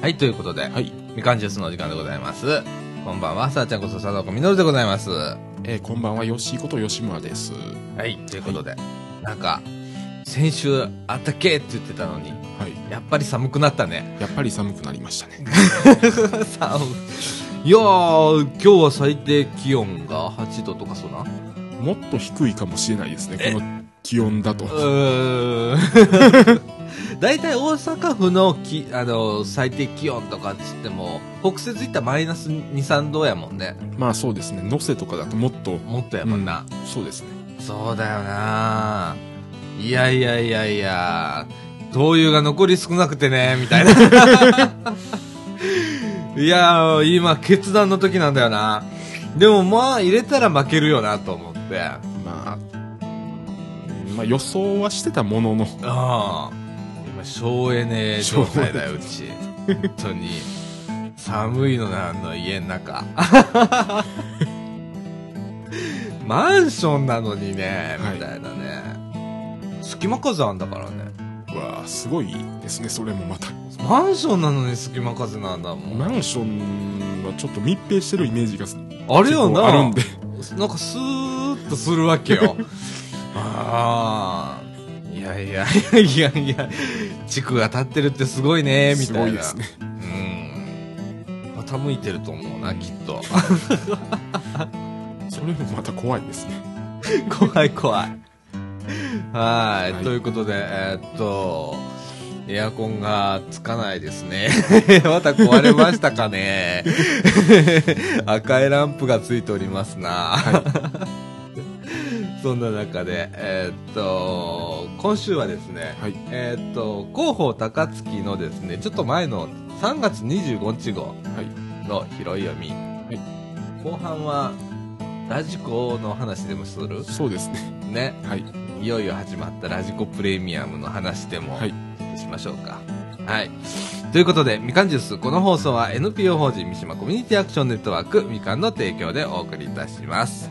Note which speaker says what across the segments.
Speaker 1: はい、ということで、
Speaker 2: はい、
Speaker 1: みかんジュースのお時間でございます。こんばんは、さあちゃんこと佐藤子みのるでございます。は
Speaker 2: えーこんばんは、吉井こと吉村です。
Speaker 1: い、ということで、なんか、先週あったけって言ってたのに、
Speaker 2: はい。
Speaker 1: やっぱり寒くなったね。
Speaker 2: やっぱり寒くなりましたね。
Speaker 1: 寒い。いやー、今日は最低気温が8度とかそうな。
Speaker 2: もっと低いかもしれないですね、この気温だと。
Speaker 1: うーん 大体大阪府のきあの最低気温とかっつっても北節行ったらマイナス23度やもんね
Speaker 2: まあそうですね、能勢とかだともっと、
Speaker 1: もっとやもんな、
Speaker 2: そうですね。
Speaker 1: そうだよないやいやいやいや灯油が残り少なくてねみたいないやー今決断の時なんだよなでもまあ入れたら負けるよなと思って
Speaker 2: まあ、まあ予想はしてたものの、
Speaker 1: ああ今省エネ状態だようち本当に寒いのなあの家の 中マンションなのにね
Speaker 2: はい
Speaker 1: みたいなね、隙間風あんだからね
Speaker 2: わあ、すごいですね、それもまた。
Speaker 1: マンションなのに隙間風なんだもん
Speaker 2: マンションはちょっと密閉してるイメージがす
Speaker 1: あれよな
Speaker 2: あるんで、
Speaker 1: なんかスーッとするわけ よああいやいやいやいやいや軸が立ってるってすごいねみ
Speaker 2: す
Speaker 1: たいな
Speaker 2: ごいですね。
Speaker 1: うん。傾いてると思うな、きっと。
Speaker 2: それもまた怖いですね。
Speaker 1: 怖い怖い。はい、
Speaker 2: はい
Speaker 1: ということで、えーっと、エアコンがつかないですね。 また壊れましたかね。 赤いランプがついておりますな。 そんな中で、えーっと、今週はですね、
Speaker 2: はい。
Speaker 1: えーっと、広報高槻のですね、ちょっと前の3月25日号、
Speaker 2: はい。
Speaker 1: の拾い読み、後半はラジコの話でもする
Speaker 2: そうですね。
Speaker 1: ね
Speaker 2: はい。
Speaker 1: いよいよ始まったラジコプレミアムの話でも
Speaker 2: はい
Speaker 1: しましょうかはい、ということでみかんジュースこの放送は NPO 法人三島コミュニティアクションネットワークみかんの提供でお送りいたします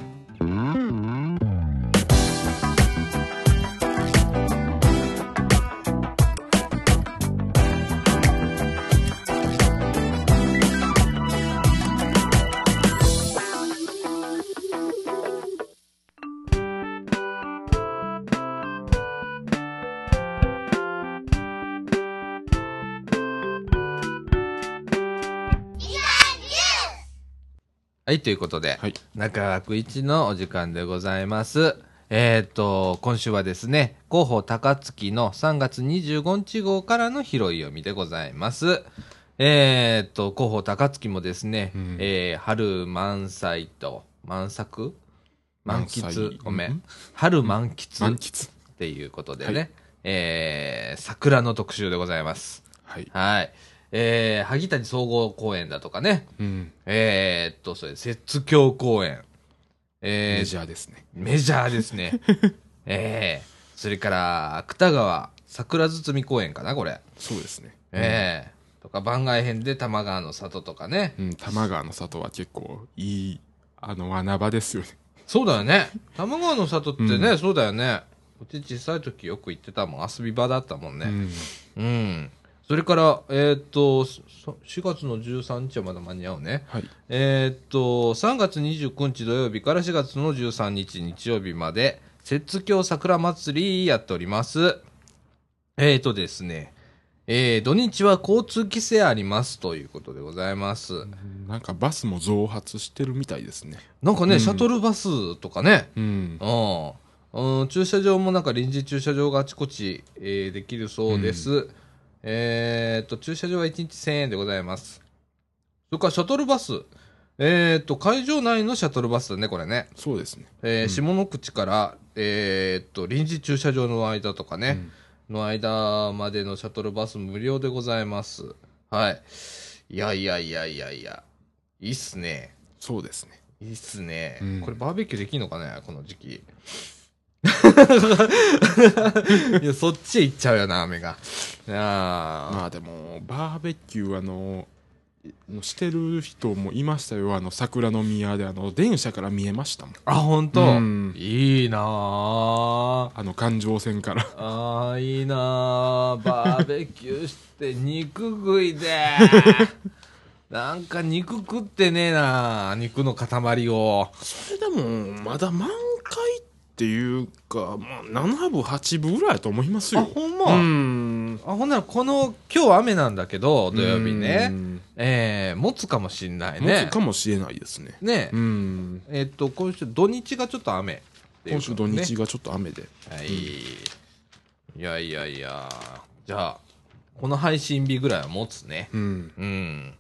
Speaker 1: はいということで、
Speaker 2: はい。
Speaker 1: 中学一のお時間でございます。えっ、と、今週はですね、広報高槻の3月25日号からの拾い読みでございます。えっ、と、広報高槻もですね、
Speaker 2: うん
Speaker 1: えー春満載と、満作満
Speaker 2: 満
Speaker 1: 喫
Speaker 2: 載
Speaker 1: ごめ
Speaker 2: うんん。
Speaker 1: 春満喫
Speaker 2: 満
Speaker 1: っ
Speaker 2: 喫。
Speaker 1: ていうことでね、
Speaker 2: はい
Speaker 1: えー桜の特集でございます。
Speaker 2: はい。
Speaker 1: はい。えー、萩谷総合公園だとかね、
Speaker 2: うん。
Speaker 1: えー、っと、それ、雪橋公園。え
Speaker 2: メ
Speaker 1: ー、
Speaker 2: ジャーですね。
Speaker 1: メジャーです ね。ええそれから、芥川、桜堤公園かな、これ。
Speaker 2: そうですね。
Speaker 1: ええとか、番外編で玉川の里とかね。
Speaker 2: うん、多摩川の里は結構いい、あの、穴場ですよね。
Speaker 1: そうだよね。玉川の里ってね、
Speaker 2: う
Speaker 1: そうだよね。うち小さい時よく行ってたもん。遊び場だったもん
Speaker 2: う
Speaker 1: ね。
Speaker 2: ん
Speaker 1: うん。それから、えーっと、そ4月の13日はまだ間に合うね。
Speaker 2: はい。
Speaker 1: えーっと、3月29日土曜日から4月の13日日曜日まで、雪橋桜祭りやっております。えーっとですね、えー土日は交通規制ありますということでございます。
Speaker 2: なんかバスも増発してるみたいですね。
Speaker 1: なんかね、
Speaker 2: うん
Speaker 1: シャトルバスとかね、
Speaker 2: うん。
Speaker 1: うんうん、駐車場もなんか臨時駐車場があちこち、えーできるそうです。えーっと、駐車場は1日1000円でございます。それからシャトルバス。えーっと、会場内のシャトルバスだね、これね。
Speaker 2: そうですね。
Speaker 1: えー下口から、えーっと、臨時駐車場の間とかね、の間までのシャトルバス無料でございます。はい。いやいやいやいやいや。いいっすね。
Speaker 2: そうですね。
Speaker 1: いいっすね。
Speaker 2: うん
Speaker 1: これバーベキューできんのかねこの時 期。いや、そっちへ行っちゃうよな、雨が。ああ。
Speaker 2: まあでも、バーベキューはあの、してる人もいましたよあの桜の宮であの電車から見えましたもん
Speaker 1: あ、本当、
Speaker 2: うん
Speaker 1: いいなあ
Speaker 2: あの環状線から
Speaker 1: あーいいなーバーベキューして肉食いで なんか肉食ってねえな肉の塊を
Speaker 2: それ でもまだ満開っていうか、まあ、7分8分ぐらいだと思います
Speaker 1: あ
Speaker 2: よ
Speaker 1: ほん
Speaker 2: う
Speaker 1: ま、
Speaker 2: ん
Speaker 1: あほんならこの今日は雨なんだけど土曜日ね、
Speaker 2: うん
Speaker 1: えー、持つかもしんない
Speaker 2: 持
Speaker 1: ね
Speaker 2: つかもしれないですね
Speaker 1: ねえ、
Speaker 2: うん
Speaker 1: えっと今週土日がちょっと雨っていう
Speaker 2: 今
Speaker 1: こ
Speaker 2: 週
Speaker 1: と
Speaker 2: 土
Speaker 1: ね
Speaker 2: 日がちょっと雨で、
Speaker 1: はい、いやいやいやじゃあこの配信日ぐらいは持つね
Speaker 2: うん
Speaker 1: うん。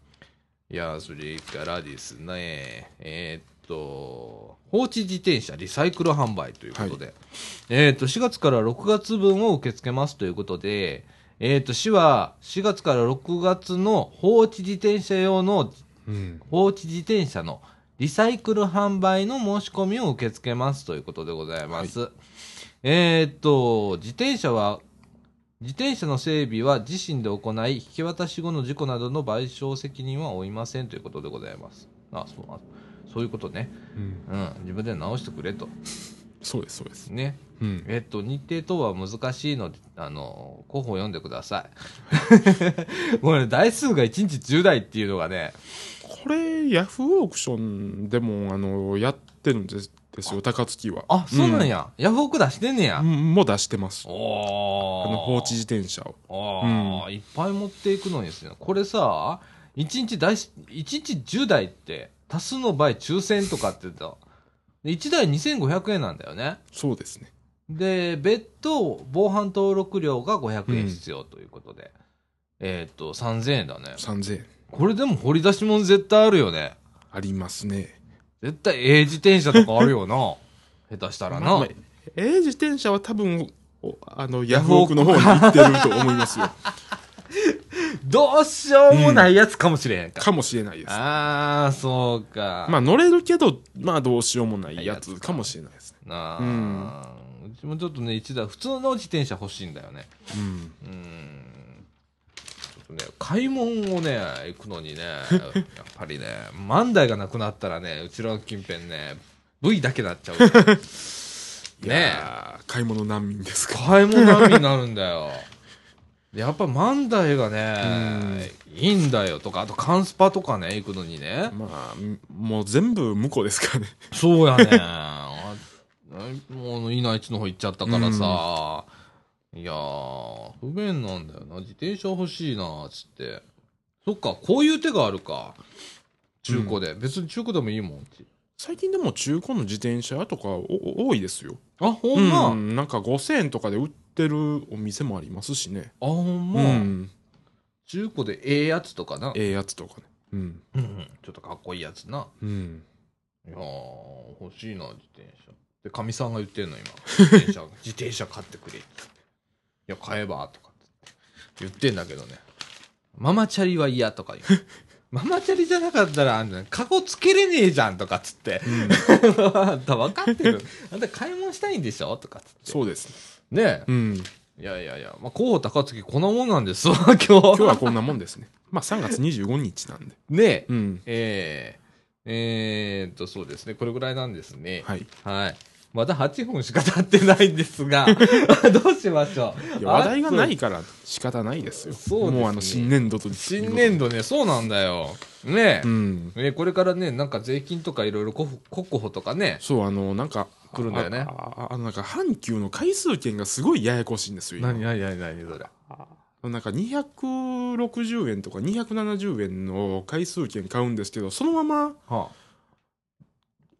Speaker 1: いや、それからですね、えーっと、放置自転車リサイクル販売ということで、えーっと、4月から6月分を受け付けますということで、えーっと、市は4月から6月の放置自転車用の、
Speaker 2: うん、
Speaker 1: 放置自転車のリサイクル販売の申し込みを受け付けますということでございます。えーっと、自転車は自転車の整備は自身で行い、引き渡し後の事故などの賠償責任は負いませんということでございます。あそうあそういうことね。
Speaker 2: うん
Speaker 1: うん、自分で直してくれと。
Speaker 2: そうですそうです
Speaker 1: ね。
Speaker 2: うん
Speaker 1: えっと、日程等は難しいので、あの、候補を読んでください。 もうね、台数が1日10台っていうのがね、
Speaker 2: これヤフーオークションでもあのやってるんですですよ高槻は
Speaker 1: あ、そうなん、や。ヤフオク出してんねや。
Speaker 2: うんもう出してます
Speaker 1: お
Speaker 2: あ
Speaker 1: ー
Speaker 2: の放置自転車を
Speaker 1: ああ、いっぱい持っていくのにですね。これさ、一日大し、一日10台って、多数の場合抽選とかって言ったら。で1台2500円なんだよね。
Speaker 2: そうですね
Speaker 1: で、別途、防犯登録料が500
Speaker 2: う
Speaker 1: 円
Speaker 2: ん
Speaker 1: 必要ということで。えーっと、3000円だね。
Speaker 2: 3000円
Speaker 1: これでも掘り出し物絶対あるよね。
Speaker 2: ありますね
Speaker 1: 絶対 A 自転車とかある よな。下手したら
Speaker 2: まあ
Speaker 1: な
Speaker 2: まあ。えー自転車は多分おあのヤフオクの方に行ってると思いますよ
Speaker 1: どうしようもないやつかもしれへんか。
Speaker 2: かもしれないです
Speaker 1: ああ、そうか。
Speaker 2: まあ乗れるけどまあどうしようもないやつかもしれないですね
Speaker 1: なあ、うちもちょっとね一台普通の自転車欲しいんだよね
Speaker 2: うん
Speaker 1: うんちょっとね買い物をね行くの にねやっぱりね万台がなくなったらねうちらの近辺ね V だけなっちゃう よ
Speaker 2: い
Speaker 1: ね
Speaker 2: やー買い物難民ですか
Speaker 1: 買い物並みになるんだよでやっぱ万台がねいいんだよとかあとカンスパとかね行くのにね
Speaker 2: まあもう全部向こうですからね
Speaker 1: そう やねあもう、稲市の方行っちゃったからさ。いやー、不便なんだよな。自転車欲しいな、つって。そっか、こういう手があるか。中古で。別に中古でもいいもんって。
Speaker 2: 最近でも中古の自転車屋とかお多いですよ
Speaker 1: あ、ほんま、
Speaker 2: うん、なんか5000円とかで売ってるお店もありますしね
Speaker 1: あ、ほんま、
Speaker 2: うん
Speaker 1: 中古でええやつとかな。
Speaker 2: ええやつとかねうん
Speaker 1: うんうんちょっとかっこいいやつな。
Speaker 2: うん
Speaker 1: いやー、欲しいな、自転車。で、かみさんが言ってんの、今。自転車、 自転車買ってくれ。いや、買えば、とかって言ってんだけどね。ママチャリは嫌とか言 う。ママチャリじゃなかったら、あんた、カゴつけれねえじゃんとかっつって。あんた 分かってる。あんた買い物したいんでしょとかっつって。
Speaker 2: そうですね
Speaker 1: ね
Speaker 2: うん
Speaker 1: え。いやいやいや、まあ、候補高槻こんなもんなんですわ、 今日。
Speaker 2: 今日はこんなもんですね。 まあ3月25日なんで。
Speaker 1: ねえ。
Speaker 2: うん。
Speaker 1: えー、えーっと、そうですね。これぐらいなんですね。
Speaker 2: はい。
Speaker 1: はい。まだ8分しか経ってないんですが、 どうしましょう。
Speaker 2: いや話題がな
Speaker 1: あ。
Speaker 2: いから仕方ないですよ。
Speaker 1: そうですね
Speaker 2: もうあの新年度と
Speaker 1: 新年度ね、そうなんだよ。ねえ。
Speaker 2: うん。
Speaker 1: ねこれからね、なんか税金とかいろいろ国国保とかね。
Speaker 2: そう、あの、なんか、
Speaker 1: 来るんだよね
Speaker 2: あああの、なんか、阪急の回数券がすごいややこしいんですよ。今
Speaker 1: 何何何それ。
Speaker 2: なんか、260円とか270円の回数券買うんですけど、そのまま
Speaker 1: はあ、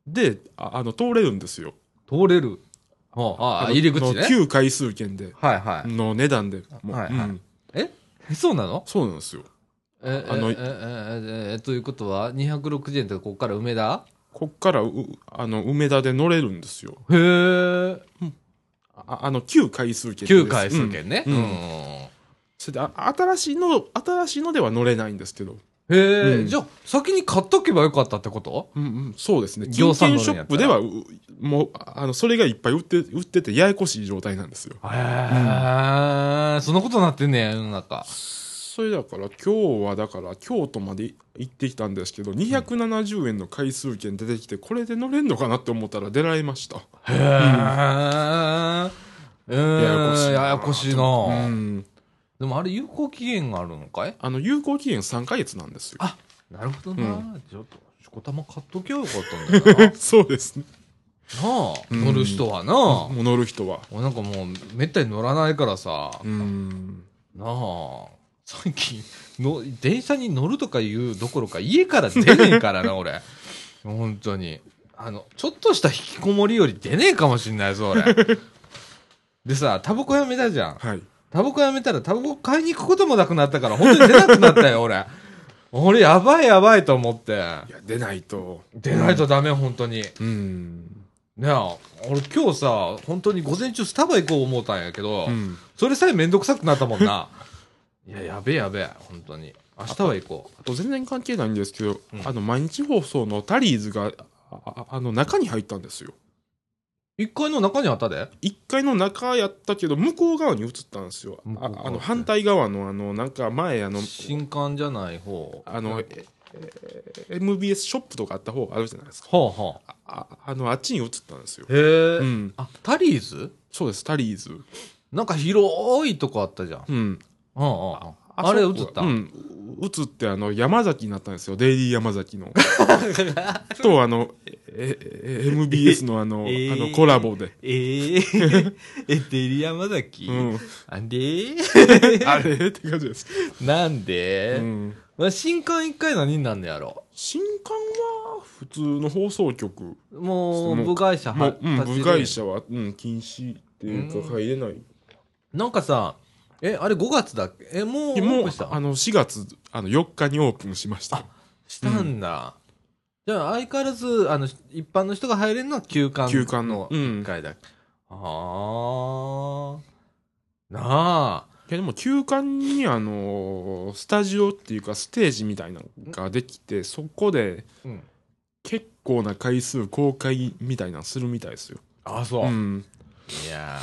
Speaker 2: で、ああの、通れるんですよ。
Speaker 1: 通れる。はあ、ああ入り口
Speaker 2: の
Speaker 1: ね。
Speaker 2: 旧回数券で、
Speaker 1: はいは
Speaker 2: の値段で。もう
Speaker 1: はいはい
Speaker 2: うん
Speaker 1: い。そうなの
Speaker 2: そうなんですよ。
Speaker 1: え、あ
Speaker 2: あ
Speaker 1: の
Speaker 2: の
Speaker 1: え、え、え、え、えということは、260円ってここから梅田
Speaker 2: こっからう、あの、梅田で乗れるんですよ。
Speaker 1: へえ。
Speaker 2: ああの旧回数券
Speaker 1: 9回数券
Speaker 2: うん
Speaker 1: ね。
Speaker 2: うんそれであ新しいの新しいのでは乗れないんですけど、
Speaker 1: うん。へ
Speaker 2: う
Speaker 1: え、
Speaker 2: ん
Speaker 1: じゃあ、先に買っとけばよかったってこと
Speaker 2: うんうん、そうですね
Speaker 1: 行
Speaker 2: 金
Speaker 1: さん乗
Speaker 2: 券
Speaker 1: るん
Speaker 2: シ
Speaker 1: やった
Speaker 2: ョ
Speaker 1: ら
Speaker 2: ップではうもうあのそれがいっぱい売って売っててややこしい状態なんですよ
Speaker 1: へえ、そんなことなってんねや、世の中。
Speaker 2: それだから今日はだから京都まで行ってきたんですけど270円の回数券出てきてこれで乗れんのかなって思ったら出られました
Speaker 1: へえ。うーん、ややこしいな
Speaker 2: うん
Speaker 1: でもあれ有効期限があるのかい
Speaker 2: あの有効期限3ヶ月なんですよ
Speaker 1: あなるほどな、ちょっと、しこたま買っときゃよかったんだよ な。な
Speaker 2: そうですね
Speaker 1: あ、
Speaker 2: うん
Speaker 1: 乗る人はな、
Speaker 2: もう乗る人は
Speaker 1: 俺なんかもう、めったに乗らないからさ、
Speaker 2: うん
Speaker 1: なあ、最近の、電車に乗るとかいうどころか、家から出ねえからな、俺。本当に。あの、ちょっとした引きこもりより出ねえかもしんないぞ、俺。でさ、タバコやめたじゃん。
Speaker 2: はい
Speaker 1: タバコやめたらタバコ買いに行くこともなくなったから、本当に出なくなったよ、俺。俺、やばいやばいと思って。
Speaker 2: いや出ないと
Speaker 1: 出ないとダメ、本当に。ね
Speaker 2: うん
Speaker 1: え、俺今日さ、本当に午前中スタバ行こう思ったんやけど、
Speaker 2: うん
Speaker 1: それさえめんどくさくなったもん な。いや、やべえやべえ、本当に。明日は行こ
Speaker 2: あと全然関係ないんですけど、
Speaker 1: うん
Speaker 2: あの毎日放送のタリーズがあああの中に入ったんですよ
Speaker 1: う。一階の中にあったで。
Speaker 2: 1階の中やったけど向こう側に移ったんですよ
Speaker 1: 向こう
Speaker 2: あ
Speaker 1: 側って
Speaker 2: あの反対側のあのなんか前あの
Speaker 1: 新刊じゃない方。
Speaker 2: あ
Speaker 1: は
Speaker 2: のええ MBS ショップとかあった方があるじゃないですか
Speaker 1: あはあ。
Speaker 2: ああのあっちに移ったんですよ
Speaker 1: へえ、
Speaker 2: うん
Speaker 1: あ、タリーズ
Speaker 2: そうですタリーズ
Speaker 1: なんか広いとこあったじゃん。
Speaker 2: うん
Speaker 1: うんうんうん。あれ映
Speaker 2: そ
Speaker 1: っ
Speaker 2: こ
Speaker 1: た、
Speaker 2: うん映ってあの山崎になったんですよデイリー 山崎のとあのえええ MBS のあの,、
Speaker 1: えー
Speaker 2: あのコラボで、
Speaker 1: ええ ー、え、デリ山崎、
Speaker 2: うん、
Speaker 1: あんで ー
Speaker 2: あれって感じです、
Speaker 1: なんで
Speaker 2: うん
Speaker 1: まあ新刊一回何になんのやろ
Speaker 2: 新刊は普通の放送局
Speaker 1: もう
Speaker 2: もう
Speaker 1: 部外者
Speaker 2: も
Speaker 1: は
Speaker 2: う、うん、
Speaker 1: 立ち
Speaker 2: 部
Speaker 1: 入れ
Speaker 2: 外者は、うん、禁止っていうか入れない、
Speaker 1: なんかさえあれ5月だっけえもう
Speaker 2: で
Speaker 1: オー
Speaker 2: も
Speaker 1: プ
Speaker 2: う
Speaker 1: ンした
Speaker 2: あの4月あの4日にオープンしました
Speaker 1: したんだ、じゃあ相変わらずあの一般の人が入れるのは休館
Speaker 2: 休館の、う
Speaker 1: 一
Speaker 2: ん、い
Speaker 1: 回だ、あーなあ
Speaker 2: やでも休館にあのースタジオっていうかステージみたいなのができてそこで
Speaker 1: うん
Speaker 2: 結構な回数公開みたいなのするみたいですよ、
Speaker 1: あそう、
Speaker 2: うん、
Speaker 1: いや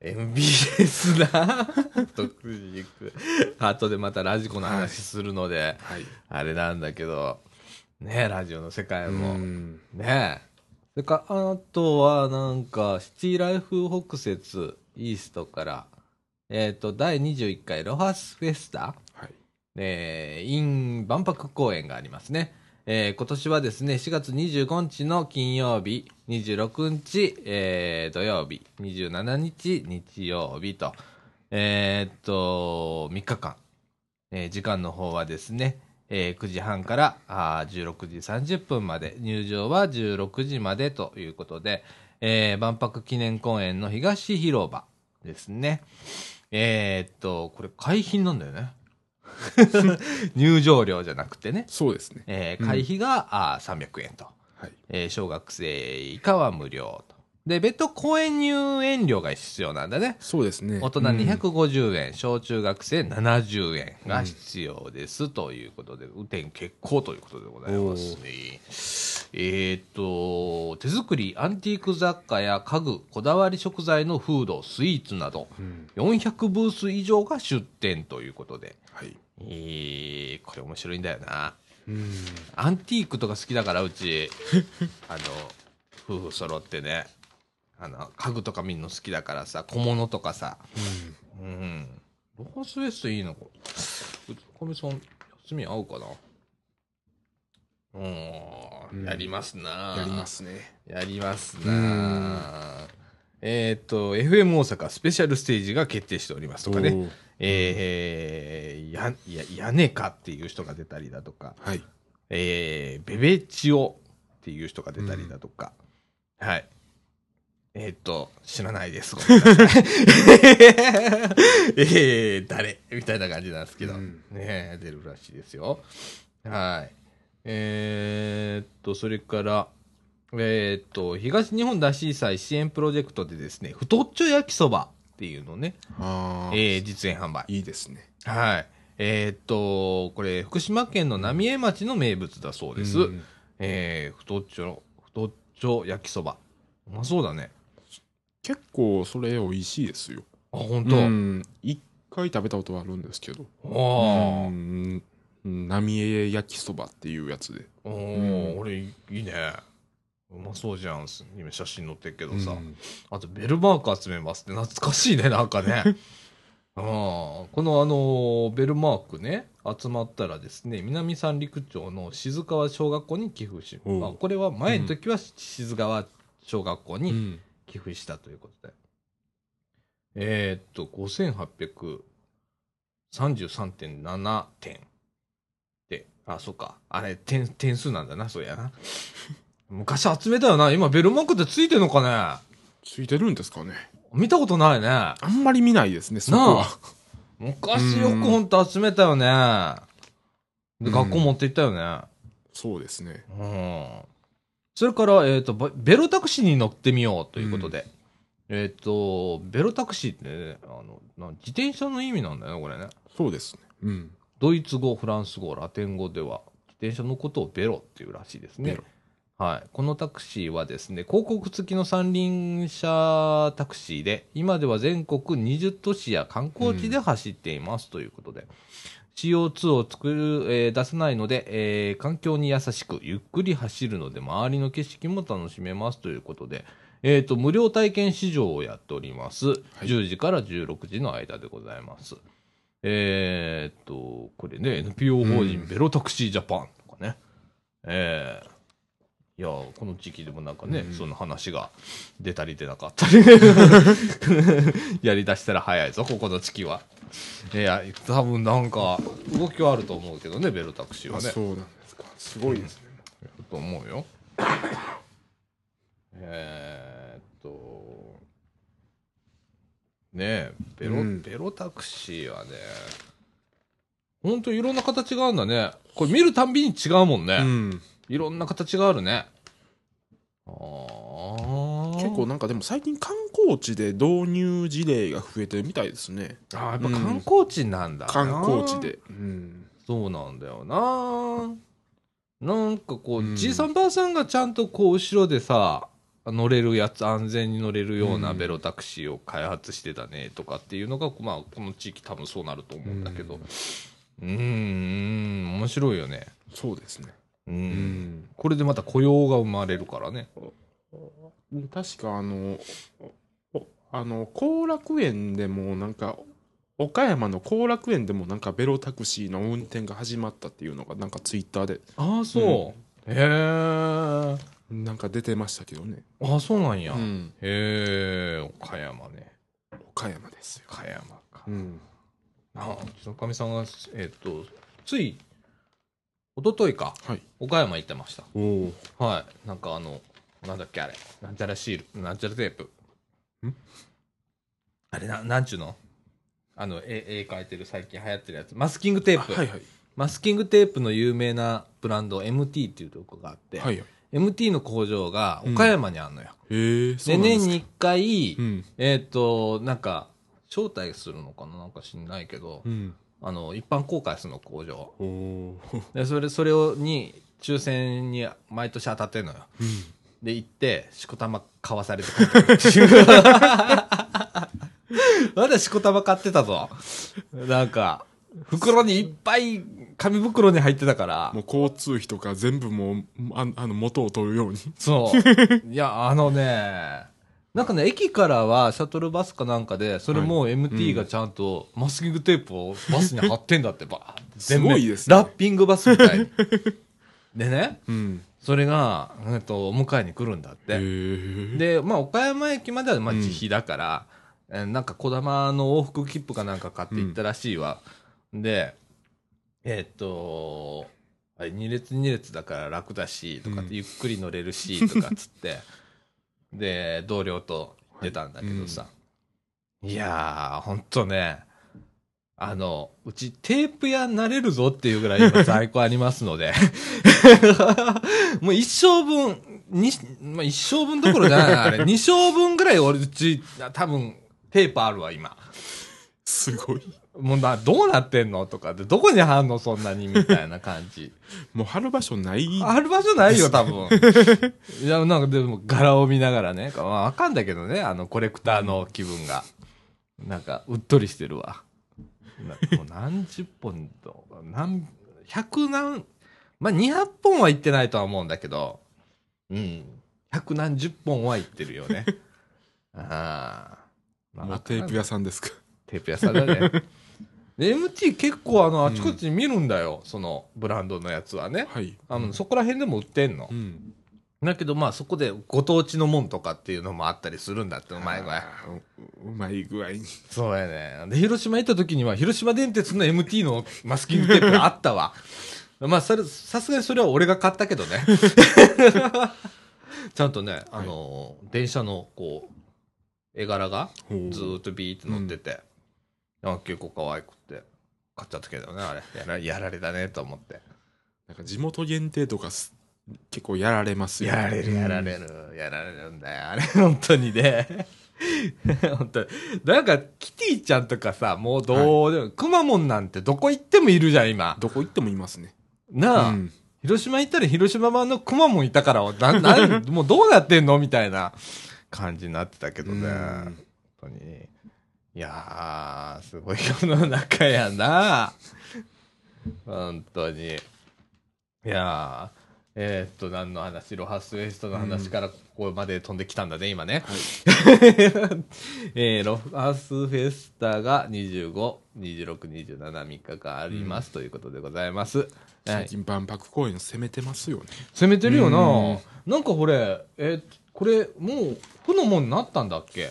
Speaker 1: ー、MBS な、 特に後でまたラジコの話するので、
Speaker 2: はい、
Speaker 1: あれなんだけど、ねラジオの世界
Speaker 2: う
Speaker 1: も、
Speaker 2: ん、
Speaker 1: ねそれから、あとはなんか、シティライフ北節イーストから、えっ、と、第21回ロハスフェスタ
Speaker 2: はい
Speaker 1: えー、イン万博公演がありますね。えー今年はですね、4月25日の金曜日、26日、えー土曜日、27日、日曜日と、えーっと、3日間、えー時間の方はですね、えー9時半からあー16時30分まで、入場は16時までということで、えー万博記念公園の東広場ですね。えーっと、これ、会費なんだよね。 入場料じゃなくてね、
Speaker 2: そうですね
Speaker 1: えー会費が、あー300円と、
Speaker 2: はい
Speaker 1: えー小学生以下は無料と。で、別途公園入園料が必要なんだね。
Speaker 2: そうですね
Speaker 1: 大人250円、小中学生70円が必要です、ということで、雨天決行ということでございますね。えーっと、手作り、アンティーク雑貨や家具、こだわり食材のフード、スイーツなど、
Speaker 2: うん
Speaker 1: 400ブース以上が出店ということで、
Speaker 2: はい
Speaker 1: えーこれ面白いんだよな。
Speaker 2: うん
Speaker 1: アンティークとか好きだから、うち、あの、夫婦揃ってね、あの、家具とか見るの好きだからさ、小物とかさ、うん。ロハスウエストいいな、これ。うちかみさん、休み合うかなうー
Speaker 2: うん
Speaker 1: ん、やりますな、
Speaker 2: やりま。すね
Speaker 1: やりますなえーっと、FM 大阪スペシャルステージが決定しておりますとか
Speaker 2: お
Speaker 1: ね
Speaker 2: ー。
Speaker 1: えー、や、や、やねかっていう人が出たりだとか。
Speaker 2: はい
Speaker 1: えー、ベベチオっていう人が出たりだとか、はい。えーっと、知らないです。ごめんな さいえー、誰みたいな感じなんですけど、
Speaker 2: うん
Speaker 1: ねえ出るらしいですよ。はい。えーっと、それから、えーっと、東日本大震災支援プロジェクトでですね、太っちょ焼きそばっていうのをね、
Speaker 2: あー
Speaker 1: えー実演販売。
Speaker 2: いいですね
Speaker 1: はい。えーっと、これ、福島県の浪江町の名物だそうです。
Speaker 2: うん
Speaker 1: えー、太っちょ、太っちょ焼きそば。うまそうだね。
Speaker 2: 結構それ美味しいですよ
Speaker 1: あ、本当。
Speaker 2: うん、1回食べたことはあるんですけど
Speaker 1: お
Speaker 2: う
Speaker 1: ー
Speaker 2: んうん浪江焼きそばっていうやつで
Speaker 1: お
Speaker 2: う
Speaker 1: ー
Speaker 2: ん
Speaker 1: 俺いいねうまそうじゃん今写真載ってるけどさ、
Speaker 2: うん
Speaker 1: あとベルマーク集めますって懐かしいねなんか ねああこのあのーベルマークね集まったらですね南三陸町の静川小学校に寄付し、
Speaker 2: おう
Speaker 1: まあ、これは前の時は静川小学校
Speaker 2: う
Speaker 1: に
Speaker 2: ん
Speaker 1: 寄付したということで、えー、っと5833.7点であそうかあれ点点数なんだなそうや な昔集めたよな今ベルマークってついてんのかね
Speaker 2: ついてるんですかね
Speaker 1: 見たことないね。
Speaker 2: あんまり見ないですねそこは
Speaker 1: な昔よくほんと集めたよね。で、
Speaker 2: うん
Speaker 1: 学校持って行ったよね。
Speaker 2: そうですね
Speaker 1: うん。それから、えっ、と、ばベロタクシーに乗ってみようということで。えっ、と、ベロタクシーってね、あの、な自転車の意味なんだよね、これね。
Speaker 2: そうですねうん
Speaker 1: ドイツ語、フランス語、ラテン語では、自転車のことをベロっていうらしいですね
Speaker 2: ベロ。
Speaker 1: はい。このタクシーはですね、広告付きの三輪車タクシーで、今では全国20都市や観光地で走っていますということで、CO2 を作る、えー出さないので、えー環境に優しく、ゆっくり走るので、周りの景色も楽しめますということで、えっ、と、無料体験試乗をやっております。
Speaker 2: い
Speaker 1: 10時から16時の間でございます。えーっと、これね、NPO 法
Speaker 2: う
Speaker 1: 人
Speaker 2: ん
Speaker 1: ベロタクシージャパンとかね。えーいやーこの時期でもなんかね、
Speaker 2: うん
Speaker 1: その話が出たり出なかったり やりだしたら早いぞここの時期はいや多分なんか動きはあると思うけどねベロタクシーは
Speaker 2: あ
Speaker 1: ね
Speaker 2: そうなんですかすごいですね
Speaker 1: だと思うよ。 えーっと、ねえ、ベロ、
Speaker 2: うん
Speaker 1: ベロタクシーはね、ほんといろんな形があるんだね。これ見るたんびに違うもんね。
Speaker 2: うん
Speaker 1: いろんな形があるね。あー
Speaker 2: 結構なんかでも最近観光地で導入事例が増えてるみたいですね
Speaker 1: あーやっぱ観光地なんだな、
Speaker 2: 観光地でうん
Speaker 1: そうなんだよな。なんかこ
Speaker 2: う
Speaker 1: う、
Speaker 2: ん
Speaker 1: じいさんばあさんがちゃんとこう、後ろでさ、乗れるやつ、安全に乗れるような
Speaker 2: うん
Speaker 1: ベロタクシーを開発してたねとかっていうのが、まあ、この地域多分そうなると思うんだけど。うーん、ん面白いよね。
Speaker 2: そうですね
Speaker 1: う。
Speaker 2: うんん
Speaker 1: これでまた雇用が生まれるからね。
Speaker 2: 確かあのおあの後楽園でもなんか岡山の後楽園でもなんかベロタクシーの運転が始まったっていうのがなんかツイッターで
Speaker 1: ああ、そう。へえ。あ
Speaker 2: なんか出てましたけどね、
Speaker 1: あ、そうなんや。
Speaker 2: うん
Speaker 1: へえ、岡山ね。
Speaker 2: 岡山ですよ、
Speaker 1: 岡山か。
Speaker 2: うん、
Speaker 1: あうちのかみさんが、えっ、と、つい、一昨日か、
Speaker 2: はい
Speaker 1: 岡山行ってました。
Speaker 2: おお
Speaker 1: はい。なんかあの、なんだっけあれ、なんちゃらシール、なんちゃらテープ。
Speaker 2: ん
Speaker 1: あれな、なんちゅうのあの、絵、絵描いてる最近流行ってるやつ。マスキングテープ。
Speaker 2: はいはい
Speaker 1: マスキングテープの有名なブランド、MT っていうとこがあって、
Speaker 2: はいはい
Speaker 1: MT の工場が岡山にあるのよ。
Speaker 2: へえそ
Speaker 1: で、
Speaker 2: うなんで
Speaker 1: 年
Speaker 2: すか
Speaker 1: に一回、
Speaker 2: うん
Speaker 1: えっ、と、なんか、招待するのかななんか知んないけど、
Speaker 2: うん
Speaker 1: あの、一般公開するの工場。
Speaker 2: おおー
Speaker 1: で、それ、それを、に、抽選に毎年当たってんのよ。で、行って、しこたま買わされて帰ってくるって いう。まだしこたま買ってたぞ。なんか、袋にいっぱい、紙袋に入ってたから
Speaker 2: も、う交通費とか全部もうああの元を取るように
Speaker 1: そう。いや、あのね、なんかね、駅からはシャトルバスかなんかで、それも MT がちゃんとマスキングテープをバスに貼ってんだって、ばーって全面
Speaker 2: すごいですね
Speaker 1: ラッピングバスみたいに。でね、
Speaker 2: うん
Speaker 1: それが、えっと、お迎えに来るんだっ
Speaker 2: へ
Speaker 1: て。
Speaker 2: え
Speaker 1: で、まあ、岡山駅までは、まあ、
Speaker 2: うん
Speaker 1: 自費だから、えーなんか、小玉の往復切符かなんか買って行ったらしいわ。で、えーっと、あれ2列2列だから楽だし、とかって、
Speaker 2: うん
Speaker 1: ゆっくり乗れるし、とかっつって、で、同僚と出たんだけどさ。いやー、ほんとね、あの、うちテープ屋慣れるぞっていうぐらい今在庫ありますので、 もう一生分、に、まあ、一生分どころじゃないな、あれ。二生分ぐらい俺、うち、多分、テープあるわ、今。
Speaker 2: すごい
Speaker 1: もうな、どうなってんのとかで、どこにあんのそんなに、みたいな感じ。
Speaker 2: もう貼る場所ない
Speaker 1: ある場所ない よ、多分。いや、なんかでも柄を見ながらね、まあわかんだけどね、あのコレクターの気分が。なんか、うっとりしてるわ。なもう何十本とか、何、百何、まあ、200本は行ってないとは思うんだけど、うん。百何十本は行ってるよね。 ああ。
Speaker 2: もうテープ屋さんですか。
Speaker 1: テープ屋さんだね。 で MT 結構あの、あちこちに見るんだよ、そのブランドのやつはね。
Speaker 2: はい。
Speaker 1: あの、そこら辺でも売ってんの
Speaker 2: う。ん。
Speaker 1: だけどまあそこでご当地のもんとかっていうのもあったりするんだって、お前が。
Speaker 2: あーううまい具合に。
Speaker 1: そうやね。で、広島行った時には、広島電鉄の MT のマスキングテープがあったわ。 まあ、それ、さすがにそれは俺が買ったけどね。 ちゃんとね、あのー電車の、こう、絵柄が
Speaker 2: ほう
Speaker 1: ずーっとビーって乗ってて、あ結構可愛くて、買っちゃったけどね、あれ。やらやられたね、と思って。
Speaker 2: なんか地元限定とかす結構やられますよ、
Speaker 1: やられる、やられる、やられるんだよ、あれ、本当にね。 本当になんか、キティちゃんとかさ、もうどうでも、くまモンなんてどこ行ってもいるじゃん、今。
Speaker 2: どこ行ってもいますね。
Speaker 1: なあ、
Speaker 2: うん
Speaker 1: 広島行ったら広島版のくまモンいたから、な、なん、 もうどうなってんのみたいな感じになってたけどね。
Speaker 2: うん
Speaker 1: 本当に。いやー、すごい世の中やな。本当に。いやー。えー、っと、何の話ロハスウエストの話からここまで飛んできたんだね、今ね。 えーロハスフェスタが25、26、27、3日間あります、ということでございます。は
Speaker 2: 最
Speaker 1: い
Speaker 2: 近万博公園攻めてますよね。
Speaker 1: 攻めてるよ
Speaker 2: うん
Speaker 1: な。なんかこれ、えーこれ、もう、負のもんになったんだっけ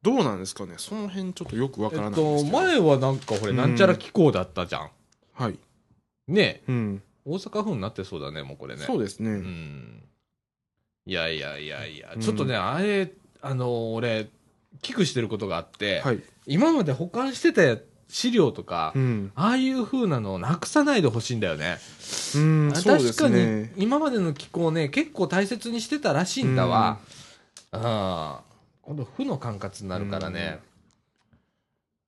Speaker 2: どうなんですかねその辺ちょっとよくわ
Speaker 1: え
Speaker 2: からない
Speaker 1: っ
Speaker 2: んです
Speaker 1: と、
Speaker 2: けど。
Speaker 1: 前はなんかこれ、
Speaker 2: うん
Speaker 1: なんちゃら機構だったじゃん。
Speaker 2: はい。
Speaker 1: ねえ
Speaker 2: うん。
Speaker 1: 大阪府になってそうだね、もうこれね。
Speaker 2: そうですね。
Speaker 1: うん。いやいやいやいや
Speaker 2: う、ん
Speaker 1: ちょっとね、あれ、あのー俺、危惧してることがあって、
Speaker 2: はい。
Speaker 1: 今まで保管してた資料とか、
Speaker 2: うん。
Speaker 1: ああいう風なのをなくさないでほしいんだよね。
Speaker 2: うん、そうで
Speaker 1: 確か
Speaker 2: す
Speaker 1: に
Speaker 2: ね。
Speaker 1: 今までの気候ね結構大切にしてたらしいんだわ、ああ今度負の管轄になるからね、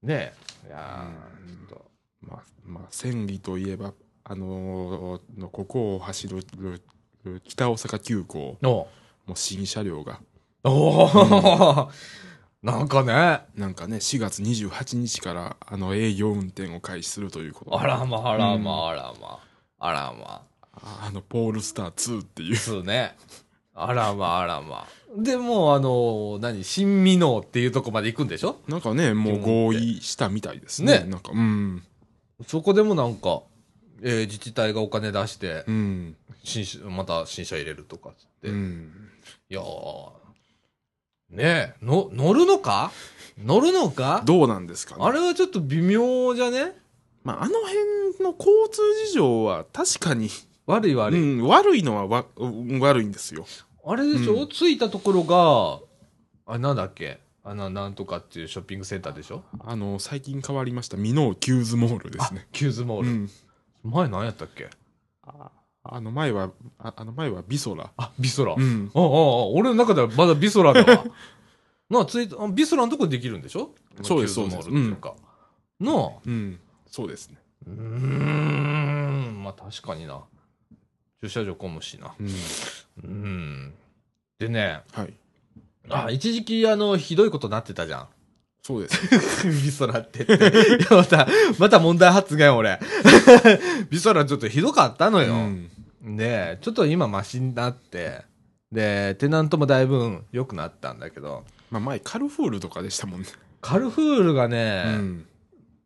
Speaker 1: ねえいやーちょっと
Speaker 2: まあ、まあ、千里といえば、あのーのここを走る北大阪急行、
Speaker 1: お
Speaker 2: もう新車両が、
Speaker 1: おー、なんかね
Speaker 2: なんかね、4月28日から、あの、営業運転を開始するということで
Speaker 1: あらまあらまあらまあらま
Speaker 2: ああの、ポールスター2っていう。
Speaker 1: そうねあらまあらまでもうあのー何新美濃っていうとこまで行くんでしょ
Speaker 2: なんかね、もう合意したみたいですね。
Speaker 1: ね
Speaker 2: なんか、うん。
Speaker 1: そこでもなんか、えー自治体がお金出して
Speaker 2: うん。
Speaker 1: 新車また新車入れるとかっつって、
Speaker 2: うん。
Speaker 1: いやーねえ、の、乗るのか乗るのか
Speaker 2: どうなんですかね。
Speaker 1: あれはちょっと微妙じゃね
Speaker 2: まあ、あの辺の交通事情は確かに、
Speaker 1: 悪い悪い。
Speaker 2: うん、悪いのはわうん悪いんですよ。
Speaker 1: あれでしょ、
Speaker 2: うん
Speaker 1: 着いたところが、あ、なんだっけあな、なんとかっていうショッピングセンターでしょ
Speaker 2: あの、最近変わりました、ミノーキューズモールですね。
Speaker 1: キューズモー
Speaker 2: う
Speaker 1: ル。
Speaker 2: ん。
Speaker 1: 前何やったっけ
Speaker 2: ああの前は、ああの前はビソラ。
Speaker 1: あ、ビソラ。あ
Speaker 2: う
Speaker 1: あ、
Speaker 2: ん。
Speaker 1: ああ、俺の中ではまだビソラだわ。 なあ、ついあビソラのとこできるんでしょ
Speaker 2: そうです
Speaker 1: キューズモールっていうか。なあ、
Speaker 2: うん。そうですね。
Speaker 1: うーん、まあ確かにな。駐車場混むしな。
Speaker 2: うん。
Speaker 1: うん。でね、
Speaker 2: はい。
Speaker 1: あ、一時期、あの、ひどいことなってたじゃん。
Speaker 2: そうですね。
Speaker 1: ビソラって って。いや、また、また問題発言、俺。 ビソラちょっとひどかったの
Speaker 2: う
Speaker 1: よ。
Speaker 2: ん。
Speaker 1: で、ちょっと今マシになって、で、テナントもだいぶ良くなったんだけど、
Speaker 2: まあ前、カルフールとかでしたもんね。
Speaker 1: カルフールがね、
Speaker 2: うん。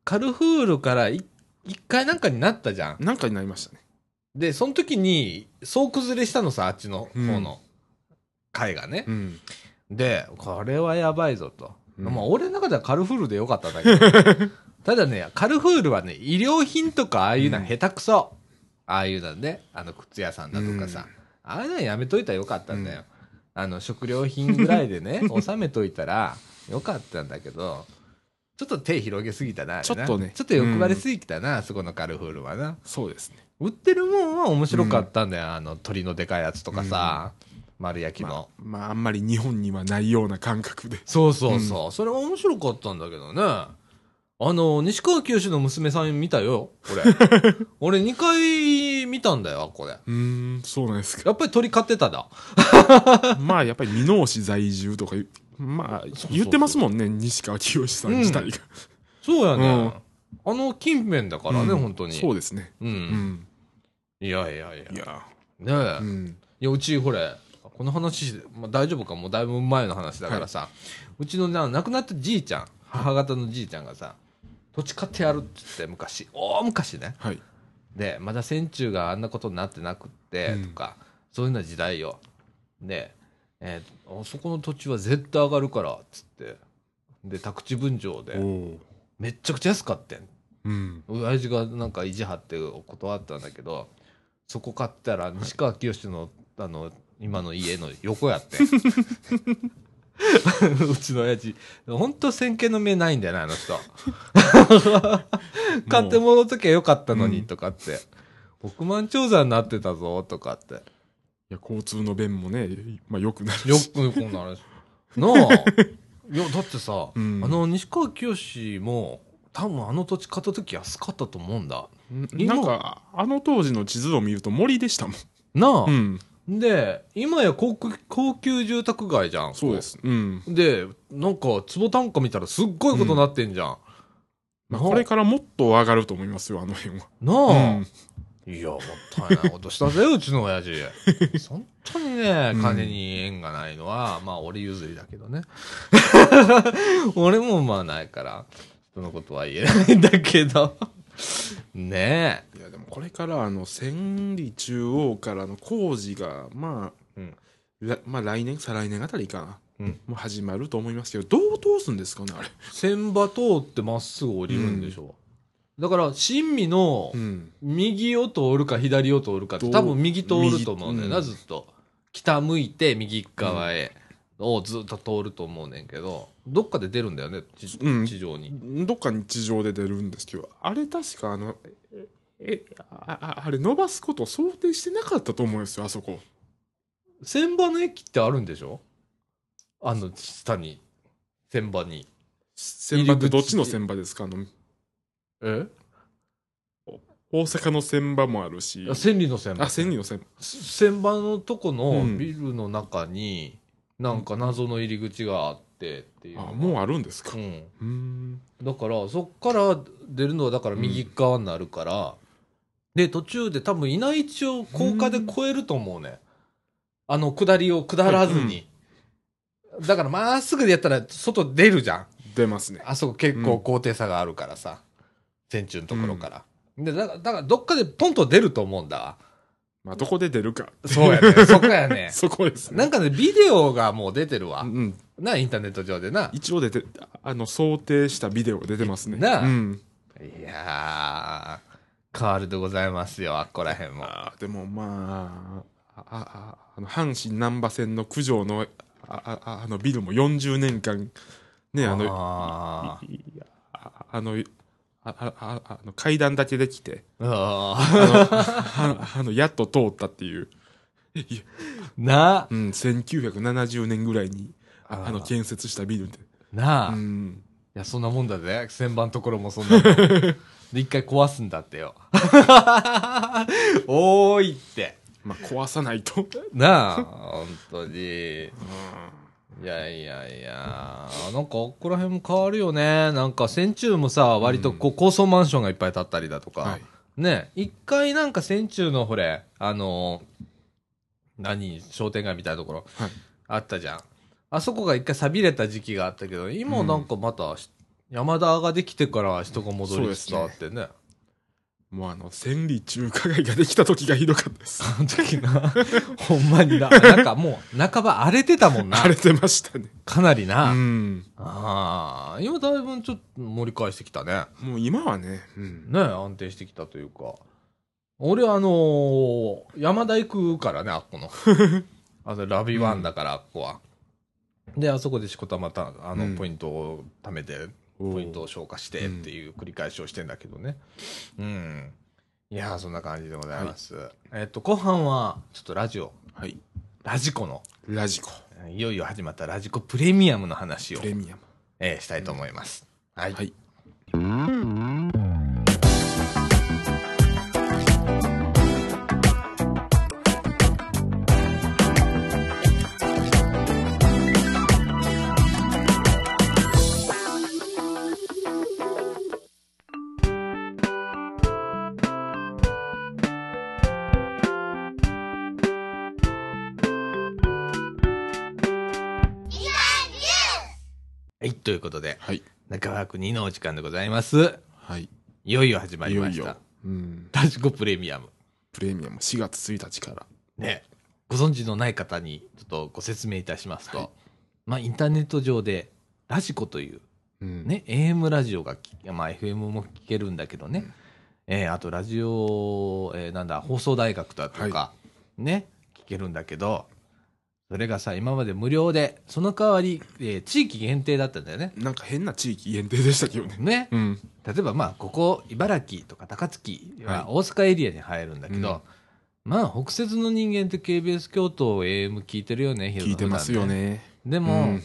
Speaker 1: カルフールからい一回なんかになったじゃん。
Speaker 2: なんかになりましたね。
Speaker 1: で、その時に、総崩れしたのさ、あっちの方の階がね。
Speaker 2: うん。
Speaker 1: で、これはやばいぞと。
Speaker 2: うん
Speaker 1: まあ、俺の中ではカルフールでよかったんだけど。 ただね、カルフールはね、衣料品とかああいうのは
Speaker 2: うん
Speaker 1: 下手くそ。ああいうのね、あの、靴屋さんだとかさ。ああいうのはやめといたらよかったんだよ。
Speaker 2: う
Speaker 1: あの、食料品ぐらいで ね、収めといたらよかったんだけど、ちょっと手広げすぎたな。あれな
Speaker 2: ちょっとね
Speaker 1: ちょっと欲張りすぎたな、あそこのカルフールはな。
Speaker 2: そうですね。
Speaker 1: 売ってるもんは面白かったんだよ。あの、鳥のでかいやつとかさ、丸焼きの。
Speaker 2: まああんまり日本にはないような感覚で。
Speaker 1: そうそうそう、それは面白かったんだけどねあの西川きよしの娘さん見たよ 俺俺2回見たんだよあっこで
Speaker 2: うーん、そうなんですか。
Speaker 1: やっぱり鳥飼ってただ
Speaker 2: まあやっぱり箕面市在住とか言うまあ
Speaker 1: そうそう
Speaker 2: 言ってますもんね西川きよしさん自体が、
Speaker 1: そうやね、あの近辺だからね、
Speaker 2: うん
Speaker 1: 本当に。
Speaker 2: そう
Speaker 1: う。。
Speaker 2: ですね。うんん。
Speaker 1: いやいやいや。
Speaker 2: い
Speaker 1: ねえ。
Speaker 2: や、うん。
Speaker 1: いや、うち、ほれ、この話、まあ、大丈夫か、もうだいぶ前の話だからさ、うちのな亡くなったじいちゃん、母方のじいちゃんがさ、土地買ってやるって言って、昔、大昔ね。
Speaker 2: はい。
Speaker 1: で、まだ戦中があんなことになってなくって、とか、そういうような時代よ。で、えーあそこの土地は絶対上がるから、つって。で、宅地分譲
Speaker 2: お
Speaker 1: で、
Speaker 2: お。
Speaker 1: めっちゃくちゃ安かったん。
Speaker 2: うん。
Speaker 1: 親父がなんか意地張って断ったんだけどそこ買ったら西川きよしのあの今の家の横やってうちの親父ほんと先見の目ないんだよなあの 人買って戻っときゃよかったのにとかって、億万長者になってたぞとかって
Speaker 2: いや、交通の便もね、まあ、良くなるし
Speaker 1: よくよくなるしなあ いやだってさ、
Speaker 2: うん
Speaker 1: あの西川きよしも多分あの土地買った時安かったと思うんだ今
Speaker 2: なんか、あの当時の地図を見ると森でしたもん。
Speaker 1: なあ、
Speaker 2: うん。
Speaker 1: で、今や高級高級住宅街じゃん。
Speaker 2: そうで。す。うん。
Speaker 1: で、なんか、坪単価見たらすっごいことなってんじゃん。
Speaker 2: ま
Speaker 1: な
Speaker 2: あ、
Speaker 1: あ
Speaker 2: これからもっと上がると思いますよ、あの辺は。
Speaker 1: なあ、
Speaker 2: うん
Speaker 1: いや、もったいないことしたぜ、うちの親 父。本当にね、
Speaker 2: うん
Speaker 1: 金に縁がないのは、まあ、俺譲りだけどね。 俺もまあないから、人のことは言えないんだけど。ねえ。
Speaker 2: いやでもこれからあの千里中央からの工事がまあ、
Speaker 1: うん
Speaker 2: らまあ来年再来年あたりかな、
Speaker 1: うん
Speaker 2: もう始まると思いますけどどう通すんですかねあれ
Speaker 1: 千葉通ってまっすぐ降りるんでしょ。だから、新味の、
Speaker 2: ん
Speaker 1: 右を通るか左を通るかって
Speaker 2: どう
Speaker 1: 多分右通ると思うねんな、
Speaker 2: 右
Speaker 1: ずっと北向いて右側へをずっと通ると思うねんけどどっかで出るんだよね地,、
Speaker 2: うん
Speaker 1: 上に
Speaker 2: どっかに地上で出るんですけどあれ確かあのええあああれ伸ばすことを想定してなかったと思うんですよあそこ
Speaker 1: 千葉の駅ってあるんでしょあの下に千葉に
Speaker 2: 千場っ
Speaker 1: 入り口
Speaker 2: てどっちの千場ですかあの
Speaker 1: え
Speaker 2: 大阪の千場もあるし
Speaker 1: 千里の千
Speaker 2: あ
Speaker 1: 葉
Speaker 2: 千里の千場
Speaker 1: 千葉のとこ
Speaker 2: う
Speaker 1: の
Speaker 2: ん
Speaker 1: ビルの中になんか謎の入り口があってっていう
Speaker 2: あもうあるんですか
Speaker 1: うん
Speaker 2: うん
Speaker 1: だからそっから出るのはだから右側になるから、で途中で多分稲井町を高架で越えると思うね、あの下りを下らずに、
Speaker 2: はい
Speaker 1: だからまっすぐでやったら外出るじゃん
Speaker 2: 出ますね
Speaker 1: あそこ結構高低差があるからさ線中のところから、でだからだからどっかでポンと出ると思うんだわ
Speaker 2: まあどこで出るか
Speaker 1: そうやね そこやね
Speaker 2: そこですね
Speaker 1: なんかねビデオがもう出てるわ、
Speaker 2: うん
Speaker 1: なインターネット上でな
Speaker 2: 一応出てあの想定したビデオが出てますね
Speaker 1: なあ
Speaker 2: うん、
Speaker 1: いやー変わるでございますよあっこらへんも
Speaker 2: あーでもまあああああの阪神難波線の九条のああああのビルも40年間ねあの
Speaker 1: あ
Speaker 2: いいやああのああああの階段だけできて
Speaker 1: ーあ
Speaker 2: あのああのやっと通ったっていう、いや
Speaker 1: ー。 な
Speaker 2: う、ん、1970年ぐらいにあ
Speaker 1: あー
Speaker 2: あの建設したビルで、
Speaker 1: なあ、
Speaker 2: う
Speaker 1: い
Speaker 2: ん、
Speaker 1: や、そんなもんだぜ。千番ところもそんなもん。で、一回壊すんだってよ。 おーいって。
Speaker 2: まあ壊さないと、
Speaker 1: なあ、本当に。いやいやいや、なんかここら辺も変わるよね。なんか戦中もさ、割とこう高層マンションがいっぱい建ったりだとか。
Speaker 2: はい
Speaker 1: ね、一回なんか戦中のほれ、あのー何、商店街みたいなところ、
Speaker 2: はい
Speaker 1: あったじゃん。あそこが一回錆びれた時期があったけど、今なんかまた、山田ができてから人が戻りつつあってね。
Speaker 2: もうあの千里中華街ができた時がひどかったです
Speaker 1: あの時な、 ほんまにな、なんかもう半ば荒れてたもんな
Speaker 2: 荒。れてましたね。
Speaker 1: かなり
Speaker 2: う
Speaker 1: な。
Speaker 2: ん。
Speaker 1: ああ、今だいぶちょっと盛り返してきたね。
Speaker 2: もう今はね、うん。
Speaker 1: ね、安定してきたというか。俺、あのー山田行くからね、あっ この。あの、ラビワンだから、あっこは。で、あそこでしこたまた、あ
Speaker 2: う
Speaker 1: の、
Speaker 2: ん
Speaker 1: ポイントを貯めて、
Speaker 2: おー
Speaker 1: ポイントを消化してっていう繰り返しをしてんだけどね。うん。いやー、そんな感じでございます。えっと、後半は、ちょっとラジオ、
Speaker 2: はい。
Speaker 1: ラジコの、
Speaker 2: ラジコ、
Speaker 1: いよいよ始まったラジコプレミアムの話を
Speaker 2: プ、レミアム。
Speaker 1: えーしたいと思います。はい。
Speaker 2: はい。
Speaker 1: はい、ということで、
Speaker 2: はい。
Speaker 1: 中川国のお時間でございます。
Speaker 2: はい。
Speaker 1: いよいよ始ま
Speaker 2: い
Speaker 1: り
Speaker 2: よ
Speaker 1: ま
Speaker 2: い
Speaker 1: した。
Speaker 2: よ。うん。
Speaker 1: ラジコプレミアム。
Speaker 2: プレミアム4月1日から。
Speaker 1: ね、ご存知のない方にちょっとご説明いたしますと、
Speaker 2: はい
Speaker 1: まあ、インターネット上でラジコという、
Speaker 2: うん。。
Speaker 1: ね、AM ラジオが聞け、まあ、FM も聞けるんだけどね、
Speaker 2: うん
Speaker 1: えーあとラジオ、えーなんだ、放送大学だとか、ね、聞けるんだけど、それがさ、今まで無料で、その代わり、えー地域限定だったんだよね。
Speaker 2: なんか変な地域限定でしたけどね。
Speaker 1: ね、
Speaker 2: うん。
Speaker 1: 例えばまあここ茨城とか高槻
Speaker 2: はい
Speaker 1: は大阪エリアに入るんだけど、まあ北節の人間って KBS 京都を AM 聞いてるよね
Speaker 2: 聞いてますよ
Speaker 1: ね
Speaker 2: ね。
Speaker 1: で
Speaker 2: う
Speaker 1: も、
Speaker 2: ん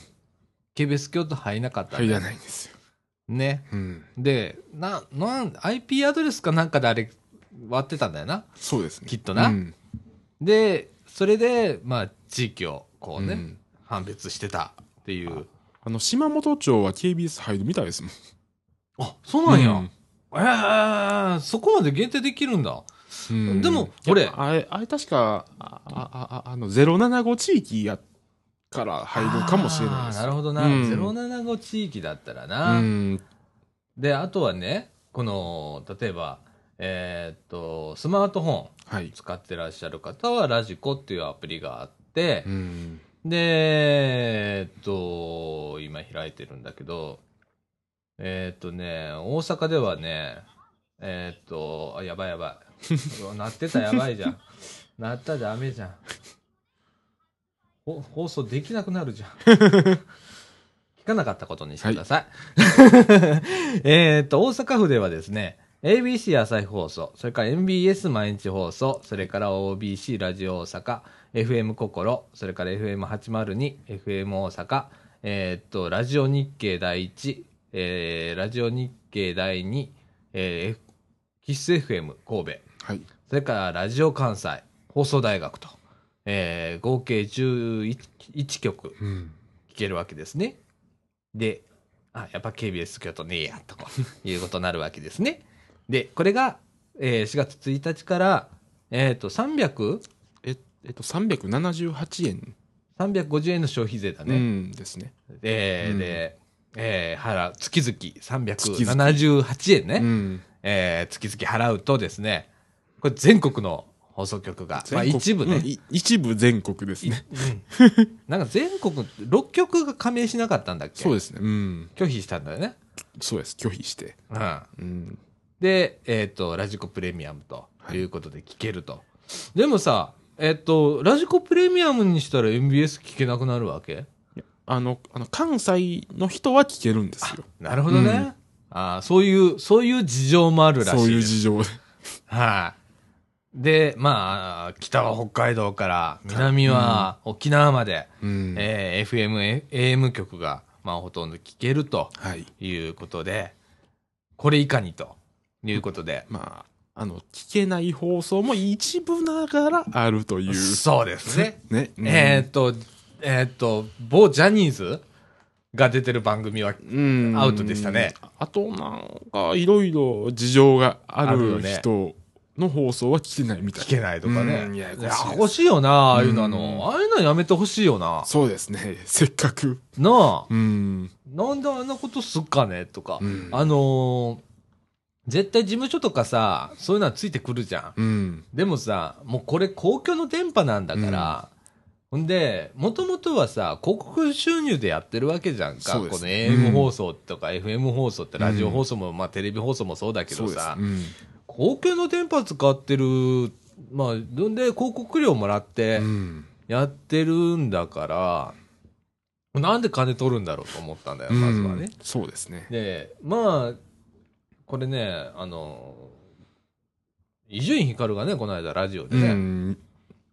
Speaker 1: KBS 京都入らなかった
Speaker 2: 入
Speaker 1: ね
Speaker 2: らないんですよ。
Speaker 1: ね
Speaker 2: うん。
Speaker 1: でななん IP アドレスかなんかであれ割ってたんだよな
Speaker 2: そうですね。
Speaker 1: きっとな
Speaker 2: うん
Speaker 1: でそれでまあ地域をこうね、
Speaker 2: うん
Speaker 1: 判別してたっていう
Speaker 2: あの、島本町は KBS 入るみたいですもん。
Speaker 1: あそうなんや、
Speaker 2: うん
Speaker 1: えーそこまで限定できるんだ
Speaker 2: うん
Speaker 1: でも俺
Speaker 2: いやあれ、あれ確か、あ、あ、あ、あの、075地域や、から入るかもしれないです。
Speaker 1: あーなるほどな、
Speaker 2: うん
Speaker 1: 075地域だったら
Speaker 2: う
Speaker 1: な、
Speaker 2: ん。
Speaker 1: であとはねこの例えばえーっとスマートフォン
Speaker 2: はい。
Speaker 1: 使ってらっしゃる方はラジコっていうアプリがあって、
Speaker 2: うん。
Speaker 1: でえーっと今開いてるんだけどえーっとね大阪ではねえーっとあやばいやばい うわ鳴ってたらやばいじゃん鳴ったらダメじゃんほ放送できなくなるじゃん聞かなかったことにしてください、 えーっと大阪府ではですね ABC 朝日放送、それから MBS 毎日放送、それから OBC ラジオ大阪、FM 心、それから FM802、FM 大阪、えーっと、ラジオ日経第一、えーラジオ日経第二、えー、キス FM 神戸、
Speaker 2: はい。
Speaker 1: それからラジオ関西、放送大学と、えー合計11局
Speaker 2: うん。
Speaker 1: 聞けるわけですね。で、あ、やっぱ KBS 京都ねえや、とか いうことになるわけですね。で、これが、えー4月1日から、えっ、と、300?
Speaker 2: え、えっと、378円、
Speaker 1: 350円の消費税だ
Speaker 2: う
Speaker 1: ね。
Speaker 2: んですね。
Speaker 1: えー
Speaker 2: うん
Speaker 1: で、えー払う、月々378円ね。
Speaker 2: うん。
Speaker 1: えー月々払うとですね、これ全国の放送局が、まあ
Speaker 2: 全国
Speaker 1: 一部ね、
Speaker 2: うんい一部全国ですね。
Speaker 1: うんなんか全国、6局が加盟しなかったんだっけ
Speaker 2: そうですね。うん。
Speaker 1: 拒否したんだよね。
Speaker 2: そうです。拒否して。
Speaker 1: うん。
Speaker 2: うん。
Speaker 1: で、えっ、と、ラジコプレミアムということで聞けると。でもさ、えっ、と、ラジコプレミアムにしたら MBS 聞けなくなるわけ
Speaker 2: あの、あの、関西の人は聞けるんですよ。
Speaker 1: なるほどね。
Speaker 2: うん
Speaker 1: ああ、そういう、そういう事情もあるらしいです。
Speaker 2: そういう事情で。
Speaker 1: はい、で、まあ、北は北海道から、南は沖縄まで、
Speaker 2: うん。
Speaker 1: えー FM、AM 局が、まあ、ほとんど聞けると
Speaker 2: はい。
Speaker 1: いうことで、これ以下にということで、
Speaker 2: まあ、あの、聞けない放送も一部ながらあるという。
Speaker 1: そうですね。
Speaker 2: ね。うん
Speaker 1: えーっと、えーっと、某ジャニーズが出てる番組は、
Speaker 2: うん
Speaker 1: アウトでしたね。
Speaker 2: あと、なんか、いろいろ事情があ
Speaker 1: あるよ
Speaker 2: る
Speaker 1: ね
Speaker 2: 人の放送は聞けないみたい
Speaker 1: 聞
Speaker 2: な。
Speaker 1: けないとかね。
Speaker 2: うんいや
Speaker 1: いや
Speaker 2: 欲
Speaker 1: 欲しいよな、ああいうの
Speaker 2: うん
Speaker 1: の。ああいうのやめてほしいよな。
Speaker 2: そうですね。 せっかく。
Speaker 1: なあ、
Speaker 2: うん。
Speaker 1: なんであんなことすっかねとか
Speaker 2: う。ん
Speaker 1: あのー、絶対事務所とかさ、そういうのはついてくるじゃん。
Speaker 2: うん。
Speaker 1: でもさ、もうこれ公共の電波なんだから、ほんで、もともとはさ、広告収入でやってるわけじゃんか。
Speaker 2: そうで
Speaker 1: こ
Speaker 2: す
Speaker 1: の
Speaker 2: ね
Speaker 1: AM
Speaker 2: うん
Speaker 1: 放送とか FM 放送ってラジオ
Speaker 2: うん
Speaker 1: 放送も、まあテレビ放送もそうだけ
Speaker 2: そ
Speaker 1: ど
Speaker 2: うです
Speaker 1: さ、。
Speaker 2: うん
Speaker 1: 公共の電波使ってる、まあ、どんで広告料もらって
Speaker 2: うん。
Speaker 1: やってるんだから、なんで金取るんだろうと思ったんだよ、まずは
Speaker 2: う
Speaker 1: ね
Speaker 2: ん。そうですね。
Speaker 1: で、まあ、これね、あの、伊集院光がね、この間ラジオでね、
Speaker 2: うん。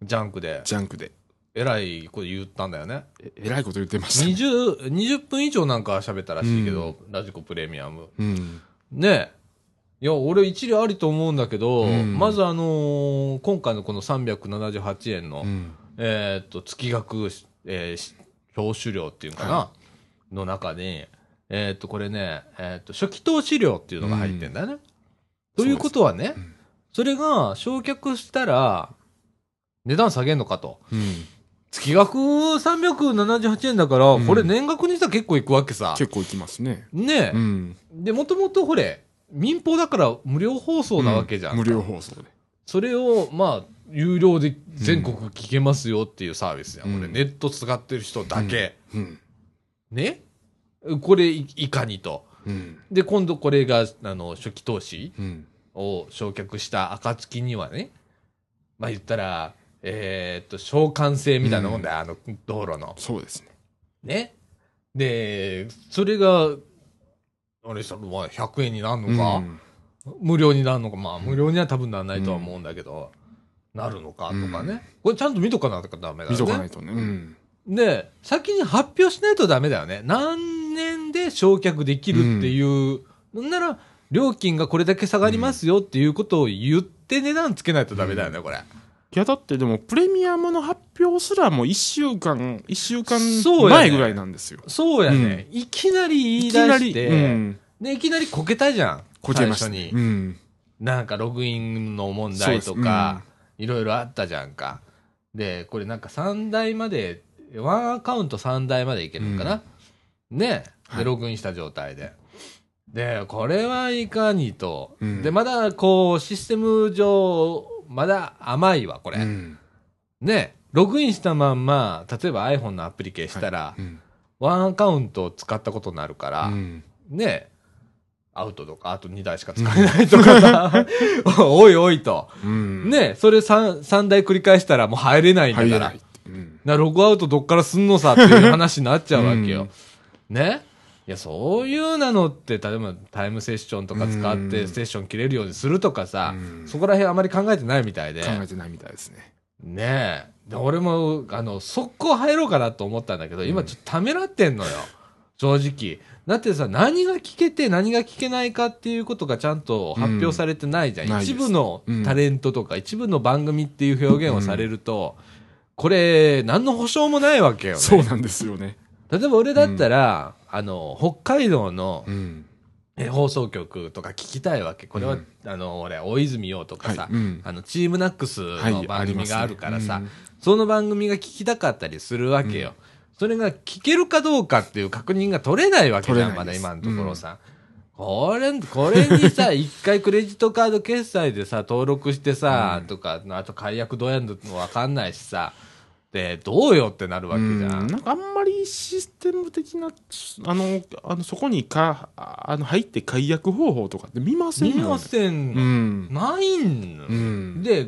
Speaker 1: ジャンクで、
Speaker 2: ジャンクで。
Speaker 1: えらいこと言ったんだよね。
Speaker 2: ええらいこと言ってましたね。
Speaker 1: 20, 20分以上なんか喋ったらしいけど、ラジコプレミアム。
Speaker 2: うん。
Speaker 1: ねえ。いや、俺一理ありと思うんだけど、
Speaker 2: うん
Speaker 1: まずあのー今回のこの378円の、
Speaker 2: うん。
Speaker 1: えーっと、月額、えーし表紙料っていうのかな、
Speaker 2: は
Speaker 1: の中に、えーっと、これね、えーっと、初期投資料っていうのが入ってんだよね。ということはね、
Speaker 2: うん
Speaker 1: それが、焼却したら、値段下げんのかと。
Speaker 2: うん。
Speaker 1: 月額378円だから、
Speaker 2: うん
Speaker 1: これ年額にしたら結構いくわけさ。
Speaker 2: 結構いきますね。
Speaker 1: ねえ
Speaker 2: う、ん。
Speaker 1: で、もともとほれ、民放だから無料放送なわけじゃん。
Speaker 2: 無料放送で。
Speaker 1: それを、まあ、有料で全国聞けますよっていうサービスや、
Speaker 2: うん
Speaker 1: これ。ネット使ってる人だけ。
Speaker 2: うん。
Speaker 1: ねこれい、いかにと。
Speaker 2: うん。
Speaker 1: で、今度これが、あの、初期投資
Speaker 2: うん。
Speaker 1: を焼却した暁にはね、まあ言ったら、えーっと、召喚制みたいなもんだよ、あの、道路の。
Speaker 2: そうですね。
Speaker 1: ね。で、それが、あれさ、まあ、100円になるのか、
Speaker 2: うん
Speaker 1: 無料になるのか、まあ、無料には多分ならないとは思うんだけど、なるのかとかね、
Speaker 2: うん
Speaker 1: これちゃんと見とかなきゃダメだよね。
Speaker 2: 見とかないとね。うん。
Speaker 1: で、先に発表しないとダメだよね。何年で焼却できるっていう、なんなら、料金がこれだけ下がりますよっていうことを言って値段つけないとダメだよね、これ。
Speaker 2: いやだってでもプレミアムの発表すらもう1週間1週間
Speaker 1: そうやね
Speaker 2: 前ぐらいなんですよ、
Speaker 1: そうやね、いきなり言い
Speaker 2: い
Speaker 1: 出
Speaker 2: きな
Speaker 1: し
Speaker 2: り、
Speaker 1: て、
Speaker 2: うん、
Speaker 1: で、いきなりこけたじゃん。
Speaker 2: こけました
Speaker 1: 最初に。
Speaker 2: うん
Speaker 1: なんかログインの問題とか、いろいろあったじゃんか。で、これなんか3台まで、ワンアカウント3台までいけるのかな、ね
Speaker 2: は
Speaker 1: で、
Speaker 2: い
Speaker 1: ログインした状態で。で、これはいかにと。
Speaker 2: うん
Speaker 1: で、まだこう、システム上、まだ甘いわ、これ。
Speaker 2: うん
Speaker 1: ねログインしたまんま、例えば iPhone のアプリケしたら、
Speaker 2: うん
Speaker 1: ワンアカウントを使ったことになるから、
Speaker 2: うん
Speaker 1: ねアウトとか、あと2台しか使えないとか さ、おいおいと。
Speaker 2: うん
Speaker 1: ねそれ 3, 三台繰り返したらもう入れないんだ
Speaker 2: 入
Speaker 1: か
Speaker 2: れ
Speaker 1: ら。
Speaker 2: ないってうん
Speaker 1: なログアウトどっからすんのさっていう話になっちゃうわけよ。ねいや、そういうなのって、例えばタイムセッションとか使っ
Speaker 2: う
Speaker 1: て
Speaker 2: ん
Speaker 1: セッション切れるようにするとかさ、
Speaker 2: うん
Speaker 1: そこら辺あまり考えてないみたいで。
Speaker 2: 考えてないみたいですね
Speaker 1: ねえ。で、俺も、あの、速攻入ろうかなと思ったんだけど、今ちょっとためらってんのよ。正直。だってさ、何が聞けて何が聞けないかっていうことがちゃんと発表されてないじゃん。
Speaker 2: うんないです
Speaker 1: 一部のタレントとか、一部の番組っていう表現をされると、これ、何の保証もないわけよね。
Speaker 2: そうなんですよね
Speaker 1: 例えば俺だったら、あの、北海道の
Speaker 2: うん
Speaker 1: え放送局とか聞きたいわけ。これは、
Speaker 2: うん
Speaker 1: あの、俺、大泉洋とかさ、
Speaker 2: はいうん
Speaker 1: あの、チームナックス
Speaker 2: は
Speaker 1: の
Speaker 2: い
Speaker 1: 番組があるからさ、
Speaker 2: ありますね
Speaker 1: その番組が聞きたかったりするわけよ。それが聞けるかどうかっていう確認が取れないわけじゃん、
Speaker 2: 取れ
Speaker 1: ま
Speaker 2: ない
Speaker 1: だ
Speaker 2: です
Speaker 1: 今のところさ。これ、これに さ、一回クレジットカード決済でさ、登録してさ、とか、あと解約どうやるのわかんないしさ、で、どうよってなるわけじゃ
Speaker 2: うん
Speaker 1: ん。
Speaker 2: なんかあんまりシステム的なあのあのそこにかあの入って解約方法とかって見ません
Speaker 1: 見
Speaker 2: よね
Speaker 1: ません、
Speaker 2: うん
Speaker 1: ないんの
Speaker 2: うん
Speaker 1: で、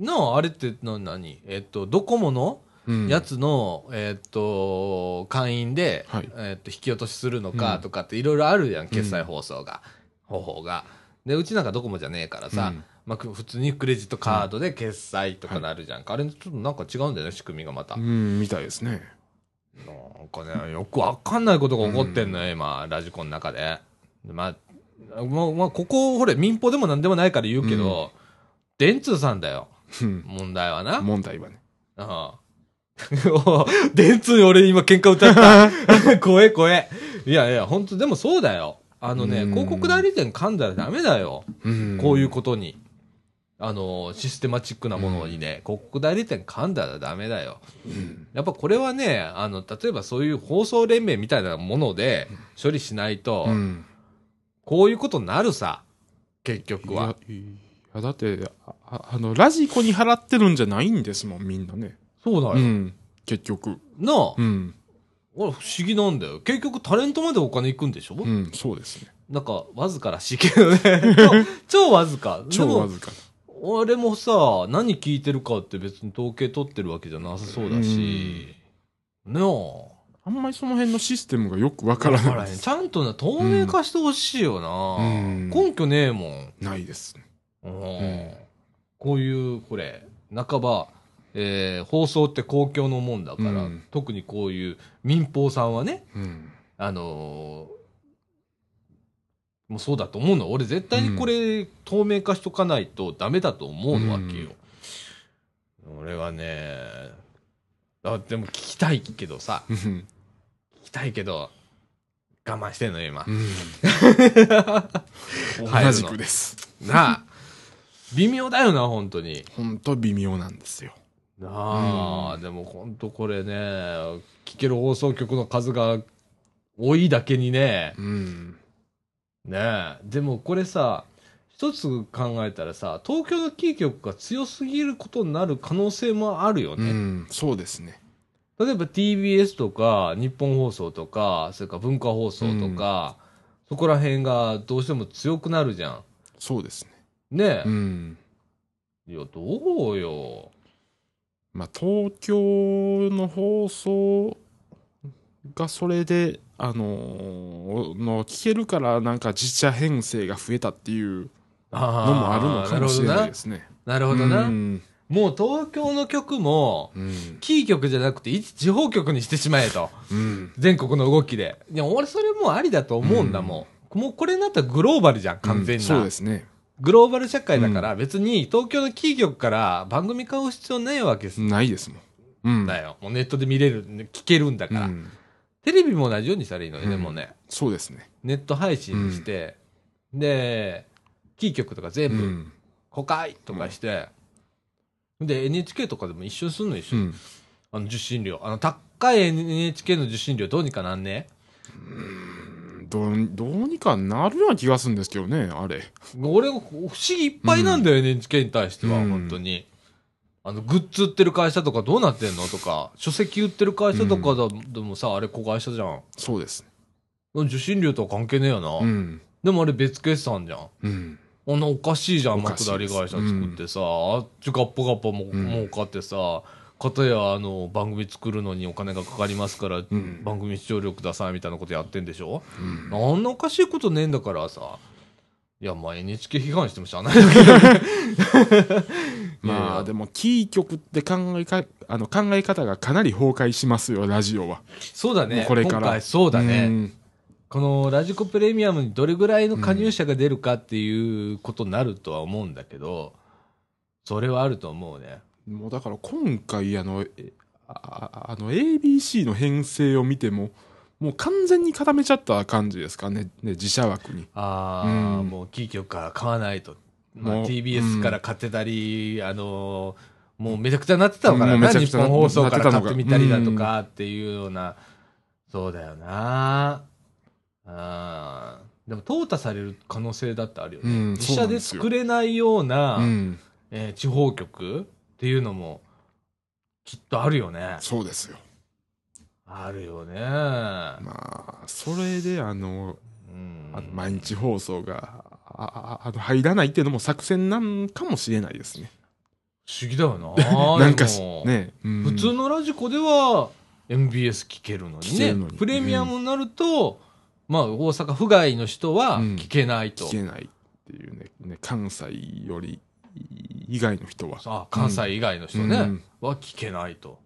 Speaker 1: なあ、あれってな、何えっと、ドコモの
Speaker 2: うん
Speaker 1: やつの、えっと、会員で、
Speaker 2: はい
Speaker 1: えっと、引き落としするのか
Speaker 2: うん
Speaker 1: とかっていろいろあるやん、決済放送が、方法が。で、うちなんかドコモじゃねえからさ、
Speaker 2: うん
Speaker 1: まあ、く普通にクレジットカードで決済とかなるじゃんか。あれ、ちょっとなんか違うんだよね、仕組みがまた。
Speaker 2: うんみたいですね
Speaker 1: なんかね、よくわかんないことが起こってんのよ、今、ラジコンの中で。でまあ、まあ、まあ、ここ、ほれ、民放でもなんでもないから言うけど、電通さんだよ、
Speaker 2: うん
Speaker 1: 問題はな。うん。
Speaker 2: 問題はね
Speaker 1: お電通に俺今喧嘩歌った。 怖え怖え。いやいや、本当でもそうだよ。あのね、
Speaker 2: うん
Speaker 1: 広告代理店噛んだらダメだよ。こういうことに。あの、システマチックなものにね、広告代理店噛んだらダメだよ。
Speaker 2: うん
Speaker 1: やっぱこれはね、あの、例えばそういう放送連盟みたいなもので処理しないと、
Speaker 2: うん
Speaker 1: こういうことになるさ、結局
Speaker 2: い
Speaker 1: は
Speaker 2: や。いやだってああのラジコに払ってるんじゃないんですもんみんなね、
Speaker 1: そうだよ。
Speaker 2: うん結局
Speaker 1: なあ、
Speaker 2: うん、
Speaker 1: 俺不思議なんだよ。結局タレントまでお金行くんでしょ、
Speaker 2: うん、そうですね
Speaker 1: なんか、わずからしいけどね。 超超わずか。で
Speaker 2: 超
Speaker 1: も
Speaker 2: わずか
Speaker 1: 俺もさ、何聞いてるかって別に統計取ってるわけじゃなさそうだし。ねえ。
Speaker 2: あんまりその辺のシステムがよくわから
Speaker 1: わ
Speaker 2: な
Speaker 1: か
Speaker 2: い
Speaker 1: らへんちゃんとな、透明化してほしいよな、
Speaker 2: うん
Speaker 1: 根拠ねえもん。
Speaker 2: ないですね
Speaker 1: うんこういう、これ、半ば、えー放送って公共のもんだから、
Speaker 2: うん
Speaker 1: 特にこういう民放さんはね、
Speaker 2: うん
Speaker 1: あのーもうそうだと思うの。俺絶対にこれ、透明化しとかないとダメだと思うわけよ。俺はね、あでも聞きたいけどさ、
Speaker 2: うん
Speaker 1: 聞きたいけど、我慢してんのよ、今。
Speaker 2: 同じくです
Speaker 1: なあ。微妙だよな、本当に。
Speaker 2: 本当微妙なんですよ
Speaker 1: なあ、でも本当これね、聴ける放送局の数が多いだけにね、
Speaker 2: うん。
Speaker 1: ねえ。でもこれさ、一つ考えたらさ、東京のキー局が強すぎることになる可能性もあるよ
Speaker 2: う
Speaker 1: ね。
Speaker 2: ん、そうですね。
Speaker 1: 例えば TBS とか、日本放送とか、それから文化放送とか、そこら辺がどうしても強くなるじゃ
Speaker 2: そうですね。
Speaker 1: ん。ねえ。
Speaker 2: うん。
Speaker 1: いや、どうよ。
Speaker 2: まあ、東京の放送がそれで、あのーの聞けるから、なんか自社編成が増えたっていう
Speaker 1: あー
Speaker 2: のもあるのかもしれないですね。
Speaker 1: なるほどな。なるほどな。
Speaker 2: うん
Speaker 1: もう東京の曲も、
Speaker 2: うん。
Speaker 1: キー局じゃなくて、一地方局にしてしまえと。
Speaker 2: うん。
Speaker 1: 全国の動きで。いや、俺それもうありだと思うんだもん。もうこれになったらグローバルじゃん、完全
Speaker 2: うん
Speaker 1: な。
Speaker 2: そうですね。
Speaker 1: グローバル社会だから、別に東京の企業から番組買う必要ないわけですん
Speaker 2: ないですもん。うん。
Speaker 1: だよ。もうネットで見れる、聞けるんだ
Speaker 2: う
Speaker 1: から。
Speaker 2: ん。
Speaker 1: テレビも同じようにしたらいいのよ、
Speaker 2: うん
Speaker 1: でもね。
Speaker 2: そうですね。
Speaker 1: ネット配信して、で、キー局とか
Speaker 2: う
Speaker 1: 全部、
Speaker 2: ん。
Speaker 1: 公開とかして、で、NHK とかでも一緒にすんの一緒
Speaker 2: う
Speaker 1: に、
Speaker 2: ん。
Speaker 1: あの受信料。あの、高い NHK の受信料どうにかなんね。
Speaker 2: どうどうにかなるような気がするんですけどね、あれ。
Speaker 1: 俺、不思議いっぱいなんだよ、NHK に対しては、
Speaker 2: うん
Speaker 1: 本当に。あの、グッズ売ってる会社とかどうなってんのとか、書籍売ってる会社とかだ、でもさ、あれ子会社じゃん。
Speaker 2: そうですね。
Speaker 1: 受信料とは関係ねえよな。
Speaker 2: うん。
Speaker 1: でもあれ別決算じゃん。
Speaker 2: うん。
Speaker 1: あんなおかしいじゃん、
Speaker 2: おか
Speaker 1: 幕
Speaker 2: しい
Speaker 1: だ
Speaker 2: で
Speaker 1: り
Speaker 2: す
Speaker 1: 会社作ってさ、あっちガッポガッポも、
Speaker 2: ん
Speaker 1: 儲かってさ、片やあの、番組作るのにお金がかかりますから、
Speaker 2: ん
Speaker 1: 番組視聴力くださいみたいなことやってんでしょ、
Speaker 2: うん
Speaker 1: あんなおかしいことねえんだからさ。いや、まあ NHK 批判してもしゃあないだけどね
Speaker 2: ま
Speaker 1: う
Speaker 2: あ
Speaker 1: ん
Speaker 2: でもキー局って考えかあの考え方がかなり崩壊しますよラジオは
Speaker 1: そうだね。
Speaker 2: これから
Speaker 1: 今回そうだね。
Speaker 2: ん
Speaker 1: このラジコプレミアムにどれぐらいの加入者が出るかっていうことになるとは思うんだけど、それはあると思うね。
Speaker 2: もうだから今回あのえああの ABC の編成を見てももう完全に固めちゃった感じですかねね自社枠に
Speaker 1: ああ、
Speaker 2: うん
Speaker 1: もうキー局から買わないと。まあ、
Speaker 2: もう
Speaker 1: TBS から買ってたり、あのーもうめちゃくちゃなってたのか
Speaker 2: も
Speaker 1: ら
Speaker 2: う
Speaker 1: な、
Speaker 2: めちゃく
Speaker 1: 日
Speaker 2: ちゃな
Speaker 1: 本放送か
Speaker 2: なって
Speaker 1: ら
Speaker 2: た
Speaker 1: 買
Speaker 2: の
Speaker 1: っ
Speaker 2: か
Speaker 1: てみたりだとかっていうような、そうだよな。あーでも、淘汰される可能性だってあるよね。
Speaker 2: うん
Speaker 1: 自
Speaker 2: そうな
Speaker 1: 社
Speaker 2: ん
Speaker 1: で
Speaker 2: ですよ
Speaker 1: 作れないような、
Speaker 2: うん
Speaker 1: えー地方局っていうのも、きっとあるよね。
Speaker 2: そうですよ
Speaker 1: あるよね。
Speaker 2: まあそれであの
Speaker 1: うん
Speaker 2: あの毎日放送があああの入らないっていうのも作戦なんかもしれないですね
Speaker 1: 不思議だよな。
Speaker 2: なんかし
Speaker 1: でも
Speaker 2: ね、うん
Speaker 1: 普通のラジコでは MBS 聞けるのに
Speaker 2: 聞け
Speaker 1: ね
Speaker 2: るのに
Speaker 1: プレミアムになると、まあ大阪府外の人は
Speaker 2: うん
Speaker 1: 聞けないと、
Speaker 2: 聞けないっていうねね関西より以外の人は
Speaker 1: あ関西以外の人ね、
Speaker 2: うん
Speaker 1: は聞けないと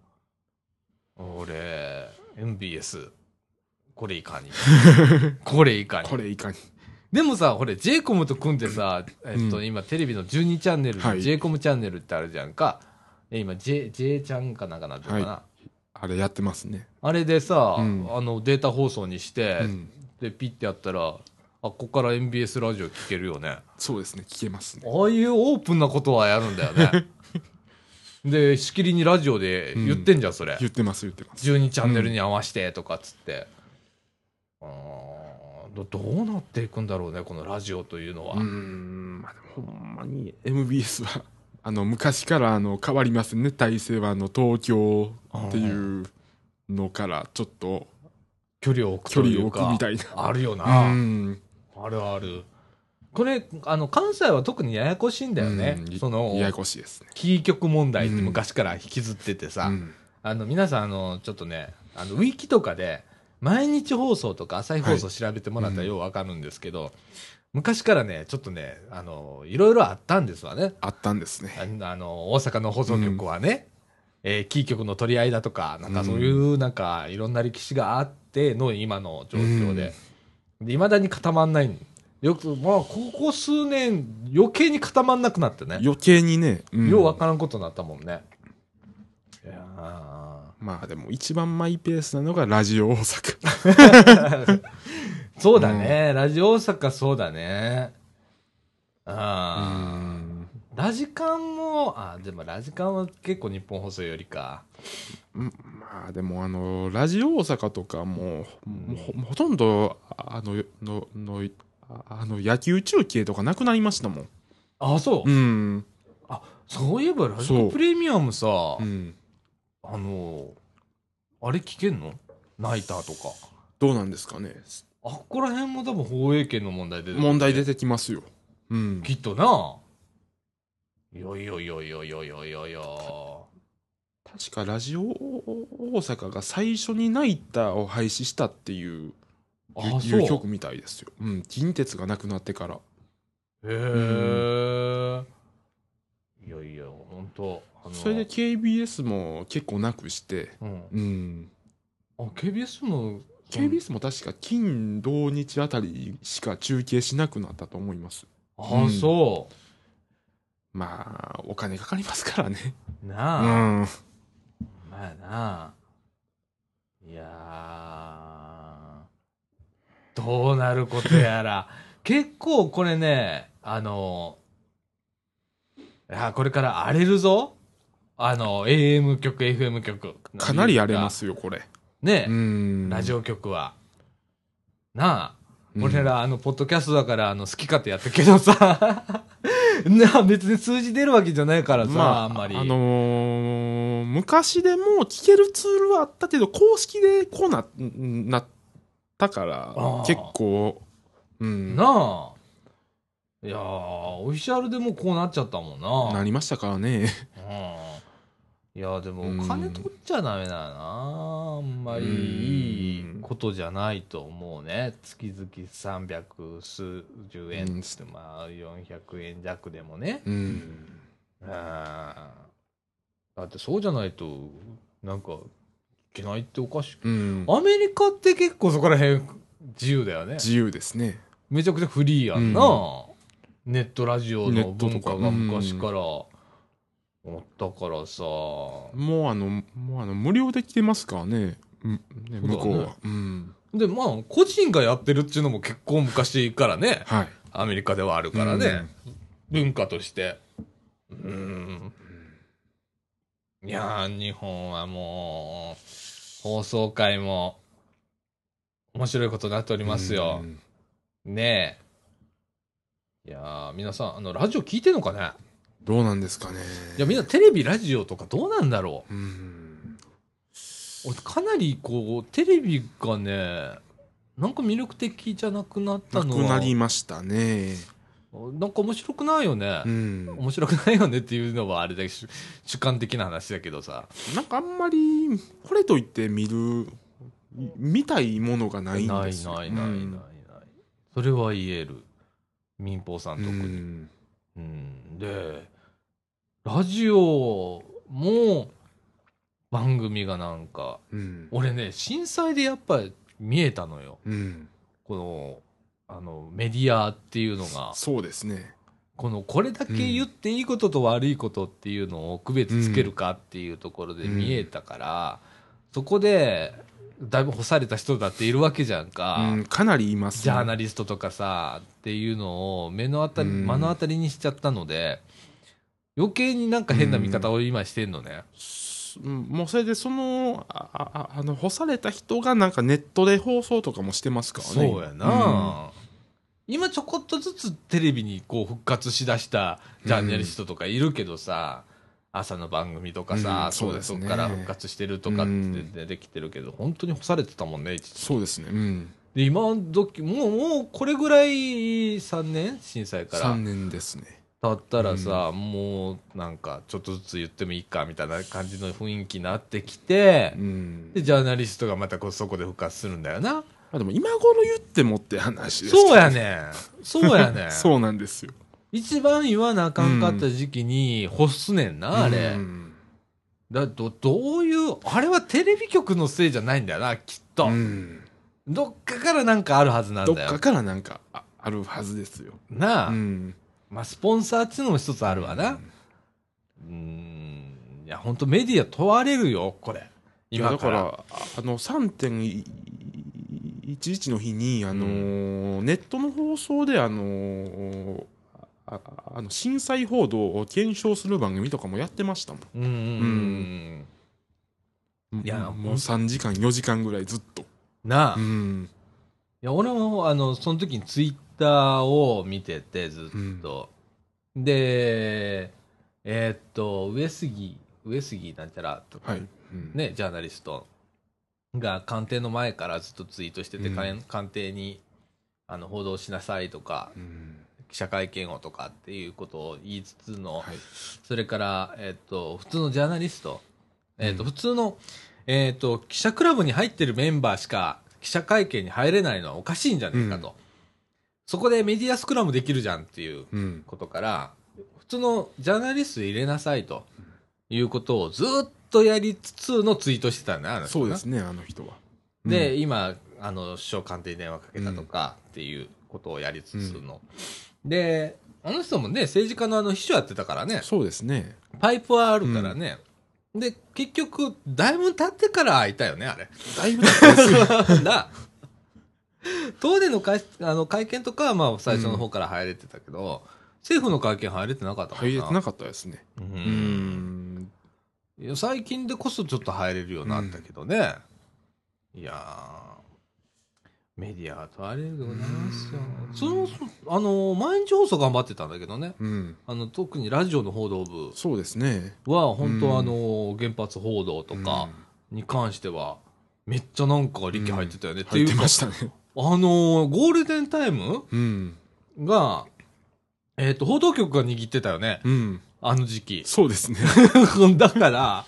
Speaker 1: 俺 MBS これい かにこれいかに
Speaker 2: これいかに
Speaker 1: でもさほれ j コムと組んでさ、えっと
Speaker 2: う
Speaker 1: 今テレビの12チャンネル
Speaker 2: は
Speaker 1: の
Speaker 2: い
Speaker 1: j コムチャンネルってあるじゃんか、え今 J, J ちゃんかなんかなってるかな、
Speaker 2: はあれやってますね、
Speaker 1: あれでさ、
Speaker 2: うん
Speaker 1: あのデータ放送にして、
Speaker 2: うん、
Speaker 1: でピッてやったらあここから MBS ラジオ聞けるよね
Speaker 2: そうですね聞けますね
Speaker 1: ああいうオープンなことはやるんだよ ねでしきりにラジオで言ってんじゃんそれ、
Speaker 2: 言ってます言ってます
Speaker 1: 12チャンネルに合わせてとかっつって、あーどどうなっていくんだろうねこのラジオというのは、
Speaker 2: うーんまあでもほんまに MBS は あの昔からあの変わりますね体制はあの東京っていうのからちょっと
Speaker 1: 距離を置く
Speaker 2: 距
Speaker 1: とい
Speaker 2: 離を
Speaker 1: う
Speaker 2: 置く
Speaker 1: か
Speaker 2: みたい
Speaker 1: あるよ
Speaker 2: な
Speaker 1: な、
Speaker 2: うん
Speaker 1: あるあるこれあの関西は特にややこしいんだよね、
Speaker 2: うん
Speaker 1: その
Speaker 2: ややこしいですね
Speaker 1: キー局問題って昔から引きずっててさ、
Speaker 2: うん
Speaker 1: あの、皆さん、あの、ちょっとね、あの、ウィキとかで、毎日放送とか朝日放送調べてもらったらようわかるんですけど、昔からね、ちょっとね、あの、いろいろあったんですわね。
Speaker 2: あったんですね
Speaker 1: あの、あの大阪の放送局はね、えーキー局の取り合いだとか、なんかそういう、なんか、いろんな歴史があっての今の状況で、い、ま、だに固まんない。よく、まあ、ここ数年、余計に固まんなくなってね。
Speaker 2: 余計にね、うん
Speaker 1: ようわからんことになったもんね。いやー
Speaker 2: まあでも一番マイペースなのがラジオ大阪
Speaker 1: そうだね、ラジオ大阪そうだね。ああ、ラジカンも、あ、でもラジカンは結構日本放送よりか。
Speaker 2: うんまあでもあのラジオ大阪とかも,、う
Speaker 1: うん
Speaker 2: もうほもうほとんどあのののああの野球中継とかなくなりましたもん。
Speaker 1: あ、そう。
Speaker 2: うん、
Speaker 1: そういえばラジカ
Speaker 2: そ
Speaker 1: ン
Speaker 2: う
Speaker 1: プレミアムさ、
Speaker 2: うん、
Speaker 1: あのーあれ聞けんのナイターとか。
Speaker 2: どうなんですかね
Speaker 1: あっこら辺も多分放映権の問題で。
Speaker 2: 問題出てきますよ。うん、
Speaker 1: きっとな。よいよいよいよいよいよいよいよ。
Speaker 2: 確かラジオ大阪が最初にナイターを廃止したっていう
Speaker 1: あ
Speaker 2: いう
Speaker 1: そう
Speaker 2: いう曲みたいですよ。うん、近鉄がなくなってから。
Speaker 1: へえ。いやいや、ほんと。あの
Speaker 2: それで KBS も結構なくして、
Speaker 1: うん。
Speaker 2: うん、
Speaker 1: あ、KBS も、
Speaker 2: KBS も確か金土日あたりしか中継しなくなったと思います。
Speaker 1: あ、そ
Speaker 2: まあ、お金かかりますからね。
Speaker 1: う。
Speaker 2: う
Speaker 1: なあ。
Speaker 2: ん。
Speaker 1: まあな。いやーどうなることや ら。結構これね、あの、いやこれから荒れるぞ。あの、AM 局、FM 局。
Speaker 2: かなり荒れま。すよ、これ。
Speaker 1: ね、
Speaker 2: うん。
Speaker 1: ラジオ局は。なあ。
Speaker 2: うん
Speaker 1: 俺。ら、あの、ポッドキャストだから、あの、好き勝手やったけどさ。 なあ、別に数字出るわけじゃないからさ、
Speaker 2: まあ、
Speaker 1: あ
Speaker 2: あ
Speaker 1: んまり。
Speaker 2: のー昔でもう聞けるツールはあったけど、公式でこうな、なったから
Speaker 1: あー、
Speaker 2: 結構、うん。
Speaker 1: な
Speaker 2: な
Speaker 1: あ。いやー、オフィシャルでもうこうなっちゃったもんな。
Speaker 2: りましたからね。
Speaker 1: うん。いや、でもお金
Speaker 2: うん
Speaker 1: 取っちゃダメだよな。あんま
Speaker 2: うん
Speaker 1: りいいことじゃないと思うね。月々300数十円
Speaker 2: うん
Speaker 1: つって、まあ400円弱でもね。
Speaker 2: うん。
Speaker 1: うん。だってそうじゃないと、なんか、いけないっておかしく。
Speaker 2: うん。
Speaker 1: アメリカって結構そこら辺自由だよね。
Speaker 2: 自由ですね。
Speaker 1: めちゃくちゃフリーやんな、ネットラジオ
Speaker 2: ネ
Speaker 1: の
Speaker 2: ットと
Speaker 1: 文
Speaker 2: か
Speaker 1: 化が昔からあったからさ、
Speaker 2: もうあの、もうあの、無料で聞けますからね。うんね
Speaker 1: そうだね
Speaker 2: 向こうは。うん。
Speaker 1: でまあ個人がやってるっていうのも結構昔からね
Speaker 2: はい。
Speaker 1: アメリカではあるからね、文化としてうんいやー日本はもう放送回も面白いことになっており
Speaker 2: い
Speaker 1: ますよ、ねえいやー皆さんあのラジオ聞いてんのかね
Speaker 2: どうなんですかね。
Speaker 1: いやみんなテレビラジオとかどうなんだろ
Speaker 2: うん。
Speaker 1: う俺かなりこうテレビがねなんか魅力的じゃなくなった
Speaker 2: な
Speaker 1: の
Speaker 2: く
Speaker 1: は
Speaker 2: なりましたね。
Speaker 1: なんか面白くないよね
Speaker 2: う、ん。
Speaker 1: 面白くないよねっていうのはあれだけど 主主観的な話だけどさ
Speaker 2: なんかあんまり、これといって見る、見たいものがな
Speaker 1: ないい
Speaker 2: ん
Speaker 1: ない
Speaker 2: で
Speaker 1: ない
Speaker 2: すよ。
Speaker 1: ないないそれは言える民放さん
Speaker 2: う
Speaker 1: 特に、
Speaker 2: ん。
Speaker 1: うん、でラジオも番組がなんか
Speaker 2: うん。
Speaker 1: 俺ね震災でやっぱり見えたのよ
Speaker 2: うん。
Speaker 1: このあのメディアっていうのが
Speaker 2: そうですね。
Speaker 1: このこれだけ言っていいことと悪いことっていうのを区別つけるかっていうところで見えたから、そこでだいぶ干された人だっているわけじゃんか、
Speaker 2: うん、かなりいます、ね。
Speaker 1: ジャーナリストとかさっていうのを目の当たり、
Speaker 2: うん
Speaker 1: 目の当たりにしちゃったので余計になんか変な見方を今してんのね、
Speaker 2: うんもうそれでそのあああの干された人がなんかネットで放送とかもしてますからね
Speaker 1: そうやな、今ちょこっとずつテレビにこう復活しだしたジャーナリストとかいるけどさ、朝の番組とかさ、
Speaker 2: うん
Speaker 1: そう
Speaker 2: そう
Speaker 1: で
Speaker 2: ですす
Speaker 1: そ
Speaker 2: ね
Speaker 1: こから復活してるとかって出てきてるけど、本当に干されてたもんね一時
Speaker 2: そうですねうん
Speaker 1: で今時もうもうこれぐらい3年震災から
Speaker 2: 3年ですね
Speaker 1: だったらさ、もうなんかちょっとずつ言ってもいいかみたいな感じの雰囲気になってきて
Speaker 2: う、ん
Speaker 1: でジャーナリストがまたこうそこで復活するんだよな
Speaker 2: あでも今頃言ってもって話ですけど
Speaker 1: そうやねんそうや ねん
Speaker 2: そうなんですよ
Speaker 1: 一番言わなあかんかった時期に欲すねんな、あれ、
Speaker 2: うん
Speaker 1: だどどういうあれはテレビ局のせいじゃないんだよなきっと、
Speaker 2: うん
Speaker 1: どっかからなんかあるはずなん
Speaker 2: どっ
Speaker 1: だ
Speaker 2: か
Speaker 1: よ
Speaker 2: からなんかああるはずですよ
Speaker 1: なあ、
Speaker 2: うん
Speaker 1: まあスポンサーっていうのも一つあるわなうんいや本当メディア問われるよこれ
Speaker 2: いや
Speaker 1: 今
Speaker 2: だ
Speaker 1: か
Speaker 2: かららああの3.11の日にあのーネットの放送であのーああの震災報道を検証する番組とかもやってましたも
Speaker 1: うんうんうん
Speaker 2: ん。
Speaker 1: いや
Speaker 2: もうも
Speaker 1: ほ
Speaker 2: う
Speaker 1: ん
Speaker 2: 3時間、4時間ぐらいずっと。
Speaker 1: なあ、
Speaker 2: う
Speaker 1: い
Speaker 2: ん。
Speaker 1: や俺もあのその時にツイッターを見ててずっと、でえーっと上杉上杉なんちゃらとか、
Speaker 2: はい。うん
Speaker 1: ねジャーナリストが官邸の前からずっとツイートしてて、
Speaker 2: うん
Speaker 1: 官官邸にあの報道しなさいとか
Speaker 2: うん
Speaker 1: 記者会見をとかっていうことを言いつつの、
Speaker 2: はい。
Speaker 1: それから、えっと、普通のジャーナリスト、えっと、
Speaker 2: うん
Speaker 1: 普通の、えっと、記者クラブに入ってるメンバーしか記者会見に入れないのはおかしいんじゃないかと。そこでメディアスクラムできるじゃんっていう
Speaker 2: うん。
Speaker 1: ことから、普通のジャーナリスト入れなさいということをずっとやりつつのツイートしてたんだよあの人
Speaker 2: そう
Speaker 1: な
Speaker 2: ですね、あの人は。
Speaker 1: で、
Speaker 2: うん、
Speaker 1: 今、あの、首相官邸に電話かけたとかっていうことをやりつつの。で、あの人もね、政治家のあの秘書やってたからね。
Speaker 2: そうですね。
Speaker 1: パイプはあるからね。で、結局、だいぶ経ってから開いたよね、あれ。
Speaker 2: だいぶ経ってます よ
Speaker 1: な。東電の会あの会見とかはまあ最初の方から入れてたけど、政府の会見入れてなかったもんな。
Speaker 2: 入れてなかったですね。
Speaker 1: う
Speaker 2: うんん。
Speaker 1: いや最近でこそちょっと入れるようになったけどね。いやー、メディアは問われるでございますよ。その、あの、毎日放送頑張ってたんだけどね。
Speaker 2: うん。
Speaker 1: あの、特にラジオの報道部
Speaker 2: そうですね。
Speaker 1: は本
Speaker 2: うん
Speaker 1: 当あの原発報道とかに関してはめっちゃなんか力入ってたよね、ってい
Speaker 2: 入って
Speaker 1: うか
Speaker 2: ました ね。
Speaker 1: あのゴールデンタイム
Speaker 2: うん。
Speaker 1: が、えっと報道局が握ってたよね
Speaker 2: うん。
Speaker 1: あの時期
Speaker 2: そうですね。
Speaker 1: だから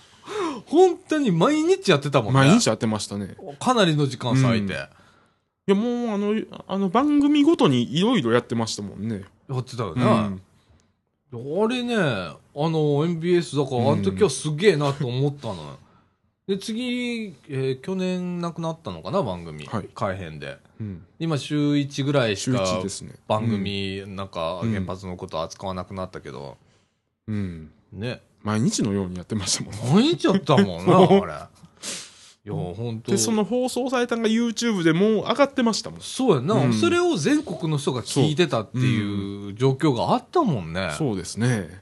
Speaker 1: 本当に毎日やってたもんね
Speaker 2: 毎日やってましたね。
Speaker 1: かなりの時間割いて、
Speaker 2: うんいや、もう、あの、あの番組ごとにいろいろやってましたもんね。
Speaker 1: やってたよ
Speaker 2: う
Speaker 1: ね、
Speaker 2: ん。
Speaker 1: あれねあの MBS だからあの時はすげえなと思ったのよ、で次、えー去年亡くなったのかな番組、
Speaker 2: はい
Speaker 1: 改編で
Speaker 2: うん
Speaker 1: 今週1ぐらいし
Speaker 2: 週
Speaker 1: か
Speaker 2: 一ですね。
Speaker 1: 番組なんか
Speaker 2: うん
Speaker 1: 原発のこと扱わなくなったけど、
Speaker 2: うん。うん。
Speaker 1: ね
Speaker 2: 毎日のようにやってましたもんね。
Speaker 1: 毎日やったもんなあれいや本当
Speaker 2: で、その放送されたのが YouTube でもう上がってましたもん。
Speaker 1: そうやんな、
Speaker 2: うん
Speaker 1: それを全国の人が聞いてたっていう状況があったもんね、
Speaker 2: そうですね。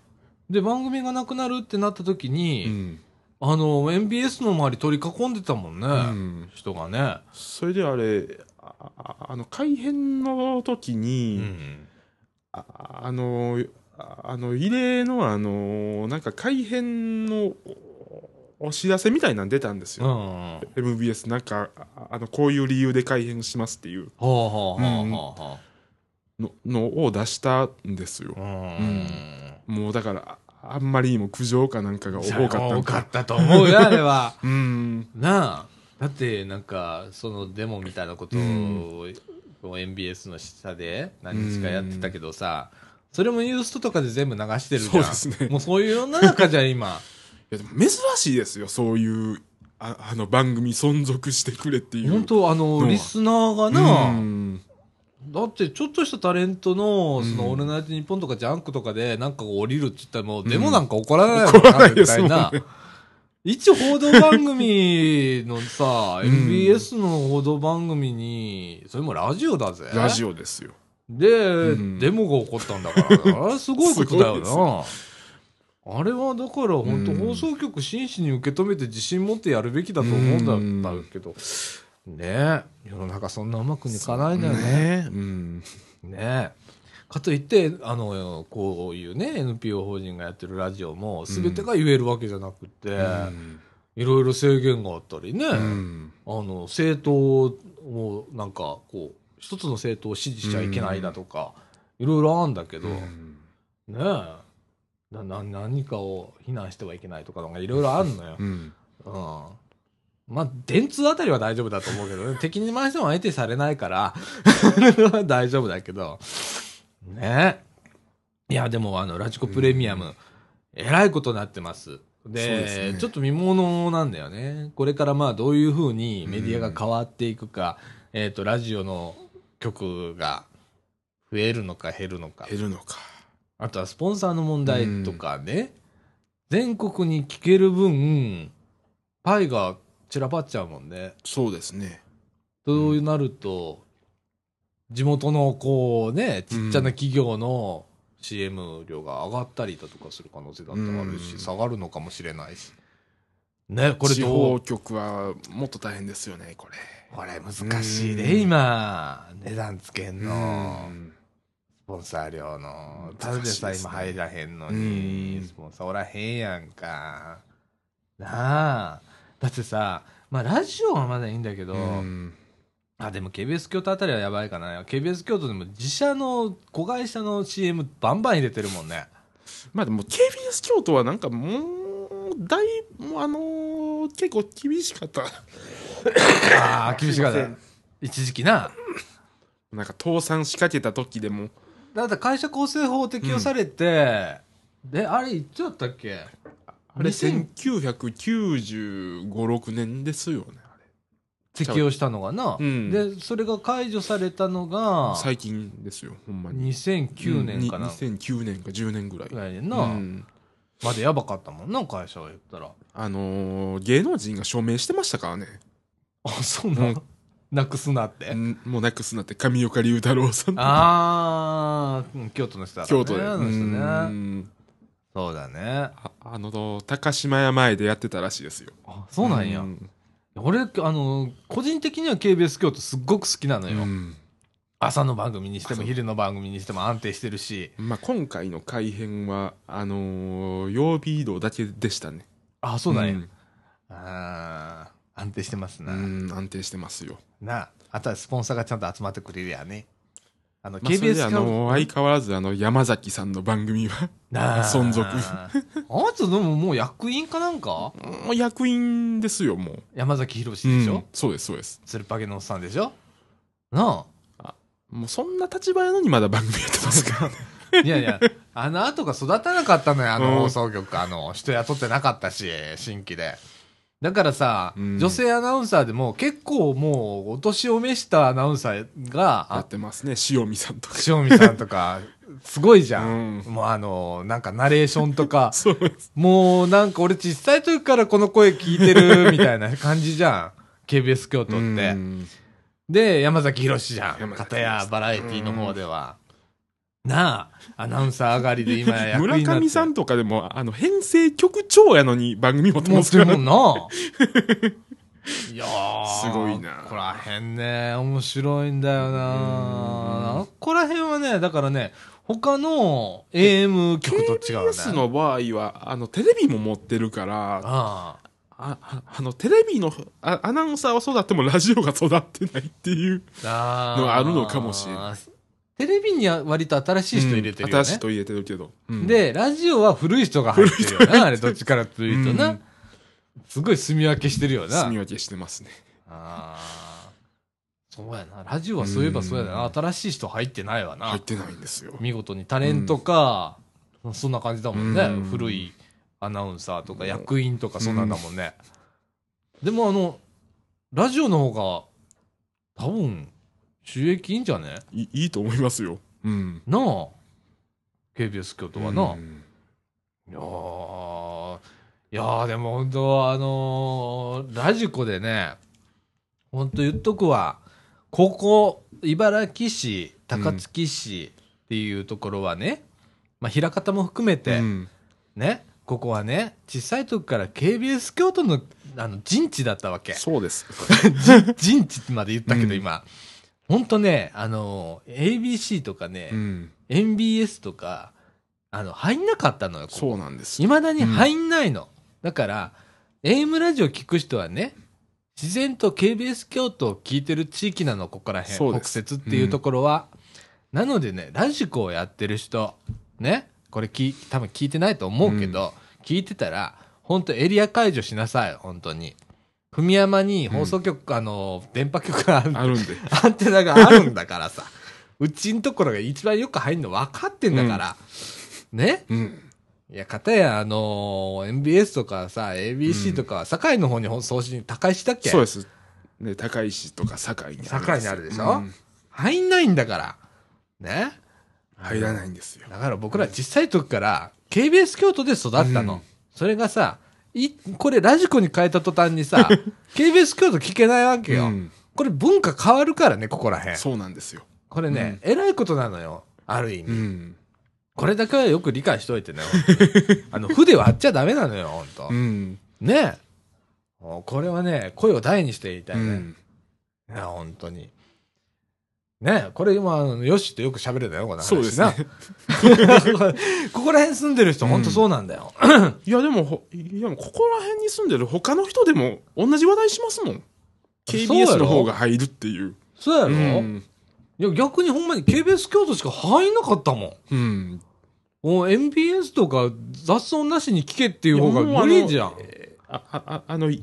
Speaker 1: で番組がなくなるってなった時
Speaker 2: う
Speaker 1: に、
Speaker 2: ん。
Speaker 1: あの MBS の周り取り囲んでたもんね、
Speaker 2: うん
Speaker 1: 人がね、
Speaker 2: それであれ、あああの、改編の時
Speaker 1: う
Speaker 2: に、
Speaker 1: ん、
Speaker 2: ああの、ああの、異例の、あの、なんか改編のおお知らせみたいなの出たんです
Speaker 1: うん
Speaker 2: よ。
Speaker 1: は
Speaker 2: MBS なんか、ああの、こういう理由で改編しますっていう
Speaker 1: あはあはあは
Speaker 2: ののを出したんですよ
Speaker 1: あ。はあ
Speaker 2: もうだから、ああんまりにも苦情かなんかが多かった
Speaker 1: 多
Speaker 2: ん
Speaker 1: か
Speaker 2: か。
Speaker 1: ったと思うよあれ は
Speaker 2: うん。
Speaker 1: なあだってなんかそのデモみたいなことを、こう MBS の下で何日かやってたけどさ、それもユーストとかで全部流してるじゃん
Speaker 2: そうですね
Speaker 1: もうそういう世の中じゃん今
Speaker 2: いやでも珍しいですよそういうああの番組存続してくれ っていう
Speaker 1: 本当あの
Speaker 2: うん
Speaker 1: リスナーがな、
Speaker 2: うん
Speaker 1: だってちょっとしたタレントの「そ
Speaker 2: うん
Speaker 1: のオールナイトニッポン」とか「ジャンク」とかでなんか降りるって言ったらもう
Speaker 2: うん
Speaker 1: デモなんか怒らないもん
Speaker 2: 怒らないです
Speaker 1: 絶対な
Speaker 2: もんね
Speaker 1: 一報道番組のさ、
Speaker 2: うん
Speaker 1: MBS の報道番組にそれもラジオだぜ
Speaker 2: ラジオですよ
Speaker 1: で、
Speaker 2: ん
Speaker 1: デモが起こったんだから、 あれすごいことだよ
Speaker 2: すご
Speaker 1: な。あれはだから本当
Speaker 2: うん
Speaker 1: 放送局真摯に受け止めて自信持ってやるべきだと思うんだ
Speaker 2: うん
Speaker 1: ったけど、ねえ、世の中そんなうまくいかないんだよね。
Speaker 2: ねうん
Speaker 1: ねえ。かといって、あの、こういうね、NPO 法人がやってるラジオも全てが言えるわけじゃなくて、
Speaker 2: うん
Speaker 1: いろいろ制限があったりね、
Speaker 2: うん
Speaker 1: あの政党をなんかこう一つの政党を支持しちゃいけないだとか、いろいろあるんだけど、ねえなな何かを非難してはいけないとかなんかいろいろあるのよ
Speaker 2: う、ん
Speaker 1: うんまあ電通あたりは大丈夫だと思うけどね 敵に回しても相手されないから 大丈夫だけどねえいやでもあのラジコプレミアム、えらいことになってます。で
Speaker 2: そうですね
Speaker 1: ちょっと見ものなんだよね。これからまあどういうふうにメディアが変わっていくか、えっ、と、ラジオの曲が増えるのか減るのか、
Speaker 2: 減るのか
Speaker 1: あとはスポンサーの問題とかね、全国に聞ける分、パイが散らばっちゃうもんね。
Speaker 2: そうですね
Speaker 1: そうなると、地元のこうね、ちっちゃな企業の CM 料が上がったりだとかする可能性だってあるし、
Speaker 2: うん
Speaker 1: 下がるのかもしれないし。ね、これ
Speaker 2: 地
Speaker 1: ど
Speaker 2: 方
Speaker 1: う
Speaker 2: 局はもっと大変ですよねこれ
Speaker 1: これ難しいで、
Speaker 2: うん
Speaker 1: 今。値段つけんの
Speaker 2: う。ん
Speaker 1: スポンサー料の。ただ
Speaker 2: 難
Speaker 1: で
Speaker 2: しい
Speaker 1: さ
Speaker 2: で
Speaker 1: え
Speaker 2: すね
Speaker 1: 今入らへんのに
Speaker 2: う、ん
Speaker 1: スポンサーおらへんやんか。なあ。だってさ、まあラジオはまだいいんだけど、
Speaker 2: うん
Speaker 1: あ、でも KBS 京都あたりはやばいかな。KBS 京都でも自社の子会社の CM バンバン入れてるもんね。
Speaker 2: まあでも KBS 京都はなんかもうだいもうあのー結構厳しかった
Speaker 1: ああ、厳しかっ
Speaker 2: すい
Speaker 1: た
Speaker 2: ません。
Speaker 1: 一時期な。
Speaker 2: なんか倒産しかけた時でも
Speaker 1: だって会社構成法適用されて、で、あれいっちゃったっけ
Speaker 2: あれ
Speaker 1: 2000
Speaker 2: 1995、6年ですよねあれ
Speaker 1: 適用したのがな、
Speaker 2: うん
Speaker 1: で、それが解除されたのが、
Speaker 2: 最近ですよほんまに
Speaker 1: 2009年かな
Speaker 2: うん。2009年か10年ぐらい
Speaker 1: ぐらいでな、
Speaker 2: うん
Speaker 1: までやばかったもんな、会社が言ったら。
Speaker 2: あのー芸能人が署名してましたからね
Speaker 1: あ、そうなの、
Speaker 2: うん
Speaker 1: なくすなって。
Speaker 2: んもうなくすなって上岡龍太郎さんと
Speaker 1: ああ、うん京都の人だから
Speaker 2: 京
Speaker 1: ね。
Speaker 2: 都で
Speaker 1: あの人ね
Speaker 2: うん
Speaker 1: そうだね。
Speaker 2: ああの高島屋前でやってたらしいですよ
Speaker 1: あ、そうなんや。
Speaker 2: うん
Speaker 1: 俺、あの、個人的には KBS 京都すっごく好きなのよ。
Speaker 2: うん
Speaker 1: 朝の番組にしても
Speaker 2: あそう
Speaker 1: 昼の番組にしても安定してるし。
Speaker 2: まあ、今回の改編はあのー曜日移動だけでしたね
Speaker 1: あ、そうなんや。
Speaker 2: ん
Speaker 1: あー安定してますな。
Speaker 2: うん安定してますよ、
Speaker 1: なあ。あとはスポンサーがちゃんと集まってくれるやね。あの、
Speaker 2: まあ、それ
Speaker 1: KBS
Speaker 2: であのー相変わらずあの山崎さんの番組は
Speaker 1: なあ
Speaker 2: 存続
Speaker 1: あいつでももう役員かなんか
Speaker 2: もう役員ですよもう
Speaker 1: 山崎宏でし
Speaker 2: う
Speaker 1: ょ
Speaker 2: んそうですそうです
Speaker 1: つるっぱげのおっさんでしょな
Speaker 2: もうそんな立場やのにまだ番組やってますからね
Speaker 1: あ。いやいや、 あの後が育たなかったのよ、あの
Speaker 2: うん
Speaker 1: 放送局。あの、人雇ってなかったし、新規で。だからさ、
Speaker 2: うん
Speaker 1: 女性アナウンサーでも結構もうお年を召したアナウンサーが、
Speaker 2: やってますね塩見さんとか
Speaker 1: 塩見さんとか、すごいじゃん。
Speaker 2: う
Speaker 1: もうあの、なんかナレーションと か、
Speaker 2: そうです
Speaker 1: もうなんか俺小さい時からこの声聞いてるみたいな感じじ ゃん。KBS 京都って
Speaker 2: う。ん
Speaker 1: で、山崎宏じゃん。
Speaker 2: 山崎
Speaker 1: 片やバラエティの方では。なあ、アナウンサー上がりで今や役員
Speaker 2: 村
Speaker 1: になって
Speaker 2: 上さんとかでもあの編成局長やのに番組持って
Speaker 1: 持
Speaker 2: ま
Speaker 1: っ
Speaker 2: す
Speaker 1: て
Speaker 2: か
Speaker 1: る
Speaker 2: ら
Speaker 1: もんな。 いやー
Speaker 2: すごいな
Speaker 1: ここら辺ね、面白いんだよ
Speaker 2: う
Speaker 1: なんここら辺はね、だからね、他の AM 局と違う
Speaker 2: KBS
Speaker 1: ね。
Speaker 2: の場合はあのテレビも持ってるから
Speaker 1: ああ
Speaker 2: あああのテレビのあアナウンサーは育ってもラジオが育ってないっていう
Speaker 1: あー
Speaker 2: のあるのかもしれない
Speaker 1: テレビには割と新しい人入れてるよ
Speaker 2: う
Speaker 1: ね。
Speaker 2: ん新しい人入れてるけど、うん、
Speaker 1: で、ラジオは古い人が入ってるよな、あれ、どっちからというとな。
Speaker 2: うん
Speaker 1: すごい住み分けしてるよな。
Speaker 2: 住み分けしてますね
Speaker 1: あーそうやな。ラジオはそういえばそうやな。
Speaker 2: うん
Speaker 1: 新しい人入ってないわな。
Speaker 2: 入ってないんですよ
Speaker 1: 見事にタレントか、そんな感じだもんね、
Speaker 2: うん
Speaker 1: 古いアナウンサーとか役員とかそんなんだもんね、でもあのラジオの方が多分収益いいんじゃね
Speaker 2: いいいと思いますようん
Speaker 1: なあ KBS 京都はな、
Speaker 2: うん
Speaker 1: いやーいやーでも本当あのーラジコでね本当言っとくわここ茨城市高槻市っていうところはね、まあ枚方も含めて、
Speaker 2: うん
Speaker 1: ねここはね小さい時から KBS 京都のあの陣地だったわけ
Speaker 2: そうです
Speaker 1: 陣地まで言ったけど
Speaker 2: うん
Speaker 1: 今、ほん、本当ねあのー ABC とかね、
Speaker 2: うん
Speaker 1: MBS とかあの入んなかったのよここ
Speaker 2: そうなんです
Speaker 1: いまだに入んないの、だから AM ラジオ聞く人はね自然と KBS 京都を聞いてる地域なのここら辺
Speaker 2: そうで
Speaker 1: 北
Speaker 2: す
Speaker 1: 節っていうところは、なのでねラジコをやってる人ねこれき多分聞いてないと思うけど、聞いてたら本当エリア解除しなさい本当に文山に放送局、あの電波局がある
Speaker 2: あるんで
Speaker 1: アンテナがあるんだからさ。うちんところが一番よく入るの分かってんだから。ね
Speaker 2: うん
Speaker 1: いや、かたや、あのー MBS とかさ、ABC とかは、堺の方に送信、高いしたっけ
Speaker 2: そうですね高石とか堺にんです
Speaker 1: 堺にあるでしょ
Speaker 2: うん
Speaker 1: 入んないんだから。ね
Speaker 2: 入らないんですよ
Speaker 1: だから僕ら小さい時から、KBS 京都で育ったの。
Speaker 2: うん
Speaker 1: それがさ、い、これラジコに変えた途端に さ、KBS 京都聞けないわけよ。
Speaker 2: うん
Speaker 1: これ文化変わるからね、ここらへん。
Speaker 2: そうなんですよ
Speaker 1: これね、えらいことなのよ。ある意味。
Speaker 2: うん
Speaker 1: これだけはよく理解しといてね。本当 にあの、筆割っちゃダメなのよ、本当
Speaker 2: うん。
Speaker 1: ねえ。もうこれはね、声を大にして言いたいうね。
Speaker 2: ん。
Speaker 1: ねえ本当に。ねえ、これ今、あのヨッシーとよく喋れたよ、この話
Speaker 2: そうですね
Speaker 1: な。 ここら辺住んでる人、本当そうなんだよ。
Speaker 2: いやでもほ、いやもうここら辺に住んでる他の人でも同じ話題しますもん。KBS の方が入るっていう。
Speaker 1: そうやろ、
Speaker 2: うん。
Speaker 1: いや、逆にほんまに KBS 京都しか入んなかったもん。
Speaker 2: うん。
Speaker 1: もう MBS とか雑音なしに聞けっていう方が無理じゃん。
Speaker 2: あ、ああ、あの、い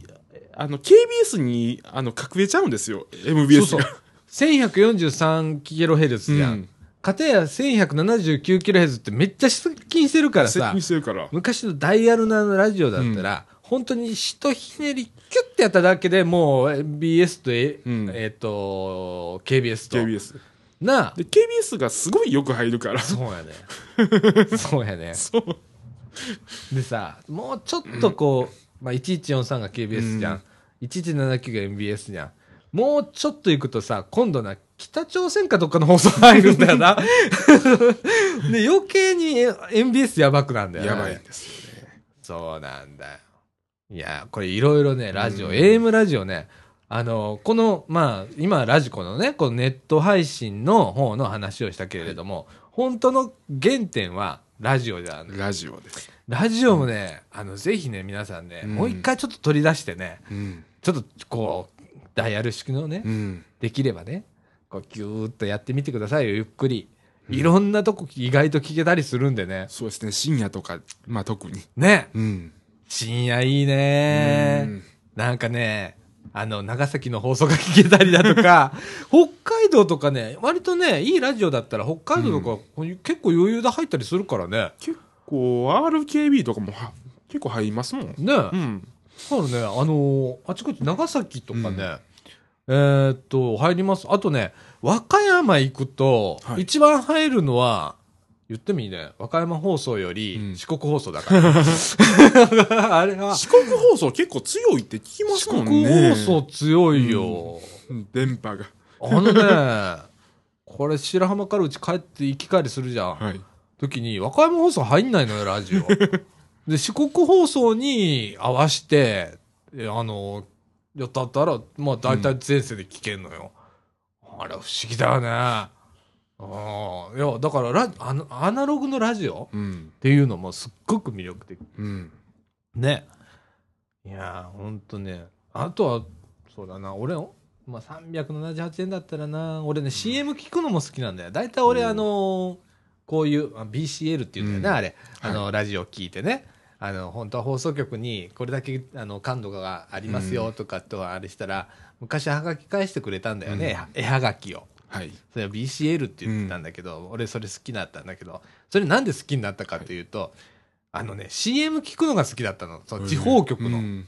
Speaker 2: あの、KBS に、あの、隠れちゃうんですよ。MBS
Speaker 1: そう
Speaker 2: が。
Speaker 1: そう。1143kHz じゃん。
Speaker 2: うん
Speaker 1: かたや 1179kHz ってめっちゃ接近してるから
Speaker 2: 接
Speaker 1: さ
Speaker 2: 近、してるから。
Speaker 1: 昔のダイヤルなラジオだったら、本当にひとひねりキュッてやっただけでもう MBS と、え
Speaker 2: うん
Speaker 1: えっ、と、KBS と。
Speaker 2: KBS。
Speaker 1: なあ。
Speaker 2: で、KBS がすごいよく入るから。そ
Speaker 1: そうや ね。そうやね。
Speaker 2: う。
Speaker 1: でさもうちょっとこう、まあ、1143が KBS じゃん、1179が MBS じゃんもうちょっと行くとさ今度な北朝鮮かどっかの放送入るんだよ なで余計に MBS やばくなんだよな
Speaker 2: やばいんですよね。
Speaker 1: そうなんだよいやこれいろいろねラジオ、AM ラジオねあのこのまあ今ラジコのねこのネット配信の方の話をしたけれども、本当の原点はラジオじゃん
Speaker 2: ラジオです。
Speaker 1: ラジオもね、あの、ぜひね、皆さんね、
Speaker 2: うん
Speaker 1: もう一回ちょっと取り出してね、
Speaker 2: うん。
Speaker 1: ちょっとこう、ダイヤル式のね、
Speaker 2: うん。
Speaker 1: できればね、こう、ぎゅーっとやってみてくださいよ、ゆっくり。いろんなとこ意外と聞けたりするんでね。
Speaker 2: そうですね。深夜とか、まあ特に。
Speaker 1: ね、
Speaker 2: うん。
Speaker 1: 深夜いいうね
Speaker 2: ん
Speaker 1: なんかね、あの、長崎の放送が聞けたりだとか、北海道とかね、割とね、いいラジオだったら北海道とか、こういう結構余裕で入ったりするからね。
Speaker 2: 結構、RKB とかもは、結構入りますもん。
Speaker 1: ね、
Speaker 2: うん。
Speaker 1: そうね、あのーあちこち長崎とかね、えーっと、入ります。あとね、和歌山行くと、
Speaker 2: はい
Speaker 1: 一番入るのは、言ってもいいね、和歌山放送よ
Speaker 2: う
Speaker 1: り
Speaker 2: ん
Speaker 1: 四国放送だ から。あれは、
Speaker 2: 四国放送結構強いって聞きます
Speaker 1: 四
Speaker 2: もん
Speaker 1: 国
Speaker 2: ね。
Speaker 1: 放送強いよ。
Speaker 2: 電波が。
Speaker 1: あのね、これ白浜からうち帰って行き帰りするじゃん。
Speaker 2: はい。
Speaker 1: 時に和歌山放送入んないのよ、ラジオ。で、四国放送に合わせて、えあの、やったったら、まあ大体前世で聞けんのよ。あれ不思議だよね。ああ、いや、だからラあの、アナログのラジオ
Speaker 2: うん
Speaker 1: っ。ていうのもすっごく魅力的。
Speaker 2: うん。
Speaker 1: ね。いやー、ほんとね。あとは、そうだな、俺、まあ、378円だったらな、俺ね、CM 聞くのも好きなんだよ。大体俺、
Speaker 2: うん
Speaker 1: あのーこういう、あ BCL っていうんだよね、
Speaker 2: うん
Speaker 1: あれ。
Speaker 2: は
Speaker 1: あ
Speaker 2: い
Speaker 1: の、ラジオ聞いてね。あの、本当は放送局に、これだけ、あの、感度がありますよとかとはあれしたら、昔はがき返してくれたんだよね、絵はがきを。
Speaker 2: はい。
Speaker 1: それは BCL って言ってたんだけど、俺それ好きだったんだけどそれなんで好きになったかっていうと、あのね CM 聞くのが好きだったのその地方局
Speaker 2: う
Speaker 1: の
Speaker 2: ん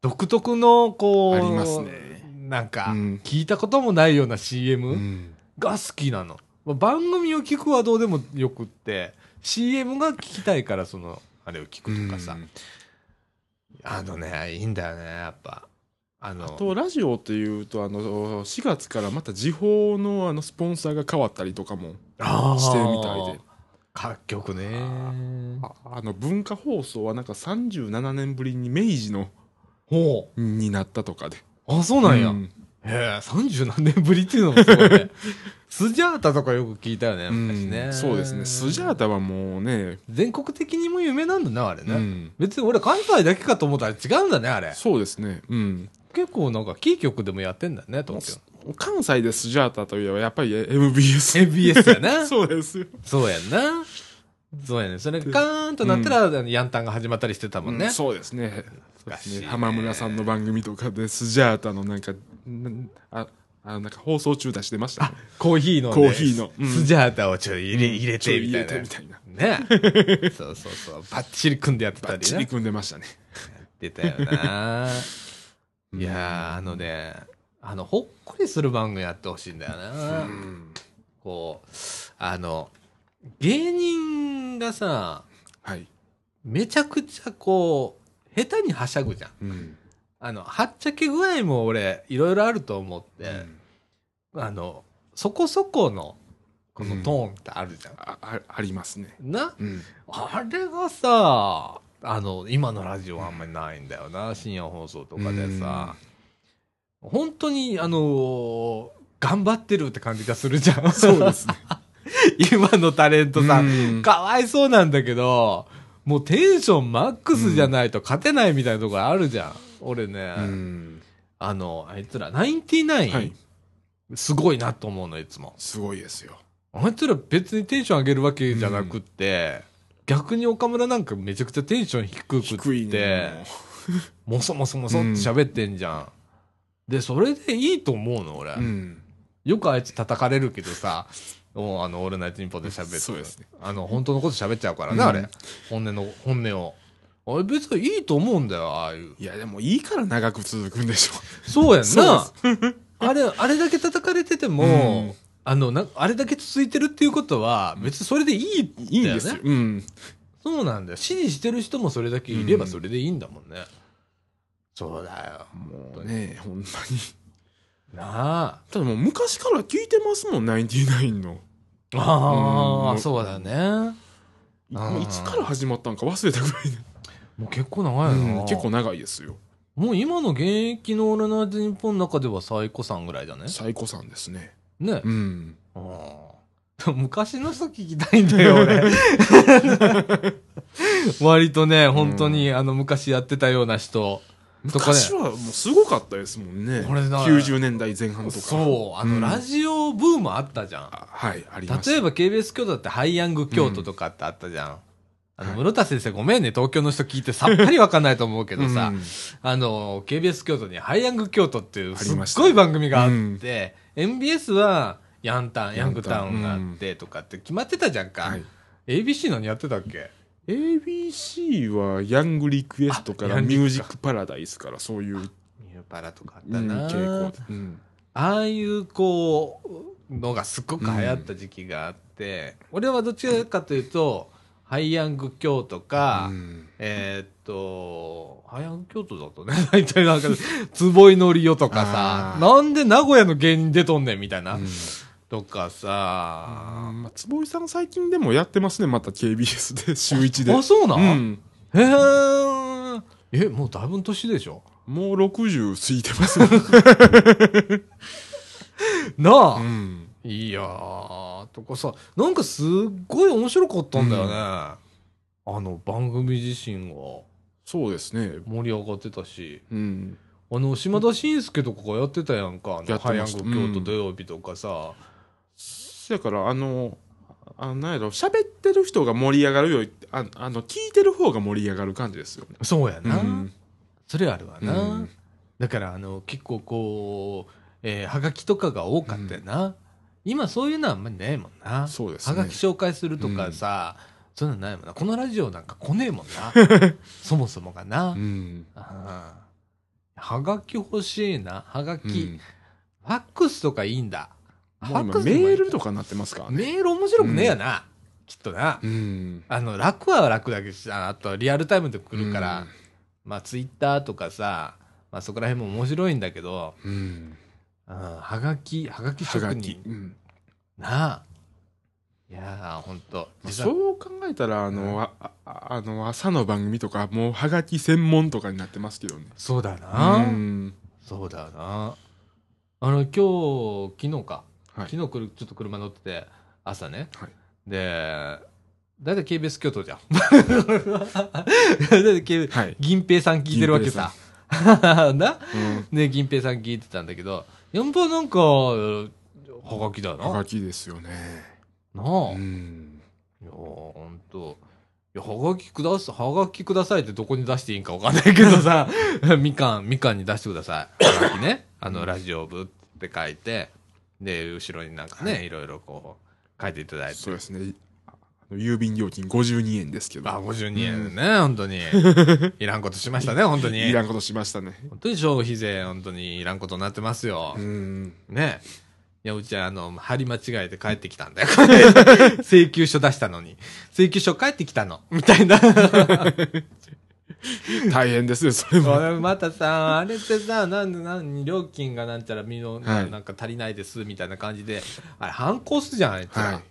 Speaker 1: 独特のこう、
Speaker 2: ありますね
Speaker 1: なんか
Speaker 2: うん
Speaker 1: 聞いたこともないような CM、
Speaker 2: うん
Speaker 1: が好きなのまあ番組を聞くはどうでもよくって CM が聞きたいからそのあれを聞くとかさ、
Speaker 2: うん
Speaker 1: あのねいいんだよねやっぱあの
Speaker 2: あとラジオっていうとあの4月からまた時報のあのスポンサーが変わったりとかも
Speaker 1: あー
Speaker 2: してるみたいで
Speaker 1: 各局ね
Speaker 2: あああの文化放送はなんか37年ぶりに明治の
Speaker 1: ほ
Speaker 2: になったとかで
Speaker 1: うあそうなんや、
Speaker 2: うん
Speaker 1: へえ、三十何年ぶりっていうのもすごい ね。スジャータとかよく聞いたよね、昔ね。
Speaker 2: うんそうですねスジャータはもうね、
Speaker 1: 全国的にも有名なんだな、あれね。
Speaker 2: うん
Speaker 1: 別に俺関西だけかと思ったら違うんだね、あれ。
Speaker 2: そうですねうん
Speaker 1: 結構なんかキー局でもやってんだね、東京。
Speaker 2: 関西でスジャータといえばやっぱり MBS
Speaker 1: ABS やな。
Speaker 2: そうですよ
Speaker 1: そうやんな。そうやね。それガーンとなったら、あのヤンタンが始まったりしてたもんね。
Speaker 2: うんそうですね
Speaker 1: 懐かしいね
Speaker 2: 浜村さんの番組とかでスジャータのなんかなんああのなんか放送中出してましたね
Speaker 1: コーヒーの、ね、
Speaker 2: コーヒーのうん
Speaker 1: スジャータをちょい入れ入れ
Speaker 2: ちょ
Speaker 1: て、みたい
Speaker 2: 入
Speaker 1: な
Speaker 2: れてみ。たいな
Speaker 1: ね そうそうそう。バッチリ組んでやってた
Speaker 2: バッ
Speaker 1: り
Speaker 2: チ
Speaker 1: ね
Speaker 2: リ。組んでましたね
Speaker 1: 出たよないやーあのねあのほっこりする番組やってほしいんだよな、
Speaker 2: うん
Speaker 1: こうあの芸人がさ
Speaker 2: はい、
Speaker 1: めちゃくちゃこう下手にはしゃぐじゃん
Speaker 2: うん
Speaker 1: あのはっちゃけ具合も俺いろいろあると思って、あのそこそこのこのトーンってあるじゃん。
Speaker 2: ああありますね。
Speaker 1: な
Speaker 2: うん。
Speaker 1: あれがさ、あの、今のラジオはあんまりないんだよな、深夜放送とかでさ。本当に、あのー頑張ってるって感じがするじゃん。
Speaker 2: そうですね。
Speaker 1: 今のタレントさん。
Speaker 2: うん
Speaker 1: かわいそうなんだけど、もうテンションマックスじゃないと勝てないみたいなところあるじゃん。俺ね、
Speaker 2: うん
Speaker 1: あの、あいつら、ナインティナイ
Speaker 2: はい
Speaker 1: ン、。すごいなと思うの、いつも。
Speaker 2: すごいですよ。
Speaker 1: あいつら別にテンション上げるわけじゃなくって、逆に岡村なんかめちゃくちゃテンション低くって、
Speaker 2: 低いね。
Speaker 1: もそもそもそって喋ってんじゃん。で、それでいいと思うの、俺。
Speaker 2: うん。
Speaker 1: よくあいつ叩かれるけどさ、もうあの、オールナイトニッポンで喋って。
Speaker 2: そうですね。
Speaker 1: あの、本当のこと喋っちゃうから
Speaker 2: う
Speaker 1: ね、
Speaker 2: ん
Speaker 1: あれ。本音の、本音を。あれ別にいいと思うんだよ、ああいう。
Speaker 2: いや、でもいいから長く続くんでしょ
Speaker 1: そうやん な
Speaker 2: そ。
Speaker 1: あれ、あれだけ叩かれてても、
Speaker 2: うん
Speaker 1: あの、なあれだけ続いてるっていうことは、別にそれでいいんだよ、ね。
Speaker 2: いいんですよ。うん。
Speaker 1: そうなんだよ。支持してる人もそれだけいればそれでいいんだもんね。そうだ
Speaker 2: もうね、ほんまに。
Speaker 1: よ。なあ。
Speaker 2: ただもう昔から聞いてますもん、ナインティナインの。
Speaker 1: ああ、
Speaker 2: うん
Speaker 1: そうだね。
Speaker 2: い
Speaker 1: あー
Speaker 2: もういつから始まったんか忘れたぐらいで
Speaker 1: も う結構長いな、
Speaker 2: うん結構長いですよ。
Speaker 1: もう今の現役の俺の日本の中では最古さんぐらいだね。
Speaker 2: 最古さんですね。
Speaker 1: ね。
Speaker 2: うん。
Speaker 1: うん昔の人聞きたいんだよ、 俺。割とね、本当に、あの、昔やってたような人。とかね
Speaker 2: 昔はもうすごかったですもんね。
Speaker 1: これだ
Speaker 2: 90年代前半とか。
Speaker 1: そう、あの、ラジオブームあったじゃん。
Speaker 2: あはい、ありました。
Speaker 1: 例えば KBS 京都だってハイヤング京都とかってあったじゃん。あの、室田先生ごめんね、東京の人聞いてさっぱりわかんないと思うけどさ、
Speaker 2: うん
Speaker 1: あの、KBS 京都にハイヤング京都っていう
Speaker 2: あ
Speaker 1: す
Speaker 2: り
Speaker 1: っ
Speaker 2: ました
Speaker 1: ごい番組があって、MBS はヤンタン、ヤングタウンがあってとかって決まってたじゃんか。
Speaker 2: はい
Speaker 1: ABC 何やってたっけ
Speaker 2: ABC はヤングリクエストか
Speaker 1: あ
Speaker 2: ら
Speaker 1: ヤングリ
Speaker 2: ミ
Speaker 1: クか
Speaker 2: ュージックパラダイスからそういううん
Speaker 1: ニューパラとかあったな、
Speaker 2: 傾向で。うん
Speaker 1: ああいうこうのがすっごく流行った時期があって、俺はどっちかというと、ハイヤング京都か、
Speaker 2: うん
Speaker 1: えーっと、早く京都だとね、 大体 なんか、坪井のりよとかさ
Speaker 2: あ、ー
Speaker 1: なんで名古屋の芸人出とんねんみたいな、
Speaker 2: うん
Speaker 1: とか
Speaker 2: あ
Speaker 1: さ、
Speaker 2: まあ、坪井さん最近でもやってますね、また KBS で、週一で。
Speaker 1: あ、そうな、
Speaker 2: うんん。
Speaker 1: へーえ、もうだいぶん年でしょ
Speaker 2: もう60過ぎてますね。
Speaker 1: なあ、
Speaker 2: うん。
Speaker 1: いやー、とかさ、なんかすっごい面白かったんだよね。あの番組自身が
Speaker 2: そうですね。
Speaker 1: 盛り上がってたし、
Speaker 2: うん。
Speaker 1: あの、島田紳介とかがやってたやんか、あの、
Speaker 2: やって
Speaker 1: ハイヤ
Speaker 2: ま
Speaker 1: ン
Speaker 2: した
Speaker 1: グ京
Speaker 2: う
Speaker 1: 都
Speaker 2: ん
Speaker 1: 土曜日とかさ、
Speaker 2: そやから、あの、あなんやろ、喋ってる人が盛り上がるより、ああの、聞いてる方が盛り上がる感じですよね。
Speaker 1: そうやな。
Speaker 2: うん
Speaker 1: それあるわな、
Speaker 2: うん
Speaker 1: だからあの結構こう、えー、はがきとかが多かったよな、今そういうのはあんまりないもんな
Speaker 2: そうです
Speaker 1: は
Speaker 2: ね。
Speaker 1: がき紹介するとかさ、そういうのないもんなこのラジオなんか来ねえもん なそもそもがな、
Speaker 2: うん。
Speaker 1: あーはがき欲しいなはがき、
Speaker 2: う
Speaker 1: フ
Speaker 2: ん
Speaker 1: ァックスとかいいんだフ
Speaker 2: も
Speaker 1: ァ
Speaker 2: う
Speaker 1: ッ
Speaker 2: 今
Speaker 1: クス
Speaker 2: メ
Speaker 1: でもいい
Speaker 2: ールとかなってますからね。
Speaker 1: メール面白くねえよな、きっとな、
Speaker 2: うん。
Speaker 1: あの楽は楽だけどあとはリアルタイムで来るから、
Speaker 2: うん
Speaker 1: まあツイッターとかさ、まあ、そこら辺も面白いんだけど、
Speaker 2: うん。
Speaker 1: うん、はがきはがき
Speaker 2: は
Speaker 1: 職
Speaker 2: がき
Speaker 1: 人。
Speaker 2: うん
Speaker 1: なあいやーほんと
Speaker 2: まあ
Speaker 1: 実は
Speaker 2: そう考えたら、あの、あああの、朝の番組とか、もうはがき専門とかになってますけどね。
Speaker 1: そうだな、
Speaker 2: うん
Speaker 1: そうだなあの今日昨日か
Speaker 2: はい。
Speaker 1: 昨日くるちょっと車乗ってて朝ね、
Speaker 2: はい
Speaker 1: でだいたい KBS 京都じゃん 大体 K-
Speaker 2: はい。
Speaker 1: 銀平さん聞いてるわけさ な
Speaker 2: うん
Speaker 1: ね銀平さん聞いてたんだけどやっぱなんかはがきだよな
Speaker 2: はがきですよね。
Speaker 1: なあ、
Speaker 2: うん。
Speaker 1: いやーほんと。いや、はがきくださ、はがきくださいってどこに出していいんかわかんないけど さ、みかん、みかんに出してください。はがきね。あの、ラジオ部って書いて、で、後ろになんかね、いろいろこう、書いていただいて。
Speaker 2: そうですね。あの郵便料金52円ですけど。
Speaker 1: あ、52円ね、本当 に。いらんことしましたね、本当
Speaker 2: い
Speaker 1: に。
Speaker 2: らんことしましたね。
Speaker 1: 本当に消費税、本当にいらんことになってますよ。
Speaker 2: うん。
Speaker 1: ね。いや、うちは、あの、貼り間違えて帰ってきたんだよ。 請求書出したのに。請求書帰ってきたの。みたいな。
Speaker 2: 大変ですね、それも。
Speaker 1: またさ、あれってさ、なんで、なん料金がなんちゃら、みの、
Speaker 2: はい
Speaker 1: なんか足りないです、みたいな感じで、あれ、反抗すじゃん、あいつら。
Speaker 2: はい。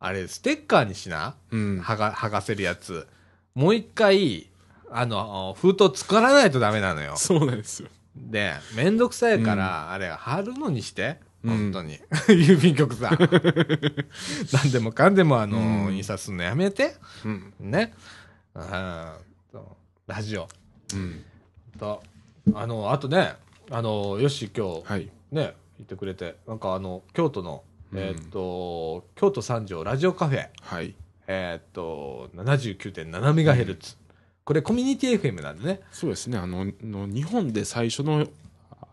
Speaker 1: あれ、ステッカーにしな、
Speaker 2: うん。
Speaker 1: はが、剥がせるやつ。もう一回、あの、封筒作らないとダメなのよ。
Speaker 2: そうなんですよ。
Speaker 1: で、めんどくさいから、あれ、貼るのにして、
Speaker 2: うん
Speaker 1: 本当に。 郵便局さん。何でもかん でも、あの、
Speaker 2: うん
Speaker 1: 印刷するのやめて。
Speaker 2: うん。
Speaker 1: ね。うん。ラジオ。
Speaker 2: うん。
Speaker 1: とあのあとねあのよし今日
Speaker 2: はい。
Speaker 1: ね、言ってくれてなんかあの京都の
Speaker 2: うん
Speaker 1: えーっと、京都三条ラジオカフェ
Speaker 2: はい。
Speaker 1: えーっと79.7メガヘルツこれコミュニティ FM なんでね
Speaker 2: そうですね、あの、の日本で最初の、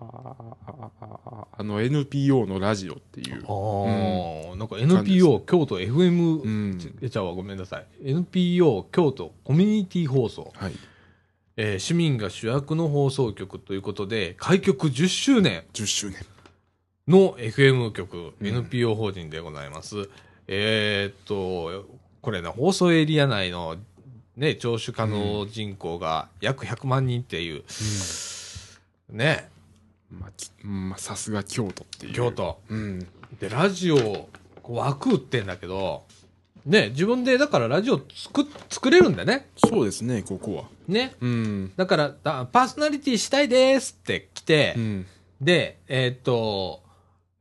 Speaker 2: あああの NPO のラジオっていう
Speaker 1: あ。ー、なんか NPO 京都 FM、
Speaker 2: うん
Speaker 1: ちえちゃうわごめんなさい NPO 京都コミュニティ放送、
Speaker 2: はい。
Speaker 1: えー市民が主役の放送局ということで開局10周年
Speaker 2: 10周年。
Speaker 1: の FM 局、
Speaker 2: うん
Speaker 1: NPO 法人でございます。えーっと、これね、放送エリア内の、ね、聴取可能人口が約100万人っていう、ね、
Speaker 2: まあきうん、まあ、さすが京都っていう。
Speaker 1: 京。都。
Speaker 2: うん。
Speaker 1: で、ラジオ、こう枠打ってんだけど、ね、自分で、だからラジオ作、作れるんだね。
Speaker 2: そうですね、ここは。
Speaker 1: ね。
Speaker 2: うん。
Speaker 1: だから、だパーソナリティしたいですって来て、
Speaker 2: うん。
Speaker 1: で、えーっと、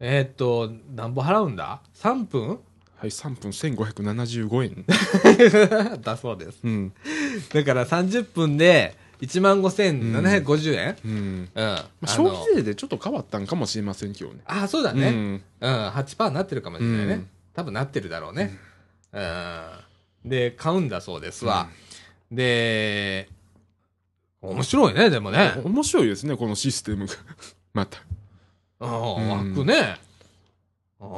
Speaker 1: えーっと、なんぼ払うんだ ?3 分
Speaker 2: はい、3分1575円。
Speaker 1: だそうです。
Speaker 2: うん。
Speaker 1: だから30分で1万5750円、
Speaker 2: うん。
Speaker 1: うん
Speaker 2: まあ、
Speaker 1: あ
Speaker 2: 消
Speaker 1: の
Speaker 2: 費税でちょっと変わったんかもしれません、今日ね。
Speaker 1: あそうだ
Speaker 2: う
Speaker 1: ね、
Speaker 2: ん。
Speaker 1: うん8%になってるかもしれないね、
Speaker 2: うん
Speaker 1: 多分なってるだろうね、うん、で買うんだそうですわ、で面白いねでもね、
Speaker 2: 面白いですね、このシステムが。 また。
Speaker 1: うん、
Speaker 2: うん
Speaker 1: 枠ね、うん、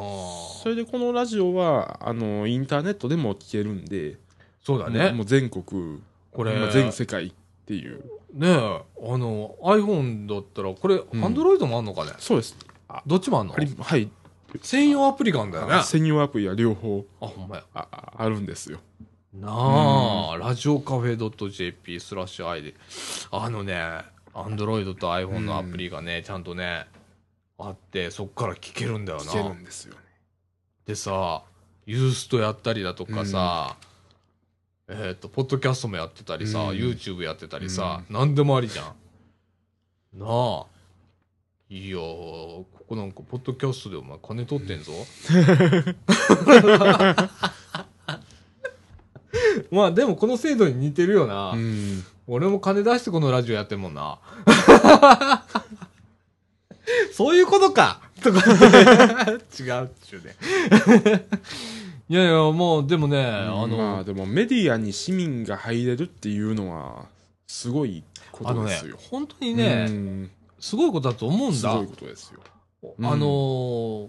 Speaker 2: それでこのラジオは、あの、インターネットでも聞けるんで、
Speaker 1: そうだ
Speaker 2: もう
Speaker 1: ね
Speaker 2: もう全国、
Speaker 1: これ
Speaker 2: まあ全世界っていう。
Speaker 1: ねあの iPhone だったらこれ
Speaker 2: ん
Speaker 1: Android もあんのかね、
Speaker 2: そうです。
Speaker 1: どっちもあんの
Speaker 2: ありはい。
Speaker 1: 専用アプリがあるんだよね
Speaker 2: あ
Speaker 1: あ
Speaker 2: 専用アプリは両方
Speaker 1: ほんまや
Speaker 2: あああるんですよ。
Speaker 1: なあ、ラジオカフェ .jp スラッシュ i で、あのね、アンドロイドと iPhone のアプリがね、ちゃんとね、あって、そっから聞けるんだよ
Speaker 2: 聞ける。
Speaker 1: なん
Speaker 2: ですよね。
Speaker 1: でさ、ユーストやったりだとかさ、えっ、と、ポッドキャストもやってたりさ、
Speaker 2: うん
Speaker 1: YouTube やってたりさ、なんでもありじゃん。なあ。いやー、ここなんか、ポッドキャストでお前金取って んぞ。まあでもこの制度に似てるよな。
Speaker 2: うん。
Speaker 1: 俺も金出してこのラジオやってんもん な。そういうことかとか、 違うっちゅうね。いやいや、もう、でもね、あの、
Speaker 2: まあでもメディアに市民が入れるっていうのは、すごいこ
Speaker 1: あの
Speaker 2: とで
Speaker 1: ね
Speaker 2: すよ。、
Speaker 1: 本当にね、
Speaker 2: うん
Speaker 1: すごいことだと思うん
Speaker 2: す
Speaker 1: だ。
Speaker 2: ごいことですよ。うん
Speaker 1: あのー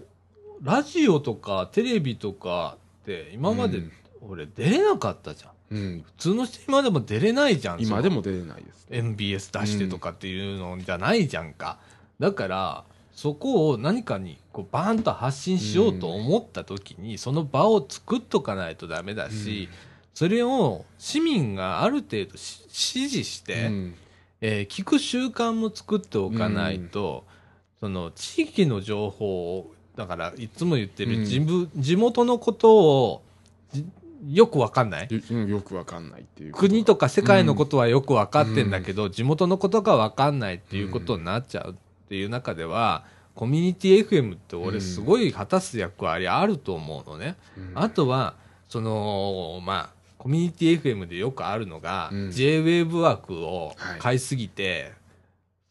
Speaker 1: ラジオとかテレビとかって、今まで
Speaker 2: うん
Speaker 1: 俺出れなかったじゃん。
Speaker 2: うん。
Speaker 1: 普通の人今でも出れないじゃん。
Speaker 2: 今でも出れないですね。
Speaker 1: MBS 出してとかっていうのじゃないじゃんか、だからそこを何かにこうバーンと発信しようと思った時に、その場を作っとかないとダメだし、それを市民がある程度し支持し
Speaker 2: う
Speaker 1: て、
Speaker 2: ん。
Speaker 1: えー聞く習慣も作っておかないと、その地域の情報をだからいつも言って
Speaker 2: う
Speaker 1: る
Speaker 2: ん
Speaker 1: 地,、地元のことをじよくわかんない
Speaker 2: ようんよくわかんないっていうことが。
Speaker 1: 国とか世界のことはよく分かってんだけど、地元のことが分かんないっていうことになっちゃうっていう中では、コミュニティ FM って俺すごい果たす役割あると思うのね。
Speaker 2: うん
Speaker 1: あとは、その、まあ、コミュニティ FM でよくあるのが、
Speaker 2: うん
Speaker 1: JWAVE 枠を
Speaker 2: はい
Speaker 1: 買いすぎて、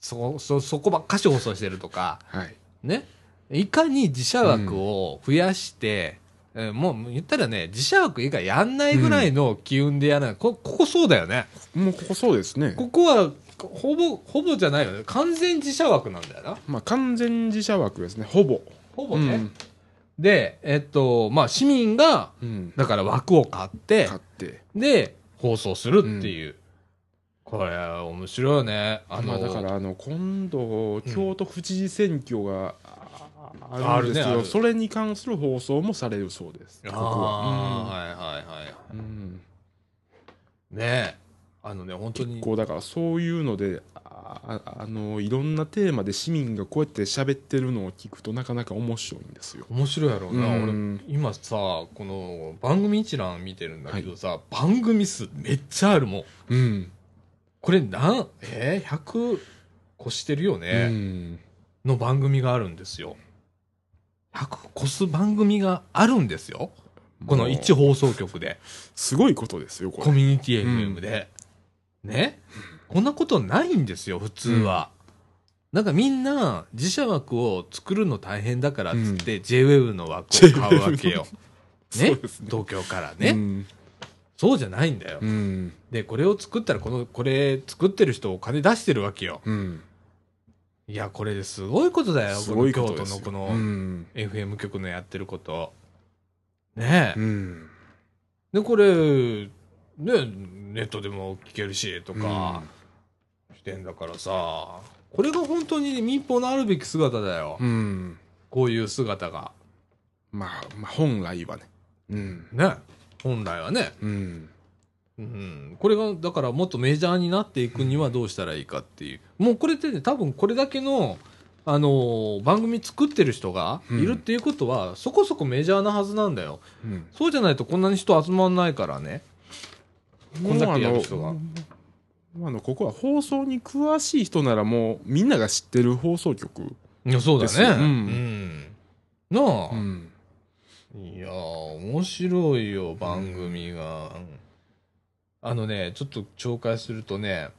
Speaker 1: そ、そ、そこばっかし放送してるとか、
Speaker 2: はい。
Speaker 1: ね、いかに自社枠を増やして、えーもう言ったらね、自社枠以外やんないぐらいの機運でやらない、こここそうだよね、
Speaker 2: もうここそうですね。
Speaker 1: ここはほぼほぼじゃないよね、完全自社枠なんだよな、
Speaker 2: まあ完全自社枠ですね、ほぼ。
Speaker 1: ほぼね。で、えっとまあ、市民が
Speaker 2: うん。うん。
Speaker 1: だから枠を買って
Speaker 2: 買、って。
Speaker 1: で、放送するっていう、これ、面白いよね、あ
Speaker 2: あ
Speaker 1: の、
Speaker 2: のだからあの今度京都府知事選挙があ
Speaker 1: ん
Speaker 2: あるんですけ
Speaker 1: あるねあ
Speaker 2: ど、
Speaker 1: る
Speaker 2: それに関する放送もされるそうです。ここは。
Speaker 1: あーはいはいはい。
Speaker 2: うん。
Speaker 1: ねえ。あのね、本当
Speaker 2: 結
Speaker 1: に。
Speaker 2: 構だからそういうのであああのいろんなテーマで市民がこうやって喋ってるのを聞くとなかなか面白いんですよ。
Speaker 1: 面白いやろうな、
Speaker 2: うん
Speaker 1: 俺今さこの番組一覧見てるんだけどさ、番組数めっちゃあるもん
Speaker 2: うん
Speaker 1: これなんえー、100越してるよ
Speaker 2: う
Speaker 1: ね、
Speaker 2: ん
Speaker 1: の番組があるんですよ100越す番組があるんですよこの一
Speaker 2: もう
Speaker 1: 放送局です
Speaker 2: ごいことですよこ
Speaker 1: コ
Speaker 2: れ。
Speaker 1: ミュニティ FM で、ねこんなことないんですよ普通は、なんかみんな自社枠を作るの大変だからっつって JWEB の枠を買うわけよ、ね
Speaker 2: そうですね
Speaker 1: 東京からね、
Speaker 2: うん
Speaker 1: そうじゃないんだよ、
Speaker 2: うん
Speaker 1: でこれを作ったらこのこれ作ってる人お金出してるわけよ
Speaker 2: うん
Speaker 1: いやこれすごいことだよ
Speaker 2: すごい
Speaker 1: こ
Speaker 2: こ
Speaker 1: の
Speaker 2: と
Speaker 1: 京
Speaker 2: で
Speaker 1: 都
Speaker 2: す
Speaker 1: の
Speaker 2: よ
Speaker 1: この
Speaker 2: うん、
Speaker 1: FM 局のやってることねえ、
Speaker 2: うん
Speaker 1: でこれねネットでも聞けるしとか、してんだからさこれが本当に民放のあるべき姿だよ、
Speaker 2: うん
Speaker 1: こういう姿が
Speaker 2: まあ、まあ本来はねうん
Speaker 1: ね本来はね、
Speaker 2: うん
Speaker 1: うん、これがだからもっとメジャーになっていくにはどうしたらいいかっていうもうこれってね多分これだけの、あのー番組作ってる人がいるっていうことは、そこそこメジャーなはずなんだよ
Speaker 2: うん
Speaker 1: そうじゃないとこんなに人集まんないからねこんだけやる人が
Speaker 2: もうあのあのここは放送に詳しい人ならもうみんなが知ってる放送局、
Speaker 1: いやそうだ
Speaker 2: ですよ
Speaker 1: ね
Speaker 2: う
Speaker 1: うんん、なあ、
Speaker 2: ん、
Speaker 1: いやー、面白いよ、番組が。うんあのね、ちょっと紹介するとね、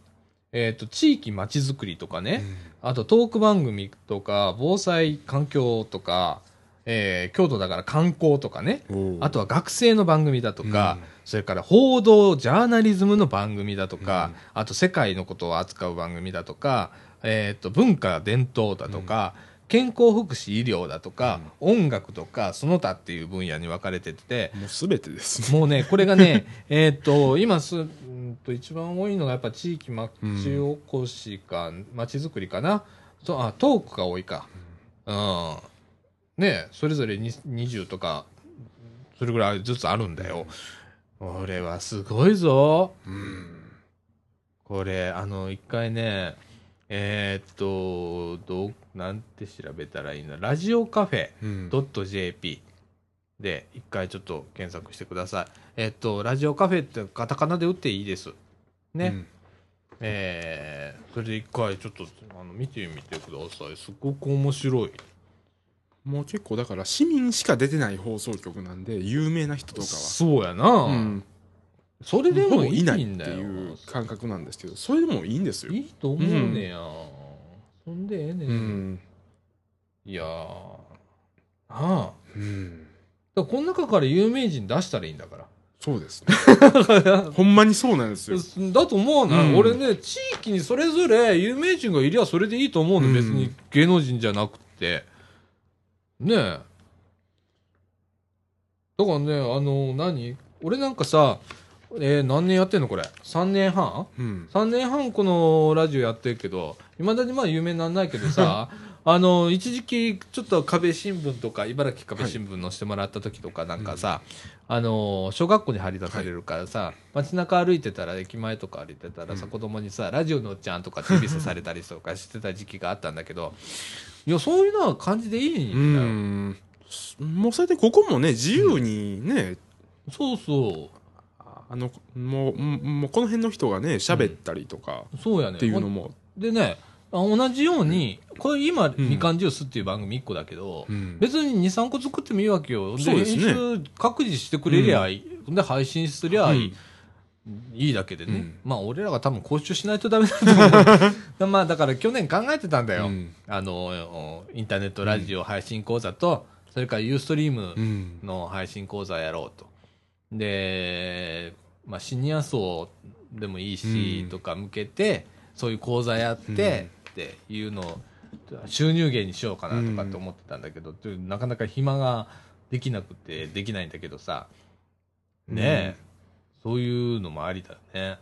Speaker 1: えっ、と、地域まちづくりとかね、あとトーク番組とか、防災環境とか、えー京都だから観光とかね、あとは学生の番組だとか、
Speaker 2: うん
Speaker 1: それから報道、ジャーナリズムの番組だとか、あと世界のことを扱う番組だとか、えー、と文化、伝統だとか、健康福祉、医療だとか、音楽とか、その他っていう分野に分かれてて、
Speaker 2: もうすべてですね
Speaker 1: もうね、これがね、 えっと、今す、うんと、一番多いのがやっぱ地域まちおこしか、まちづくりかな。とあ、トークが多いか。うん。ねそれぞれに20とか、それぐらいずつあるんだよ。俺はすごいぞ。
Speaker 2: うん
Speaker 1: これ、あの、一回ね、えーっと、どう、なんて調べたらいいんだ。ラジオカフェ。
Speaker 2: うん
Speaker 1: .jp で一回ちょっと検索してくださいえっとラジオカフェってカタカナで打っていいですね、えーそれで一回ちょっとあの見てみてくださいすごく面白い
Speaker 2: うんもう結構だから市民しか出てない放送局なんで有名な人とか
Speaker 1: そうやな、
Speaker 2: は、うん、
Speaker 1: それでもい
Speaker 2: い
Speaker 1: いんだ
Speaker 2: な
Speaker 1: よ
Speaker 2: いっていう感覚なんですけどそれでもいいんですよ
Speaker 1: い、いと思うねや、そんでええねん、
Speaker 2: うん
Speaker 1: いやーああ
Speaker 2: うん、
Speaker 1: だからこの中から有名人出したらいいんだから
Speaker 2: そうですねほんまにそうなんですよ
Speaker 1: だと思うな、
Speaker 2: うん
Speaker 1: 俺ね地域にそれぞれ有名人がいりゃそれでいいと思うの、
Speaker 2: うん
Speaker 1: 別に芸能人じゃなくてねえだからねあの何俺なんかさ、えー何年やってんのこれ3年半
Speaker 2: うん、
Speaker 1: 3年半このラジオやってるけどいまだにまあ有名にならないけど さあの一時期ちょっと壁新聞とか茨城壁新聞のしてもらった時とかなんかさ、あの小学校に張り出されるからさ、街中歩いてたら駅前とか歩いてたらさ、子供にさ「ラジオのおっちゃん」とかって指さされたりとかしてた時期があったんだけどいやそういうのは感じでいいんだ
Speaker 2: う
Speaker 1: よ、
Speaker 2: ん、もうそれでここもね自由にね、
Speaker 1: そうそ
Speaker 2: あのもうもうこの辺の人がね喋ったりとか
Speaker 1: うそうやね
Speaker 2: っていうのも、
Speaker 1: でねあ同じように、これ今、みかんジュースっていう番組1個だけど、
Speaker 2: うん
Speaker 1: 別に23個作ってもいいわけよで
Speaker 2: そうですね
Speaker 1: 編集各自してくれりゃいい、で配信すりゃいい,、いいだけでね、
Speaker 2: うん
Speaker 1: まあ俺らが多分講習しないとダメだと思う まあだから去年考えてたんだよ、
Speaker 2: うん
Speaker 1: あのインターネットラジオ配信講座と、それからユーストリーム
Speaker 2: うん
Speaker 1: の配信講座やろうとで、まあ、シニア層でもいいし、
Speaker 2: うん
Speaker 1: とか向けてそういう講座やって、
Speaker 2: うん
Speaker 1: っていうのを収入源にしようかなとかって思ってたんだけど、というなかなか暇ができなくてできないんだけどさねえ、そういうのもありだよね。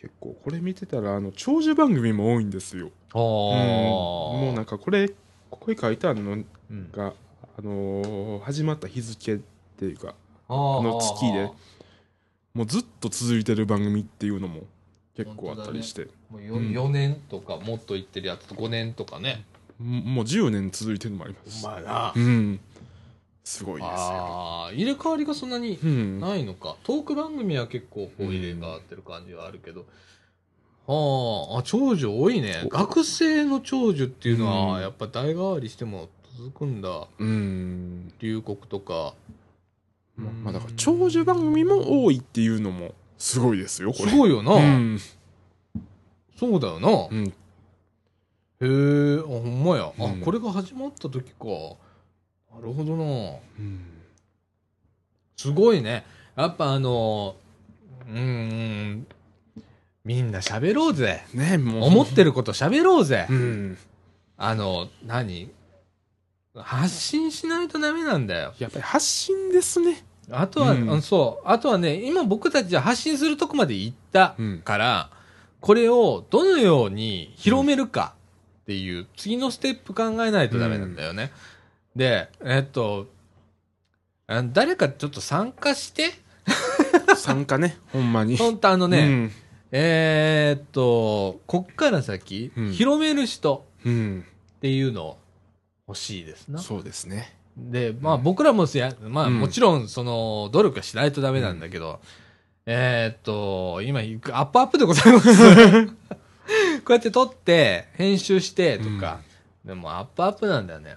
Speaker 2: 結構これ見てたらあの長寿番組も多いんですよ、
Speaker 1: あ
Speaker 2: うん、もうなんかこれここに書いてあるの
Speaker 1: うん
Speaker 2: が、あのー始まった日付っていうか
Speaker 1: あー
Speaker 2: の月でもうずっと続いてる番組っていうのも結構あったりして、
Speaker 1: もう
Speaker 2: うん
Speaker 1: 4, 4年とかもっといってるやつと5年とかね、
Speaker 2: ももう10年続いてるのもあります
Speaker 1: まあな
Speaker 2: うんすごいですよ、
Speaker 1: あー入れ替わりがそんなに
Speaker 2: うん、
Speaker 1: ないのかトーク番組は結構こう入れ替わってる感じはあるけど、あーあ長女多いね
Speaker 2: お
Speaker 1: 学生の長女っていうの
Speaker 2: う
Speaker 1: は
Speaker 2: ん
Speaker 1: やっぱ代替わりしても続くんだ
Speaker 2: うん
Speaker 1: 龍谷とか
Speaker 2: まあまあだから長寿番組も多いっていうのもすごいですよこ
Speaker 1: す
Speaker 2: れ
Speaker 1: ごいよな、
Speaker 2: うん、
Speaker 1: そうだよな、
Speaker 2: う
Speaker 1: へ
Speaker 2: ん、
Speaker 1: えあほんまや、
Speaker 2: うん
Speaker 1: あこれが始まった時かなるほどな
Speaker 2: うん
Speaker 1: すごいねやっぱあのうーんみんな喋ろう ぜ
Speaker 2: ねもう
Speaker 1: 思ってること喋ろうぜ、
Speaker 2: うん
Speaker 1: あの、何発信しないとダメなんだよ。
Speaker 2: やっぱり発信ですね
Speaker 1: あとは、
Speaker 2: うん
Speaker 1: うんそう。あとはね、今僕たちは発信するとこまで行った
Speaker 2: うん
Speaker 1: から、これをどのように広めるかっていう、次のステップ考えないとダメなんだよね。で、えっと、あ誰かちょっと参加して、
Speaker 2: 参加ねほんまに
Speaker 1: ほんとあのね、
Speaker 2: うん
Speaker 1: えーっと、こっから先、
Speaker 2: うん
Speaker 1: 広める人
Speaker 2: うん、
Speaker 1: っていうの欲しいですな。
Speaker 2: そうですね
Speaker 1: で、まあ僕らもすや、まあ
Speaker 2: うん
Speaker 1: もちろんその努力はしないとダメなんだけど、えーっと、今、アップアップでございます。 こうやって撮って、編集してとか、でもアップアップなんだよね。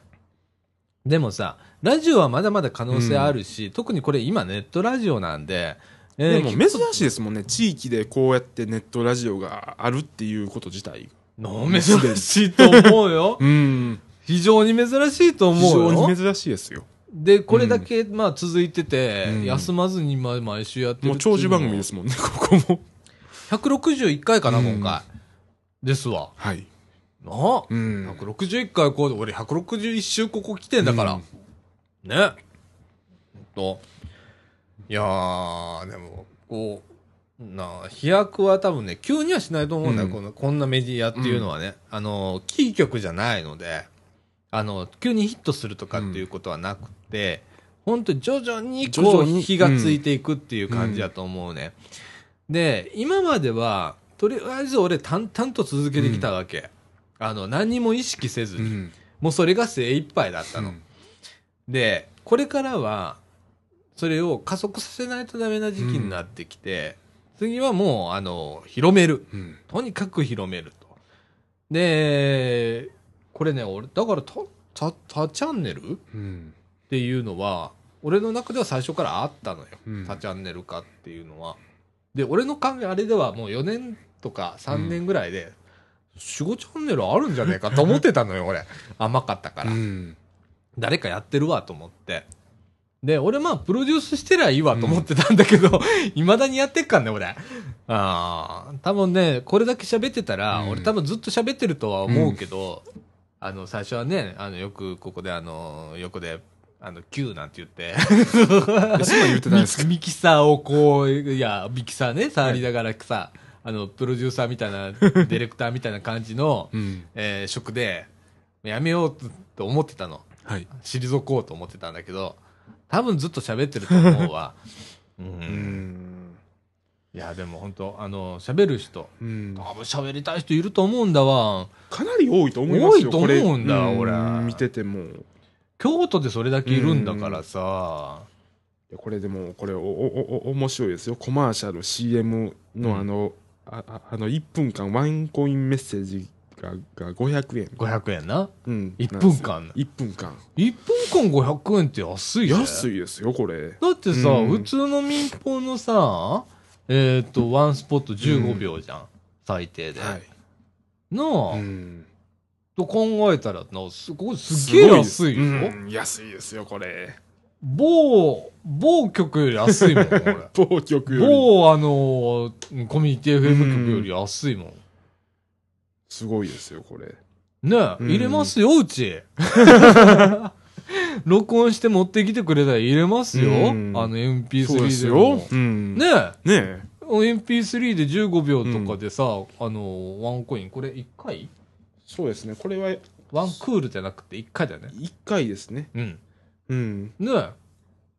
Speaker 1: でもさ、ラジオはまだまだ可能性あるし、特にこれ今ネットラジオなんで、えー
Speaker 2: でも
Speaker 1: き
Speaker 2: 珍しいですもんね地域でこうやってネットラジオがあるっていうこと自体
Speaker 1: の珍しいと思う よ。
Speaker 2: うん
Speaker 1: 非常に珍しいと思
Speaker 2: 非
Speaker 1: うよ。
Speaker 2: 常に珍しいですよ
Speaker 1: で、これだけ、まあ続いてて、
Speaker 2: うん
Speaker 1: 休まずにま毎週やってる。
Speaker 2: もう長寿番組ですすもんねここも
Speaker 1: 161回かな、
Speaker 2: うん
Speaker 1: 今回。ですわ。
Speaker 2: はい
Speaker 1: なあ、
Speaker 2: うん
Speaker 1: 161回こう、俺161週ここ来てんだから。
Speaker 2: うん
Speaker 1: ね。ほんと。いやー、でも、こう、なあ飛躍は多分ね、急にはしないと思うんだよ、
Speaker 2: うん
Speaker 1: このこんなメディアっていうのはね。あの、キー局じゃないので、あの、急にヒットするとかっていうことはなくて、本当に徐々に
Speaker 2: 徐
Speaker 1: こ
Speaker 2: 々
Speaker 1: う
Speaker 2: に
Speaker 1: 火がついていくっていう感じだと思うね。で、今までは、とりあえず俺淡々と続けてきたわけ。あの、何にも意識せず
Speaker 2: う
Speaker 1: に、
Speaker 2: ん
Speaker 1: もうそれが精一杯だったの。で、これからは、それを加速させないとダメな時期になってきて、次はもう、あの、広める。
Speaker 2: うん
Speaker 1: とにかく広めると。で、これね、俺、だから、た、た、他チャンネルっ
Speaker 2: うん
Speaker 1: ていうのは、俺の中では最初からあったのよ。
Speaker 2: うん
Speaker 1: 他チャンネル化っていうのは。で、俺の考え、あれではもう4年とか3年ぐらいで、4、5チャンネルあるんじゃねえかと思ってたのよ、 俺。甘かったから
Speaker 2: う。ん
Speaker 1: 誰かやってるわと思って。で、俺まあ、プロデュースしてりゃいいわと思ってたんだけ ど、未だにやってっかんね、俺。ああー、多分ね、これだけ喋ってたら、
Speaker 2: うん
Speaker 1: 俺多分ずっと喋ってるとは思うけど、あの、最初はね、あの、よくここで、あの、横で、あの、Q なんて言って、
Speaker 2: えそんなん言って ないですか
Speaker 1: ミミキサーをこう、いや、ミキサーね、触りながらさ、あの、プロデューサーみたいな、ディレクターみたいな感じの、
Speaker 2: うん
Speaker 1: えー職で、やめようと思ってたの。
Speaker 2: はい
Speaker 1: 退こうと思ってたんだけど、多分ずっと喋ってると思う わ。うん
Speaker 2: うん
Speaker 1: いや、でも本当あの、喋る人、
Speaker 2: うん
Speaker 1: 多分喋りたい人いると思うんだわ。
Speaker 2: かなり多いと思います
Speaker 1: 多い
Speaker 2: よ
Speaker 1: と思うんだ
Speaker 2: これ
Speaker 1: 俺
Speaker 2: 見てても
Speaker 1: 京都でそれだけいるんだからさ。
Speaker 2: いやこれでもこれおおおお面白いですよコマーシャル CM
Speaker 1: うん
Speaker 2: のあの、あああの1分間ワンコインメッセージがが500円、
Speaker 1: 500円な。
Speaker 2: うん、
Speaker 1: 1分間
Speaker 2: 1分間
Speaker 1: 1分間500円って安いね。
Speaker 2: 安
Speaker 1: い。
Speaker 2: いですよこれ
Speaker 1: だってさ、
Speaker 2: うん
Speaker 1: 普通の民放のさ、えっ、と、ワンスポット15秒じゃん。最低で。
Speaker 2: はい、
Speaker 1: なあ、
Speaker 2: うん、
Speaker 1: と考えたらな、すごい、すげえ安いよ。
Speaker 2: ごですうん安いですよこれ
Speaker 1: 某、某局より安いもん、 これ。
Speaker 2: 当局より
Speaker 1: 某あのーコミュニティ FM 局より安いもん。
Speaker 2: すごいですよこれ
Speaker 1: ねえ、
Speaker 2: うん
Speaker 1: 入れますよ、うち。 録音して持ってきてくれたら入れますよ。
Speaker 2: うん
Speaker 1: あの
Speaker 2: そうで
Speaker 1: MP3
Speaker 2: す
Speaker 1: で
Speaker 2: よ
Speaker 1: も。、
Speaker 2: うん、
Speaker 1: ねえ、
Speaker 2: ね
Speaker 1: MP3 で15秒とかでさ、あのーワンコイン、これ1回
Speaker 2: そうですねこれは
Speaker 1: ワンクールじゃなくて1回だよね。
Speaker 2: 1回ですね
Speaker 1: うん。
Speaker 2: うん
Speaker 1: ねえ。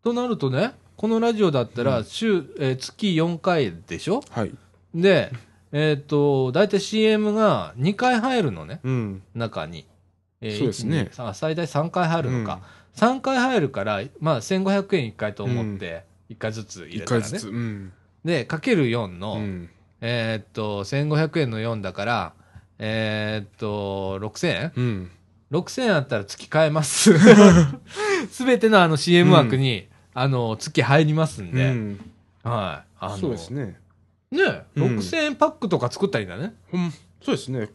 Speaker 1: となるとね、このラジオだった
Speaker 2: う
Speaker 1: ら週、えー月4回でしょ
Speaker 2: はい
Speaker 1: で、えっ、と、大体 CM が2回入るのね、
Speaker 2: うん。
Speaker 1: 中に。えー
Speaker 2: そうですね
Speaker 1: 1 2 3あ最大3回入るのか。3回入るから、まあ、1500円1回と思って、1回ずつ入
Speaker 2: 一
Speaker 1: れたら
Speaker 2: 回
Speaker 1: ね。
Speaker 2: ずつ。うん。
Speaker 1: で、かける4の、
Speaker 2: うん。
Speaker 1: えーっと、1500円の4だから、えーっと、6000円
Speaker 2: うん。
Speaker 1: ?6000 円あったら月変えます。 すべてのあの CM 枠に、あの、月入りますん
Speaker 2: う
Speaker 1: で。
Speaker 2: ん
Speaker 1: はい。あの
Speaker 2: そうですね。
Speaker 1: ねえ、
Speaker 2: うん
Speaker 1: 6000円パックとか作ったりだね。
Speaker 2: ほんそうですね。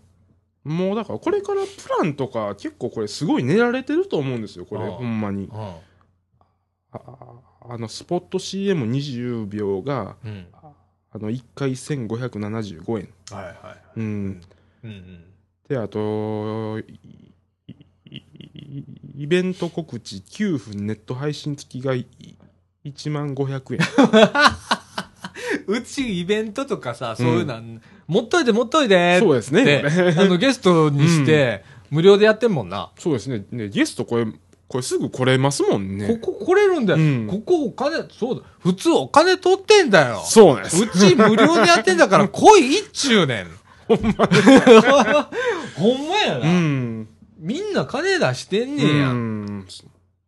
Speaker 2: もうだからこれからプランとか結構これすごい練られてると思うんですよこれ
Speaker 1: ああ
Speaker 2: ほんまに
Speaker 1: うん。
Speaker 2: ああのスポット CM20 秒が
Speaker 1: うん。
Speaker 2: あの1回1575円
Speaker 1: はいは
Speaker 2: う
Speaker 1: い。
Speaker 2: ん
Speaker 1: うんうん。
Speaker 2: であといいいイベント告知9分ネット配信付きが1万500円
Speaker 1: うちイベントとかさ、そういうの、持っといて持っといて
Speaker 2: そうです
Speaker 1: っ
Speaker 2: ね
Speaker 1: て、
Speaker 2: これ
Speaker 1: あの、ゲストにして、無料でやってんもんな。
Speaker 2: そうですねねゲストこれこれすぐ来れますもんね
Speaker 1: ここ来れるんだよ。
Speaker 2: うん
Speaker 1: ここお金、そうだ。普通お金取ってんだよ。
Speaker 2: そうなんです
Speaker 1: うち無料でやってんだから来い一中年。ほんまや
Speaker 2: う
Speaker 1: な。
Speaker 2: ん
Speaker 1: みんな金出してんねんや
Speaker 2: う。ん